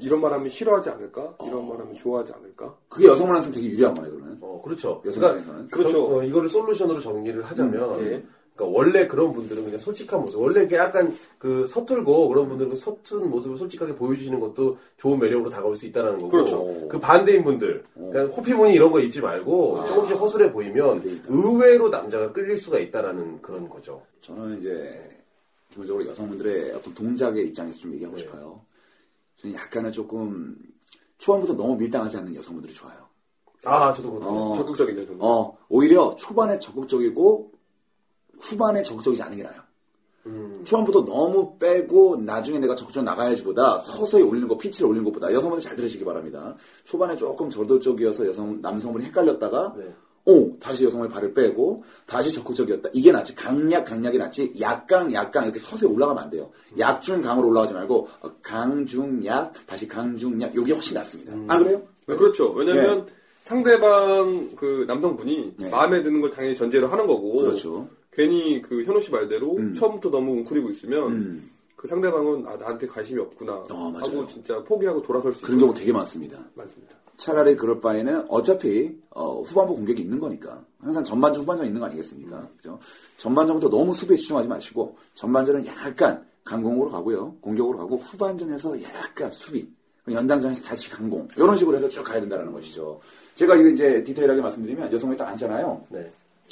[SPEAKER 5] 이런 말하면 싫어하지 않을까? 이런 말하면 좋아하지 않을까?
[SPEAKER 1] 그게 여성분한테는 되게 유리한 거네, 그러면.
[SPEAKER 2] 어, 그렇죠.
[SPEAKER 1] 여성 입장에서는.
[SPEAKER 2] 그렇죠.
[SPEAKER 5] 그렇죠.
[SPEAKER 2] 어, 이거를 솔루션으로 정리를 하자면
[SPEAKER 5] 음, 예.
[SPEAKER 2] 그러니까 원래 그런 분들은 그냥 솔직한 모습. 원래 이게 약간 그 서툴고 그런 분들은 그 서툰 모습을 솔직하게 보여주시는 것도 좋은 매력으로 다가올 수 있다는 거고.
[SPEAKER 5] 그렇죠.
[SPEAKER 2] 그 반대인 분들, 그냥 호피무늬 이런 거 입지 말고 조금씩 허술해 보이면 의외로 남자가 끌릴 수가 있다라는 그런 거죠.
[SPEAKER 1] 저는 이제 기본적으로 여성분들의 어떤 동작의 입장에서 좀 얘기하고 싶어요. 저는 약간은 조금 초반부터 너무 밀당하지 않는 여성분들이 좋아요.
[SPEAKER 2] 아, 저도 그렇다.
[SPEAKER 1] 어.
[SPEAKER 5] 적극적인 여성.
[SPEAKER 1] 어, 오히려 초반에 적극적이고 후반에 적극적이지 않은 게 나아요. 초반부터 너무 빼고 나중에 내가 적극적으로 나가야지보다 서서히 올리는 거, 피치를 올리는 것보다 여성분들 잘 들으시기 바랍니다. 초반에 조금 저돌적이어서 여성, 남성분이 헷갈렸다가
[SPEAKER 2] 네.
[SPEAKER 1] 오, 다시 여성분의 발을 빼고 다시 적극적이었다. 이게 낫지. 강약, 강약이 낫지. 약강, 약강 이렇게 서서히 올라가면 안 돼요. 약중 강으로 올라가지 말고 어, 강중약, 다시 강중약 이게 훨씬 낫습니다. 안 그래요?
[SPEAKER 5] 네, 그렇죠. 왜냐면 상대방 그 남성분이
[SPEAKER 1] 네.
[SPEAKER 5] 마음에 드는 걸 당연히 전제로 하는 거고.
[SPEAKER 1] 그렇죠. 음.
[SPEAKER 5] 괜히 그 현우 씨 말대로 처음부터 너무 웅크리고 있으면 그 상대방은 아 나한테 관심이 없구나
[SPEAKER 1] 어, 맞아요.
[SPEAKER 5] 하고 진짜 포기하고 돌아설 수
[SPEAKER 1] 그런
[SPEAKER 5] 있는
[SPEAKER 1] 경우 되게 많습니다.
[SPEAKER 5] 많습니다.
[SPEAKER 1] 차라리 그럴 바에는 어차피 어, 후반부 공격이 있는 거니까 항상 전반전 후반전 있는 거 아니겠습니까?
[SPEAKER 2] 음.
[SPEAKER 1] 그죠? 전반전부터 너무 수비에 집중하지 마시고 전반전은 약간 강공으로 가고요, 공격으로 가고 후반전에서 약간 수비, 연장전에서 다시 강공 이런 식으로 해서 쭉 가야 된다는 것이죠. 제가 이거 이제 디테일하게 말씀드리면 여성이 딱 앉잖아요.
[SPEAKER 2] 네.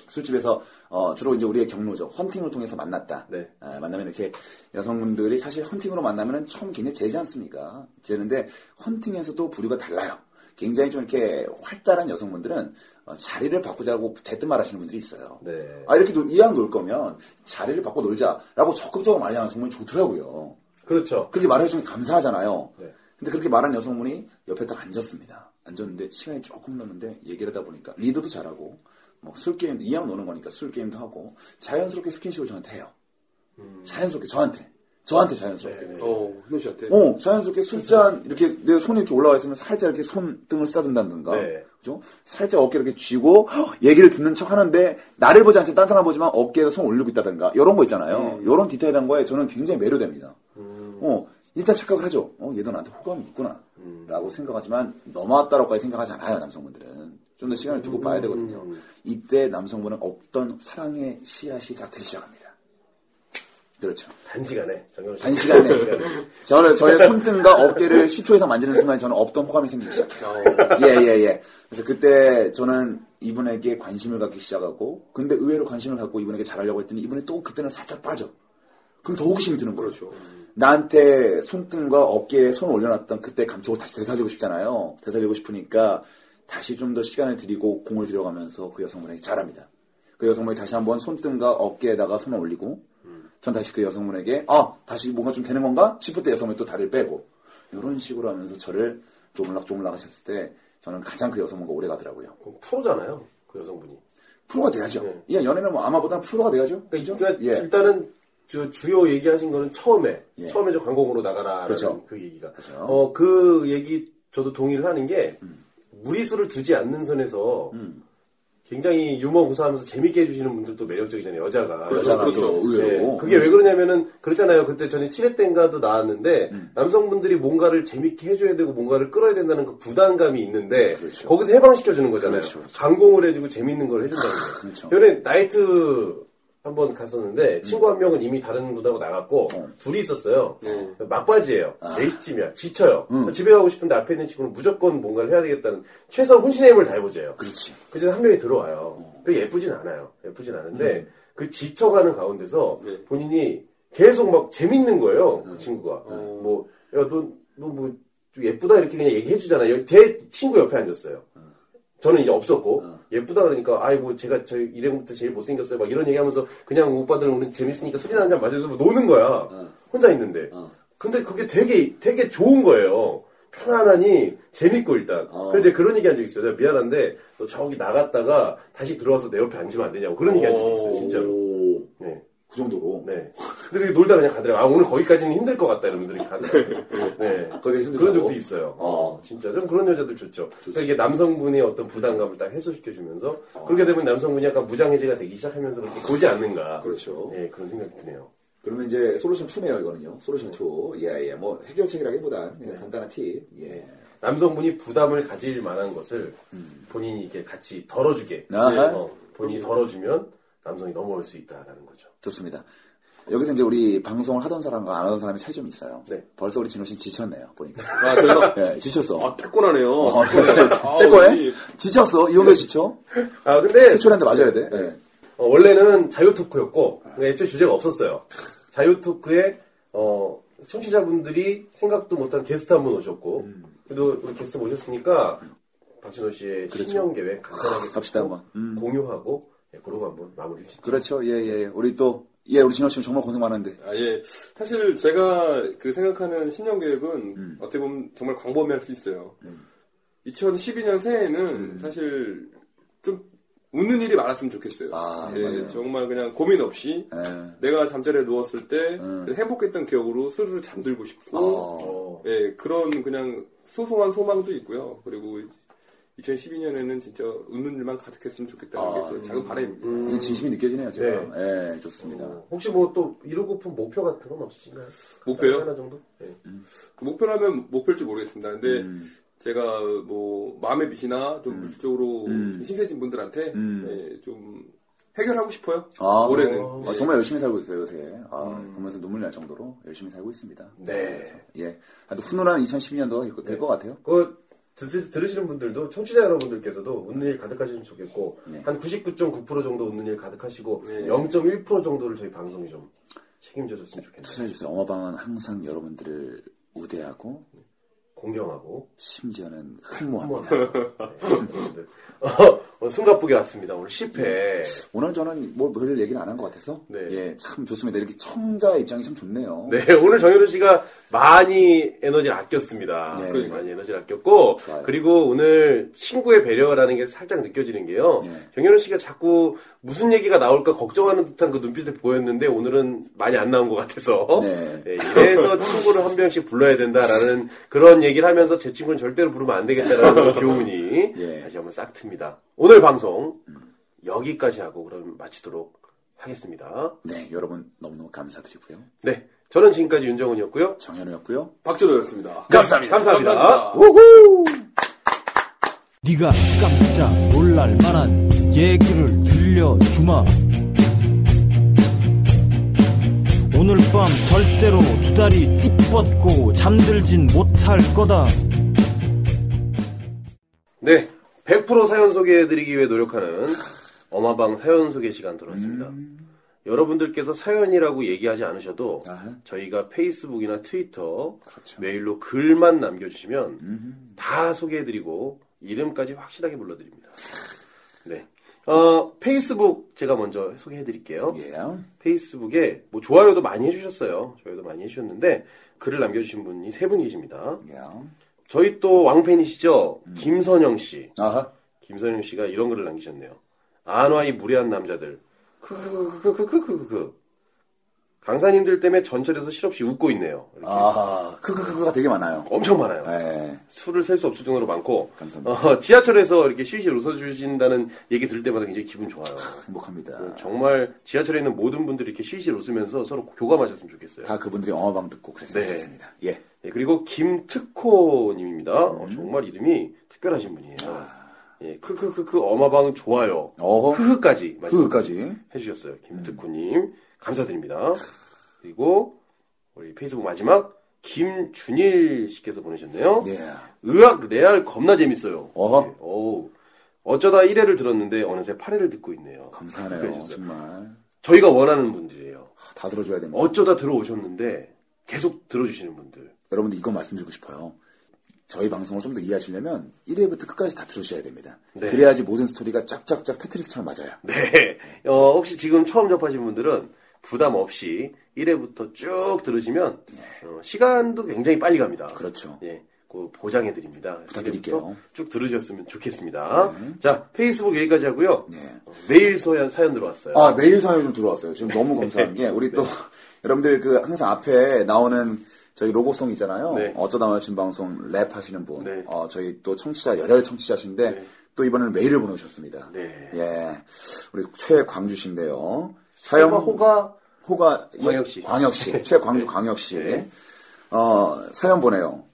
[SPEAKER 1] 술집에서 어, 주로 이제 우리의 경로죠. 헌팅을 통해서 만났다.
[SPEAKER 2] 네.
[SPEAKER 1] 아, 만나면 이렇게 여성분들이 사실 헌팅으로 만나면 처음 굉장히 재지 않습니까? 재는데 헌팅에서도 부류가 달라요. 굉장히 좀 이렇게 활달한 여성분들은 어, 자리를 바꾸자고 대뜸 말하시는 분들이 있어요.
[SPEAKER 2] 네.
[SPEAKER 1] 아 이렇게 놀- 이왕 놀 거면 자리를 바꿔 놀자라고 적극적으로 말하는 정말 좋더라고요.
[SPEAKER 2] 그렇죠.
[SPEAKER 1] 그렇게 말해주면 감사하잖아요.
[SPEAKER 2] 네.
[SPEAKER 1] 근데 그렇게 말한 여성분이 옆에 딱 앉았습니다. 앉았는데 시간이 조금 넘는데 얘기를 하다 보니까 리더도 잘하고 뭐 술 게임도 이왕 노는 거니까 술 게임도 하고 자연스럽게 스킨십을 저한테 해요. 자연스럽게 저한테 저한테 자연스럽게.
[SPEAKER 5] 어, 현우 씨한테.
[SPEAKER 1] 어, 자연스럽게 술잔 이렇게 내 손이 이렇게 올라와 있으면 살짝 이렇게 손등을 쓰다든다든가.
[SPEAKER 2] 네.
[SPEAKER 1] 그죠? 살짝 어깨 이렇게 쥐고 헉, 얘기를 듣는 척 하는데 나를 보지 않지 딴 사람 보지만 어깨에서 손 올리고 있다든가. 이런 거 있잖아요. 이런 디테일한 거에 저는 굉장히 매료됩니다. 어, 일단 착각을 하죠. 어, 얘도 나한테 호감이 있구나. 라고 생각하지만 넘어왔다라고까지 생각하지 않아요, 남성분들은. 좀 더 시간을 두고 봐야 되거든요. 이때 남성분은 없던 사랑의 씨앗이 싹 트기 시작합니다. 그렇죠.
[SPEAKER 2] 단시간에 정경 씨.
[SPEAKER 1] 단시간에 저를 저의 손등과 어깨를 10초 이상 만지는 순간 저는 없던 호감이 생기기 시작해요. 예예예. 그래서 그때 저는 이분에게 관심을 갖기 시작하고 근데 의외로 관심을 갖고 이분에게 잘하려고 했더니 이분이 또 그때는 살짝 빠져. 그럼 더 호기심이 드는 거예요.
[SPEAKER 5] 그렇죠.
[SPEAKER 1] 나한테 손등과 어깨에 손을 올려놨던 그때 감촉을 다시 되살리고 싶잖아요. 되살리고 싶으니까 다시 좀 더 시간을 들이고 공을 들여가면서 그 여성분에게 잘합니다. 그 여성분이 다시 한번 손등과 어깨에다가 손을 올리고 전 다시 그 여성분에게 아 다시 뭔가 좀 되는 건가 싶을 때 여성분이 또 다리를 빼고 이런 식으로 하면서 저를 조물락 조물락 하셨을 때 저는 가장 그 여성분과 오래 가더라고요.
[SPEAKER 2] 그럼 프로잖아요. 그 여성분이.
[SPEAKER 1] 프로가 돼야죠.
[SPEAKER 2] 네.
[SPEAKER 1] 예, 연애는 뭐 아마보다 프로가 돼야죠.
[SPEAKER 2] 그러니까
[SPEAKER 1] 그죠? 예.
[SPEAKER 2] 일단은 저 주요 얘기하신 거는 처음에
[SPEAKER 1] 예.
[SPEAKER 2] 처음에 저 관공으로 나가라라는
[SPEAKER 1] 그렇죠.
[SPEAKER 2] 그 얘기가
[SPEAKER 1] 그렇죠. 음.
[SPEAKER 2] 어 그 얘기 저도 동의를 하는 게 무리수를 두지 않는 선에서 굉장히 유머 구사하면서 재밌게 해주시는 분들도 매력적이잖아요 여자가
[SPEAKER 1] 여자가
[SPEAKER 5] 그렇죠.
[SPEAKER 1] 또 의외로 음.
[SPEAKER 2] 네, 그게 왜 그러냐면은 그렇잖아요. 그때 전에 7회 때인가도 나왔는데
[SPEAKER 1] 음.
[SPEAKER 2] 남성분들이 뭔가를 재밌게 해줘야 되고 뭔가를 끌어야 된다는 그 부담감이 있는데
[SPEAKER 1] 그렇죠.
[SPEAKER 2] 거기서 해방시켜주는 거잖아요.
[SPEAKER 1] 그렇죠, 그렇죠.
[SPEAKER 2] 강공을 해주고 재밌는 걸 해준다는 거예요.
[SPEAKER 1] 그렇죠. 음.
[SPEAKER 2] 연애 나이트 한 번 갔었는데 친구 한 명은 이미 다른 분하고 나갔고
[SPEAKER 1] 어.
[SPEAKER 2] 둘이 있었어요. 막바지예요.
[SPEAKER 1] 아.
[SPEAKER 2] 4시쯤이야. 지쳐요.
[SPEAKER 1] 음.
[SPEAKER 2] 집에 가고 싶은데 앞에 있는 친구는 무조건 뭔가를 해야 되겠다는 최소한 혼신의 힘을 다해보자요.
[SPEAKER 1] 그렇지.
[SPEAKER 2] 그래서 한 명이 들어와요. 그 예쁘진 않아요. 예쁘진 않은데
[SPEAKER 1] 음.
[SPEAKER 2] 그 지쳐가는 가운데서
[SPEAKER 5] 네.
[SPEAKER 2] 본인이 계속 막 재밌는 거예요.
[SPEAKER 1] 음.
[SPEAKER 2] 그 친구가
[SPEAKER 1] 어.
[SPEAKER 2] 뭐, 뭐야너너뭐 예쁘다 이렇게 그냥 얘기해 주잖아. 요제 친구 옆에 앉았어요. 저는 이제 없었고 예쁘다 그러니까 아이 뭐 제가 저 이름부터 제일 못생겼어요 막 이런 얘기하면서 그냥 오빠들은 오늘 재밌으니까 술이나 한잔 마시면서 뭐 노는 거야 혼자 있는데 근데 그게 되게 되게 좋은 거예요 편안하니 재밌고 일단 그래서 제가 그런 얘기 한 적 있어요 내가 미안한데 너 저기 나갔다가 다시 들어와서 내 옆에 앉으면 안 되냐고 그런 얘기 한 적 있어요 진짜로
[SPEAKER 1] 오,
[SPEAKER 2] 네.
[SPEAKER 1] 그 정도로.
[SPEAKER 2] 네. 근데 그게 놀다 그냥 가더라고요. 아, 오늘 거기까지는 힘들 것 같다 이러면서 이렇게 가더라고요. 네.
[SPEAKER 1] 거기가 힘들다고?
[SPEAKER 2] 그런 적도 있어요.
[SPEAKER 1] 어.
[SPEAKER 2] 진짜. 좀 그런 여자들 좋죠. 그러니까 이게 남성분의 어떤 부담감을 딱 해소시켜주면서
[SPEAKER 1] 아.
[SPEAKER 2] 그렇게 되면 남성분이 약간 무장해제가 되기 시작하면서 그렇게 보지 않는가.
[SPEAKER 1] 그렇죠.
[SPEAKER 2] 네, 그런 생각이 드네요.
[SPEAKER 1] 그러면 이제 솔루션 2네요 이거는요. 솔루션 2. 예, 예. 뭐 해결책이라기보단 그냥 간단한 팁. 예.
[SPEAKER 2] 남성분이 부담을 가질 만한 것을 본인이 이렇게 같이 덜어주게.
[SPEAKER 1] 음. 아하.
[SPEAKER 2] 어, 본인이 덜어주면 남성이 넘어올 수 있다라는 거죠.
[SPEAKER 1] 좋습니다. 여기서 이제 우리 방송을 하던 사람과 안 하던 사람의 차이점이 있어요.
[SPEAKER 2] 네.
[SPEAKER 1] 벌써 우리 진호 씨 지쳤네요. 보니까.
[SPEAKER 5] 아, 저요?
[SPEAKER 1] 예, 지쳤어.
[SPEAKER 5] 아, 따끈하네요.
[SPEAKER 1] 어,
[SPEAKER 5] 따끈하네요.
[SPEAKER 1] 뗄
[SPEAKER 5] 아우,
[SPEAKER 1] 거에
[SPEAKER 5] 이-
[SPEAKER 1] 지쳤어. 이 정도 지쳐.
[SPEAKER 2] 아, 근데
[SPEAKER 1] 해초리한테 맞아야 돼. 예.
[SPEAKER 2] 어, 원래는 자유 토크였고
[SPEAKER 1] 아.
[SPEAKER 2] 그러니까 애초에 주제가 없었어요. 자유 토크에 어, 청취자분들이 생각도 못한 게스트 한 분 오셨고
[SPEAKER 1] 음.
[SPEAKER 2] 그래도 우리 게스트 모셨으니까 박진호 씨의 신년 계획 간단하게
[SPEAKER 1] 그렇죠. 갑시다,
[SPEAKER 2] 듣고
[SPEAKER 1] 한번. 음.
[SPEAKER 2] 공유하고 예, 그러고 한번 마무리를 짓죠.
[SPEAKER 1] 그렇죠. 예, 예. 예. 우리 또 예, 우리 진호 씨 정말 고생 많은데.
[SPEAKER 5] 아, 예. 사실 제가 그 생각하는 신년 계획은
[SPEAKER 1] 음.
[SPEAKER 5] 어떻게 보면 정말 광범위할 수 있어요. 2012년 새해에는
[SPEAKER 1] 음.
[SPEAKER 5] 사실 좀 웃는 일이 많았으면 좋겠어요.
[SPEAKER 1] 아,
[SPEAKER 5] 예,
[SPEAKER 1] 맞아요.
[SPEAKER 5] 정말 그냥 고민 없이
[SPEAKER 1] 예.
[SPEAKER 5] 내가 잠자리에 누웠을 때
[SPEAKER 1] 음.
[SPEAKER 5] 그 행복했던 기억으로 스르르 잠들고 싶고
[SPEAKER 1] 어.
[SPEAKER 2] 어,
[SPEAKER 5] 예, 그런 그냥 소소한 소망도 있고요. 그리고 2012년에는 진짜 웃는 일만 가득했으면 좋겠다는
[SPEAKER 1] 아,
[SPEAKER 5] 게 제 작은 바람입니다.
[SPEAKER 1] 이건 진심이 느껴지네요, 제가. 예, 좋습니다.
[SPEAKER 2] 어, 혹시 뭐 또 이루고픈 목표 같은 건 없으신가요?
[SPEAKER 5] 목표요?
[SPEAKER 2] 하나 정도? 네.
[SPEAKER 5] 목표라면 목표일지 모르겠습니다. 근데
[SPEAKER 1] 음.
[SPEAKER 5] 제가 뭐 마음의 빚이나 좀 물질적으로
[SPEAKER 1] 음.
[SPEAKER 5] 신세진 분들한테
[SPEAKER 1] 음.
[SPEAKER 5] 예, 좀 해결하고 싶어요.
[SPEAKER 1] 아,
[SPEAKER 5] 올해는
[SPEAKER 1] 아,
[SPEAKER 5] 예.
[SPEAKER 1] 정말 열심히 살고 있어요, 요새. 아, 보면서 눈물 날 정도로 열심히 살고 있습니다.
[SPEAKER 2] 네.
[SPEAKER 1] 예. 아주 훈훈한 2012년도가 될 것 같아요.
[SPEAKER 2] 그거 들, 들으시는 분들도 청취자 여러분들께서도 웃는 일 가득하시면 좋겠고
[SPEAKER 1] 네.
[SPEAKER 2] 한 99.9% 정도 웃는 일 가득하시고
[SPEAKER 5] 네.
[SPEAKER 2] 0.1% 정도를 저희 방송이 좀 책임져 줬으면 좋겠네요.
[SPEAKER 1] 투자해주세요. 어마방은 항상 여러분들을 우대하고,
[SPEAKER 2] 공경하고
[SPEAKER 1] 심지어는 흥모합니다.
[SPEAKER 2] 한번 여러분들 어, 오늘 숨가쁘게 왔습니다. 오늘 10회
[SPEAKER 1] 오늘 저는 뭐, 별 얘기는 안 한 것 같아서.
[SPEAKER 2] 네.
[SPEAKER 1] 예, 참 좋습니다. 이렇게 청자 입장이 참 좋네요.
[SPEAKER 2] 네, 오늘 정현우 씨가 많이 에너지를 아꼈습니다.
[SPEAKER 1] 네.
[SPEAKER 2] 그러니까. 많이 에너지를 아꼈고,
[SPEAKER 1] 좋아요.
[SPEAKER 2] 그리고 오늘 친구의 배려라는 게 살짝 느껴지는 게요.
[SPEAKER 1] 네.
[SPEAKER 2] 정현우 씨가 자꾸 무슨 얘기가 나올까 걱정하는 듯한 그 눈빛을 보였는데, 오늘은 많이 안 나온 것 같아서.
[SPEAKER 1] 네.
[SPEAKER 2] 네, 이래서 친구를 한 명씩 불러야 된다라는 그런 얘기를 하면서 제 친구는 절대로 부르면 안 되겠다라는 그런 교훈이
[SPEAKER 1] 예.
[SPEAKER 2] 다시 한번 싹 틉니다. 오늘 방송 여기까지 하고 그럼 마치도록 하겠습니다.
[SPEAKER 1] 네, 여러분 너무너무 감사드리고요.
[SPEAKER 2] 네. 저는 지금까지 윤정훈이었고요.
[SPEAKER 1] 정현우였고요.
[SPEAKER 5] 박준호였습니다.
[SPEAKER 1] 네, 감사합니다.
[SPEAKER 2] 감사합니다.
[SPEAKER 4] 네가 깜짝 놀랄 만한 얘기를 들려주마 오늘 밤 절대로 두 다리 쭉 뻗고 잠들진 못할 거다
[SPEAKER 2] 네. 100% 사연 소개해드리기 위해 노력하는 어마방 사연 소개 시간 돌아왔습니다. 여러분들께서 사연이라고 얘기하지 않으셔도
[SPEAKER 1] 음. 아하.
[SPEAKER 2] 저희가 페이스북이나 트위터
[SPEAKER 1] 그렇죠.
[SPEAKER 2] 메일로 글만 남겨주시면 다 소개해드리고 이름까지 확실하게 불러드립니다. 네. 어, 페이스북 제가 먼저 소개해드릴게요.
[SPEAKER 1] 예.
[SPEAKER 2] 페이스북에 뭐 좋아요도 많이 해주셨어요. 좋아요도 많이 해주셨는데 글을 남겨주신 분이 세 분이십니다.
[SPEAKER 1] 예.
[SPEAKER 2] 저희 또 왕팬이시죠? 김선영 씨.
[SPEAKER 1] 아하.
[SPEAKER 2] 김선영 씨가 이런 글을 남기셨네요. 안와 이 무례한 남자들. 크크크크크크크크. 강사님들 때문에 전철에서 실없이 웃고 있네요. 이렇게.
[SPEAKER 1] 아하. 크크크크가 되게 많아요.
[SPEAKER 2] 엄청 많아요.
[SPEAKER 1] 예.
[SPEAKER 2] 수를 셀 수 없을 정도로 많고.
[SPEAKER 1] 감사합니다.
[SPEAKER 2] 어, 지하철에서 이렇게 실실 웃어주신다는 얘기 들을 때마다 굉장히 기분 좋아요.
[SPEAKER 1] 행복합니다.
[SPEAKER 2] 정말 지하철에 있는 모든 분들이 이렇게 실실 웃으면서 서로 교감하셨으면 좋겠어요.
[SPEAKER 1] 다 그분들이 어마방 듣고 그랬으면
[SPEAKER 2] 네.
[SPEAKER 1] 좋겠습니다. 예.
[SPEAKER 2] 예, 그리고 김특호님입니다. 어, 정말 이름이 특별하신 분이에요. 예, 크크크크 어마방 좋아요.
[SPEAKER 1] 어허.
[SPEAKER 2] 흐흐까지 마지막
[SPEAKER 1] 그까지.
[SPEAKER 2] 해주셨어요. 김특구님 감사드립니다. 그리고 우리 페이스북 마지막 김준일 씨께서 보내셨네요.
[SPEAKER 1] 예.
[SPEAKER 2] 의학 레알 겁나 재밌어요.
[SPEAKER 1] 어허.
[SPEAKER 2] 네, 어우. 어쩌다 1회를 들었는데 어느새 8회를 듣고 있네요.
[SPEAKER 1] 감사하네요.
[SPEAKER 2] 그러셨어요.
[SPEAKER 1] 정말. 아,
[SPEAKER 2] 저희가 원하는 분들이에요.
[SPEAKER 1] 다 들어줘야 됩니다.
[SPEAKER 2] 어쩌다 들어오셨는데 계속 들어주시는 분들.
[SPEAKER 1] 여러분들 이거 말씀드리고 싶어요. 저희 방송을 좀 더 이해하시려면 1회부터 끝까지 다 들으셔야 됩니다.
[SPEAKER 2] 네.
[SPEAKER 1] 그래야지 모든 스토리가 쫙쫙쫙 테트리스처럼 맞아요.
[SPEAKER 2] 네. 어, 혹시 지금 처음 접하신 분들은 부담 없이 1회부터 쭉 들으시면 어, 시간도 굉장히 빨리 갑니다.
[SPEAKER 1] 그렇죠.
[SPEAKER 2] 예, 그 보장해 드립니다.
[SPEAKER 1] 부탁드릴게요.
[SPEAKER 2] 지금부터 쭉 들으셨으면 좋겠습니다. 자, 페이스북 여기까지 하고요.
[SPEAKER 1] 네.
[SPEAKER 2] 어, 메일 소연 사연 들어왔어요.
[SPEAKER 1] 아, 메일 사연이 좀 들어왔어요. 지금 너무 감사한
[SPEAKER 2] 네.
[SPEAKER 1] 게, 우리 또, 여러분들 그 항상 앞에 나오는 저희 로고송 있잖아요.
[SPEAKER 2] 네.
[SPEAKER 1] 어쩌다 마친 방송 랩 하시는 분.
[SPEAKER 2] 네.
[SPEAKER 1] 어, 저희 또 청취자, 열혈 청취자신데, 또 이번에는 메일을 보내주셨습니다.
[SPEAKER 2] 네.
[SPEAKER 1] 예. 우리 최광주신데요. 사연
[SPEAKER 2] 호가 호가
[SPEAKER 1] 호가 예,
[SPEAKER 2] 광역시. 예.
[SPEAKER 1] 광역시 최광주 광역시 어, 사연 보내요.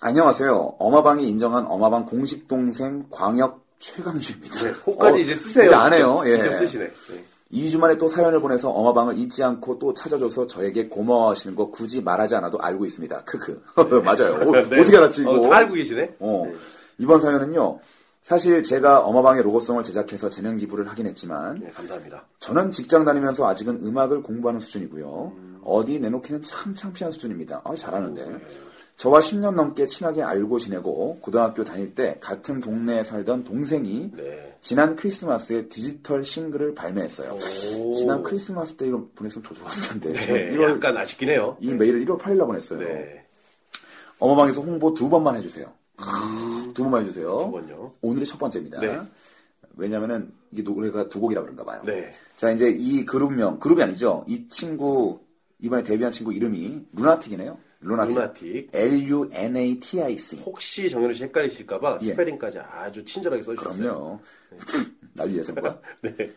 [SPEAKER 1] 안녕하세요. 어마방이 인정한 어마방 공식 동생 광역 최광주입니다.
[SPEAKER 2] 네, 호까지
[SPEAKER 1] 어,
[SPEAKER 2] 이제 쓰세요.
[SPEAKER 1] 이제 안 해요.
[SPEAKER 2] 직접,
[SPEAKER 1] 예.
[SPEAKER 2] 직접 쓰시네. 네.
[SPEAKER 1] 2주 만에 또 사연을 보내서 어마방을 잊지 않고 또 찾아줘서 저에게 고마워하시는 거 굳이 말하지 않아도 알고 있습니다. 크크. 맞아요. 어,
[SPEAKER 2] 네.
[SPEAKER 1] 떻게 알았지 이거?
[SPEAKER 2] 어, 다 알고 계시네.
[SPEAKER 1] 어. 이번 사연은요. 사실 제가 어마방의 로고송을 제작해서 재능 기부를 하긴 했지만
[SPEAKER 2] 네, 감사합니다.
[SPEAKER 1] 저는 직장 다니면서 아직은 음악을 공부하는 수준이고요. 어디 내놓기는 참 창피한 수준입니다. 아, 잘하는데.
[SPEAKER 2] 네.
[SPEAKER 1] 저와 10년 넘게 친하게 알고 지내고 고등학교 다닐 때 같은 동네에 살던 동생이
[SPEAKER 2] 네.
[SPEAKER 1] 지난 크리스마스에 디지털 싱글을 발매했어요.
[SPEAKER 2] 오.
[SPEAKER 1] 지난 크리스마스 때 이거 보냈으면 더 좋았을 텐데.
[SPEAKER 2] 네,
[SPEAKER 1] 제가 1월,
[SPEAKER 2] 약간 아쉽긴 해요.
[SPEAKER 1] 이 메일을 1월 8일날 보냈어요.
[SPEAKER 2] 네.
[SPEAKER 1] 어머방에서 홍보 두 번만 해주세요. 두 번만 해주세요.
[SPEAKER 2] 음. 두 번요.
[SPEAKER 1] 오늘이 첫 번째입니다.
[SPEAKER 2] 네.
[SPEAKER 1] 왜냐면은 이게 노래가 두 곡이라 그런가 봐요.
[SPEAKER 2] 네.
[SPEAKER 1] 자, 이제 이 그룹명, 그룹이 아니죠. 이 친구, 이번에 데뷔한 친구 이름이 루나틱이네요. 루나틱.
[SPEAKER 2] 루나틱.
[SPEAKER 1] L-U-N-A-T-I-C.
[SPEAKER 2] 혹시 정현우 씨 헷갈리실까봐
[SPEAKER 1] 예.
[SPEAKER 2] 스페링까지 아주 친절하게 써주셨어요.
[SPEAKER 1] 그럼요.
[SPEAKER 2] 네.
[SPEAKER 1] 날 위해서 뭐야?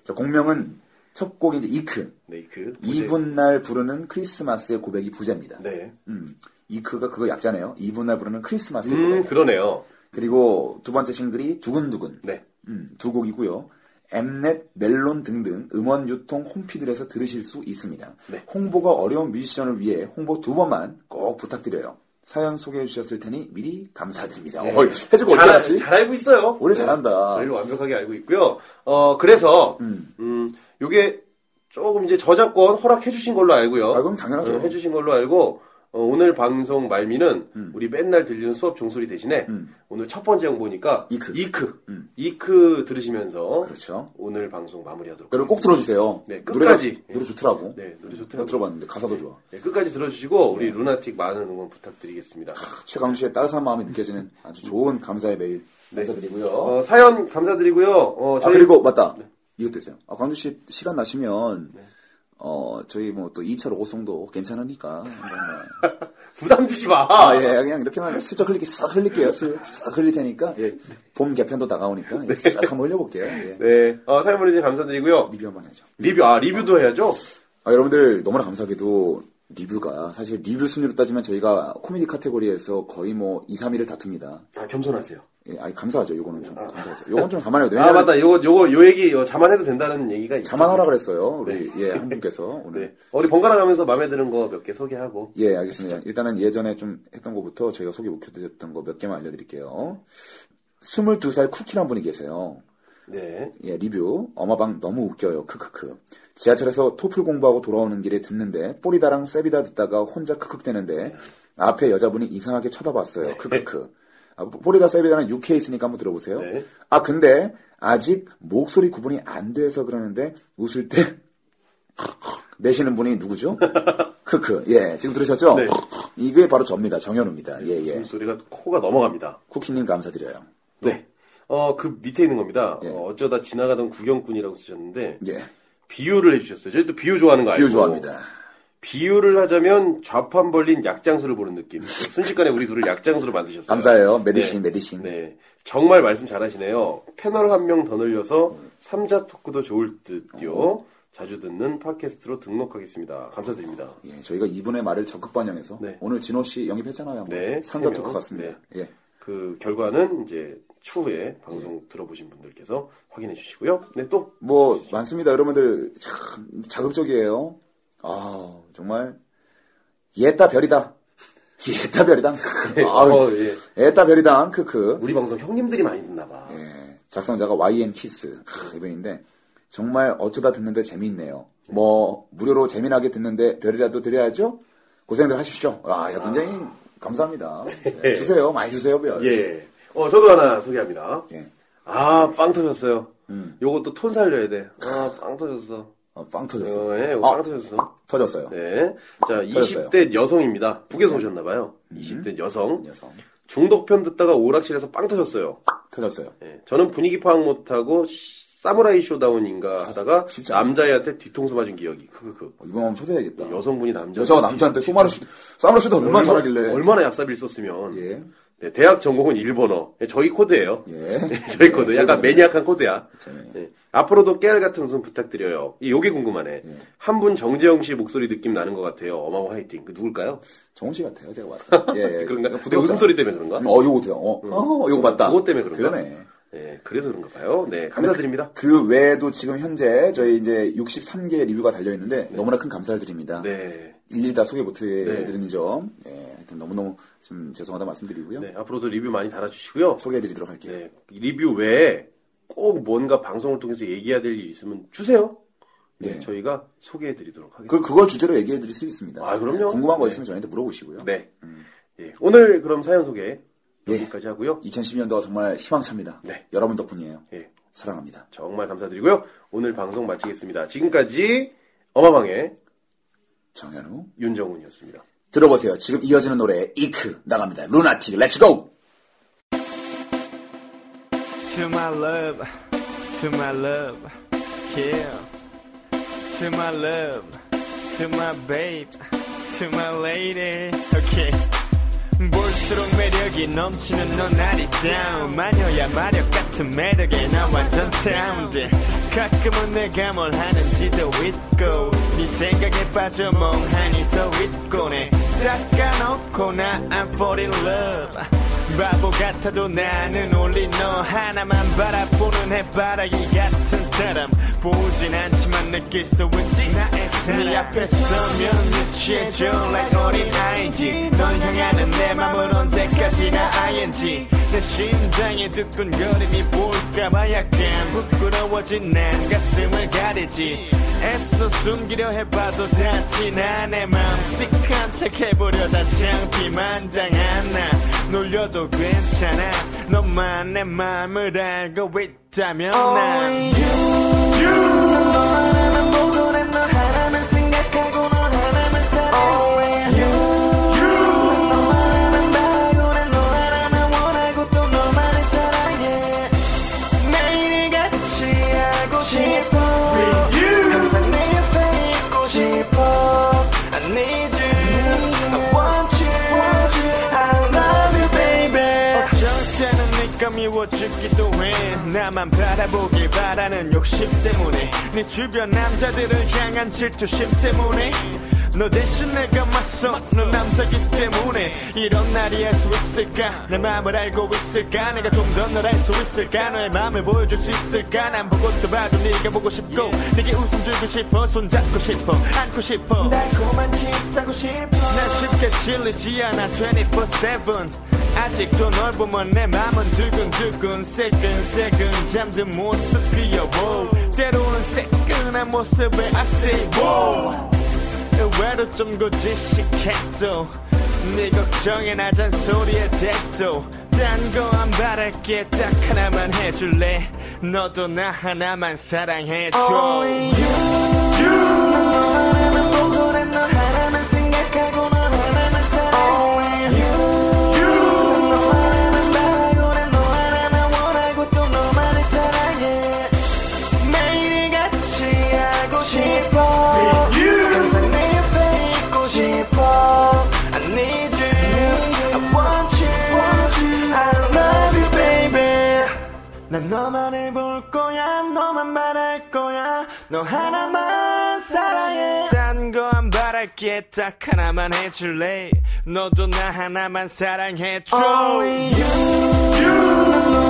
[SPEAKER 1] 자, 공명은 첫 곡이 이제 이크.
[SPEAKER 2] 네이크. 그
[SPEAKER 1] 이분날 부르는 크리스마스의 고백이 부제입니다.
[SPEAKER 2] 네.
[SPEAKER 1] 음, 이크가 그거 약자네요. 이분날 부르는 크리스마스의
[SPEAKER 2] 음,
[SPEAKER 1] 고백.
[SPEAKER 2] 그러네요.
[SPEAKER 1] 그리고 두 번째 싱글이 두근두근.
[SPEAKER 2] 네.
[SPEAKER 1] 음, 두 곡이고요. 엠넷, 멜론 등등 음원 유통 홈피들에서 들으실 수 있습니다.
[SPEAKER 2] 네.
[SPEAKER 1] 홍보가 어려운 뮤지션을 위해 홍보 두 번만 꼭 부탁드려요. 사연 소개해 주셨을 테니 미리 감사드립니다.
[SPEAKER 2] 네.
[SPEAKER 1] 어이, 해주고 어떻게
[SPEAKER 2] 잘,
[SPEAKER 1] 알았지?
[SPEAKER 2] 잘 알고 있어요. 네.
[SPEAKER 1] 오늘 잘한다.
[SPEAKER 2] 저희를 완벽하게 알고 있고요. 어, 그래서,
[SPEAKER 1] 음.
[SPEAKER 2] 음, 요게 조금 이제 저작권 허락해주신 걸로 알고요.
[SPEAKER 1] 아, 그럼 당연하죠.
[SPEAKER 2] 어, 해주신 걸로 알고, 어, 오늘 방송 말미는 우리 맨날 들리는 수업 종소리 대신에
[SPEAKER 1] 음.
[SPEAKER 2] 오늘 첫 번째 홍보니까
[SPEAKER 1] 이크.
[SPEAKER 2] 이크,
[SPEAKER 1] 음.
[SPEAKER 2] 이크 들으시면서
[SPEAKER 1] 그렇죠.
[SPEAKER 2] 오늘 방송 마무리하도록
[SPEAKER 1] 여러분 꼭 들어주세요. 그
[SPEAKER 2] 네,
[SPEAKER 1] 노래가-
[SPEAKER 2] 끝까지.
[SPEAKER 1] 노래 좋더라고.
[SPEAKER 2] 네, 노래
[SPEAKER 1] 내가
[SPEAKER 2] 좋더라고요.
[SPEAKER 1] 들어봤는데 가사도 좋아.
[SPEAKER 2] 네, 끝까지 들어주시고 우리 루나틱 많은 응원 부탁드리겠습니다.
[SPEAKER 1] 최강수의 따뜻한 마음이 느껴지는 아주 좋은 감사의 메일 감사드리고요.
[SPEAKER 2] 어, 사연 감사드리고요. 어,
[SPEAKER 1] 아
[SPEAKER 2] 저희
[SPEAKER 1] 그리고 맞다. 이것도 있어요. 아 광주 씨 시간 나시면
[SPEAKER 2] 네.
[SPEAKER 1] 어 저희 뭐 또 2차 로고송도
[SPEAKER 2] 아,
[SPEAKER 1] 괜찮으니까 한번 뭐.
[SPEAKER 2] 부담 주지 마.
[SPEAKER 1] 아, 예, 그냥 이렇게만 슬쩍 흘리게 싹 흘릴게요. 싹 흘릴 테니까 예. 봄 개편도 다가오니까 예, 싹 한번 흘려볼게요. 예.
[SPEAKER 2] 네, 어, 사연 보내주신 감사드리고요.
[SPEAKER 1] 리뷰 한번 해야죠.
[SPEAKER 2] 리뷰, 아, 리뷰도 해야죠?
[SPEAKER 1] 아, 여러분들 너무나 감사하게도 리뷰가 사실 리뷰 순위로 따지면 저희가 코미디 카테고리에서 거의 뭐 2, 3위를 다툽니다.
[SPEAKER 2] 아, 겸손하세요.
[SPEAKER 1] 예, 아니 감사하죠. 요거는 좀 감사하죠. 요건 좀 감안해도
[SPEAKER 2] 아,
[SPEAKER 1] 왜냐면
[SPEAKER 2] 맞다. 요거, 요거, 요 얘기, 어, 자만해도 된다는 얘기가 있죠.
[SPEAKER 1] 자만하라 그랬어요. 우리 예, 한 분께서 오늘
[SPEAKER 2] 네. 어, 우리 번갈아 가면서 마음에 드는 거 몇 개 소개하고.
[SPEAKER 1] 예, 알겠습니다. 일단은 예전에 좀 했던 거부터 저희가 소개 못해드렸던 거 몇 개만 알려드릴게요. 22살 쿠키란 분이 계세요.
[SPEAKER 2] 네.
[SPEAKER 1] 예, 리뷰. 엄마방 너무 웃겨요. 크크크. 지하철에서 토플 공부하고 돌아오는 길에 듣는데, 뽀리다랑 세비다 듣다가 혼자 크크대는데, 앞에 여자분이 이상하게
[SPEAKER 2] 네.
[SPEAKER 1] 쳐다봤어요. 크크크. 아, 뽀리다 세비다는 UK 있으니까 한번 들어보세요.
[SPEAKER 2] 네.
[SPEAKER 1] 아, 근데, 아직 목소리 구분이 안 돼서 그러는데, 웃을 때, 내시는 분이 누구죠? 크크. 예, 지금 들으셨죠?
[SPEAKER 2] 네.
[SPEAKER 1] 이게 바로 접니다. 정현우입니다. 예,
[SPEAKER 2] 지금
[SPEAKER 1] 예.
[SPEAKER 2] 소리가 네. 코가 넘어갑니다.
[SPEAKER 1] 쿠키님 감사드려요.
[SPEAKER 2] 네. 어, 그 밑에 있는 겁니다.
[SPEAKER 1] 예.
[SPEAKER 2] 어, 어쩌다 지나가던 구경꾼이라고 쓰셨는데,
[SPEAKER 1] 예.
[SPEAKER 2] 비유를 해주셨어요. 저희 또 비유 좋아하는 거 알고.
[SPEAKER 1] 비유 좋아합니다.
[SPEAKER 2] 비유를 하자면 좌판 벌린 약장수를 보는 느낌. 순식간에 우리 둘을 약장수로 만드셨어요.
[SPEAKER 1] 감사해요. 메디신, 메디신.
[SPEAKER 2] 네. 정말 말씀 잘하시네요. 패널 한 명 더 늘려서 삼자 토크도 좋을 듯요. 자주 듣는 팟캐스트로 등록하겠습니다. 감사드립니다.
[SPEAKER 1] 예, 저희가 이분의 말을 적극 반영해서
[SPEAKER 2] 네.
[SPEAKER 1] 오늘 진호 씨 영입했잖아요. 한번.
[SPEAKER 2] 네,
[SPEAKER 1] 상자
[SPEAKER 2] 세
[SPEAKER 1] 토크
[SPEAKER 2] 명.
[SPEAKER 1] 같습니다. 예.
[SPEAKER 2] 그 결과는 이제 추후에 방송 들어보신 분들께서 확인해 주시고요. 네, 또
[SPEAKER 1] 뭐 많습니다. 여러분들 참 자극적이에요. 아, 정말 예따 별이다. 예따 별이다.
[SPEAKER 2] 어,
[SPEAKER 1] 아유.
[SPEAKER 2] 예.
[SPEAKER 1] 예따 별이다. 크크.
[SPEAKER 2] 우리 방송 형님들이 많이 듣나 봐.
[SPEAKER 1] 예, 작성자가 YN 키스 크, 이분인데 정말 어쩌다 듣는데 재미있네요. 뭐 무료로 재미나게 듣는데 별이라도 드려야죠. 고생들 하십시오. 아, 야, 굉장히 감사합니다. 예, 주세요, 많이 주세요, 별.
[SPEAKER 2] 네. 예. 어, 저도 하나 소개합니다.
[SPEAKER 1] 예.
[SPEAKER 2] 아, 빵 터졌어요.
[SPEAKER 1] 음.
[SPEAKER 2] 요것도 톤 살려야 돼. 아, 빵 터졌어.
[SPEAKER 1] 어, 빵 터졌어.
[SPEAKER 2] 어, 예,
[SPEAKER 1] 아,
[SPEAKER 2] 빵 터졌어.
[SPEAKER 1] 터졌어요.
[SPEAKER 2] 네.
[SPEAKER 1] 아,
[SPEAKER 2] 자,
[SPEAKER 1] 터졌어요. 음.
[SPEAKER 2] 20대 여성입니다. 북에서 오셨나봐요. 20대 여성.
[SPEAKER 1] 여성.
[SPEAKER 2] 중독편 듣다가 오락실에서 빵 터졌어요.
[SPEAKER 1] 터졌어요.
[SPEAKER 2] 예, 저는 분위기 파악 못하고 시- 사무라이 쇼다운인가 하다가
[SPEAKER 1] 쉽지 않아.
[SPEAKER 2] 남자애한테 뒤통수 맞은 기억이. 그, 그,
[SPEAKER 1] 어, 이번 하면 초대해야겠다.
[SPEAKER 2] 그. 여성분이 남자.
[SPEAKER 1] 여자가 남자한테 소마루 씨, 싸마루 씨도 얼마나 잘하길래.
[SPEAKER 2] 얼마나 얍삽일 썼으면.
[SPEAKER 1] 예.
[SPEAKER 2] 네, 대학 전공은 일본어. 예, 저희 코드예요. 네,
[SPEAKER 1] 예.
[SPEAKER 2] 저희 코드.
[SPEAKER 1] 저희
[SPEAKER 2] 약간 매니악한 코드야.
[SPEAKER 1] 그렇죠.
[SPEAKER 2] 예. 앞으로도 깨알 같은 웃음 부탁드려요. 이- 요게 궁금하네.
[SPEAKER 1] 예.
[SPEAKER 2] 한 분 정재영 씨 목소리 느낌 나는 것 같아요. 어마어 화이팅. 그 누굴까요?
[SPEAKER 1] 정훈 씨 같아요, 제가 봤을 때. 예, 예.
[SPEAKER 2] 네, 그런가? 근데
[SPEAKER 1] 부드럽잖아.
[SPEAKER 2] 웃음소리 때문에 그런가?
[SPEAKER 1] 어, 요거 돼요. 어, 어, 요거 맞다.
[SPEAKER 2] 그것 때문에 그런가?
[SPEAKER 1] 그러네.
[SPEAKER 2] 예, 그래서 그런가 봐요. 네, 감사드립니다.
[SPEAKER 1] 그 외에도 지금 현재 저희 이제 63개의 리뷰가 달려있는데 너무나 큰 감사를 드립니다.
[SPEAKER 2] 네.
[SPEAKER 1] 일일이 다 소개 못해드리는 점. 예, 하여튼 너무너무 좀 죄송하다 말씀드리고요.
[SPEAKER 2] 네, 앞으로도 리뷰 많이 달아주시고요.
[SPEAKER 1] 소개해드리도록 할게요.
[SPEAKER 2] 네, 리뷰 외에 꼭 뭔가 방송을 통해서 얘기해야 될 일이 있으면 주세요. 네,
[SPEAKER 1] 네.
[SPEAKER 2] 저희가 소개해드리도록 하겠습니다.
[SPEAKER 1] 그, 그걸 주제로 얘기해드릴 수 있습니다.
[SPEAKER 2] 아, 그럼요.
[SPEAKER 1] 궁금한 거
[SPEAKER 2] 네.
[SPEAKER 1] 있으면 저희한테 물어보시고요.
[SPEAKER 2] 네. 예, 오늘 그럼 사연 소개
[SPEAKER 1] 예.
[SPEAKER 2] 여기까지 하고요.
[SPEAKER 1] 2012년도가 정말 희망찹니다.
[SPEAKER 2] 네.
[SPEAKER 1] 여러분 덕분이에요.
[SPEAKER 2] 예,
[SPEAKER 1] 사랑합니다.
[SPEAKER 2] 정말 감사드리고요. 오늘 방송 마치겠습니다. 지금까지 어마방의
[SPEAKER 1] 정현우.
[SPEAKER 2] 윤정훈이었습니다.
[SPEAKER 1] 들어보세요. 지금 이어지는 노래 이크 나갑니다. 루나틱 렛츠고!
[SPEAKER 6] To my love, to my love, yeah. To my love, to my babe, to my lady. Okay. 볼수록 매력이 넘치는 넌 아리따운 마녀야 마력 같은 매력에 나 완전 다운돼 가끔은 내가 뭘 하는지도 잊고 네 생각에 빠져 멍하니 서 있고 내 닦아놓고 나 I'm fall in love 바보 같아도 나는 only 너 하나만 바라보는 해바라기 같은 사람 보진 않지만 느낄 수 있지 나의 사랑 네 앞에 서면 유치해져 like 어린 아이지 넌 향하는 내 맘은 언제까지나 ing 내 심장에 두근 거림이 볼까봐 약간 부끄러워진 난 가슴을 가리지 애써 숨기려 해봐도 다 티나 내 맘 씩한 척 해보려다 창피만 당한 나 놀려도 괜찮아 너만 내 맘을 알고 있다면 난 매일 같이 하고 싶어 항상 내 옆에 있고 싶어 I need you I want you I love you baby 어쩔 때는 네가 미워 죽기도 해 나만 바라보길 바라는 욕심 때문에 네 주변 남자들을 향한 질투심 때문에 너 대신 내가 맞서는 남자기 때문에 이런 날이 할 수 있을까 내 마음을 알고 있을까 내가 좀 더 널 알 수 있을까 너의 마음을 보여줄 수 있을까 난 보고 또 봐도 네가 보고 싶고 네게 웃음 주고 싶어 손잡고 싶어 안고 싶어 달콤한 키스하고 싶어 난 쉽게 질리지 않아 24-7 아직도 널 보면 내 맘은 두근두근 새근새근 잠든 모습이여 wow. 때로는 새끈한 모습에 I say wow 의외로 좀 고지식해도 네 걱정에 나 잔소리에 대도 딴 거 안 바랄게 딱 하나만 해줄래 너도 나 하나만 사랑해줘 매일같이 하고 싶어 항상 내 옆에 있고 싶어 I need you I want you I love you baby 난 너만 해볼 거야 너만 말할 거야 너 하나만 사랑해 딴 거 안 바랄게 딱 하나만 해줄래 너도 나 하나만 사랑해줘 Only you, you.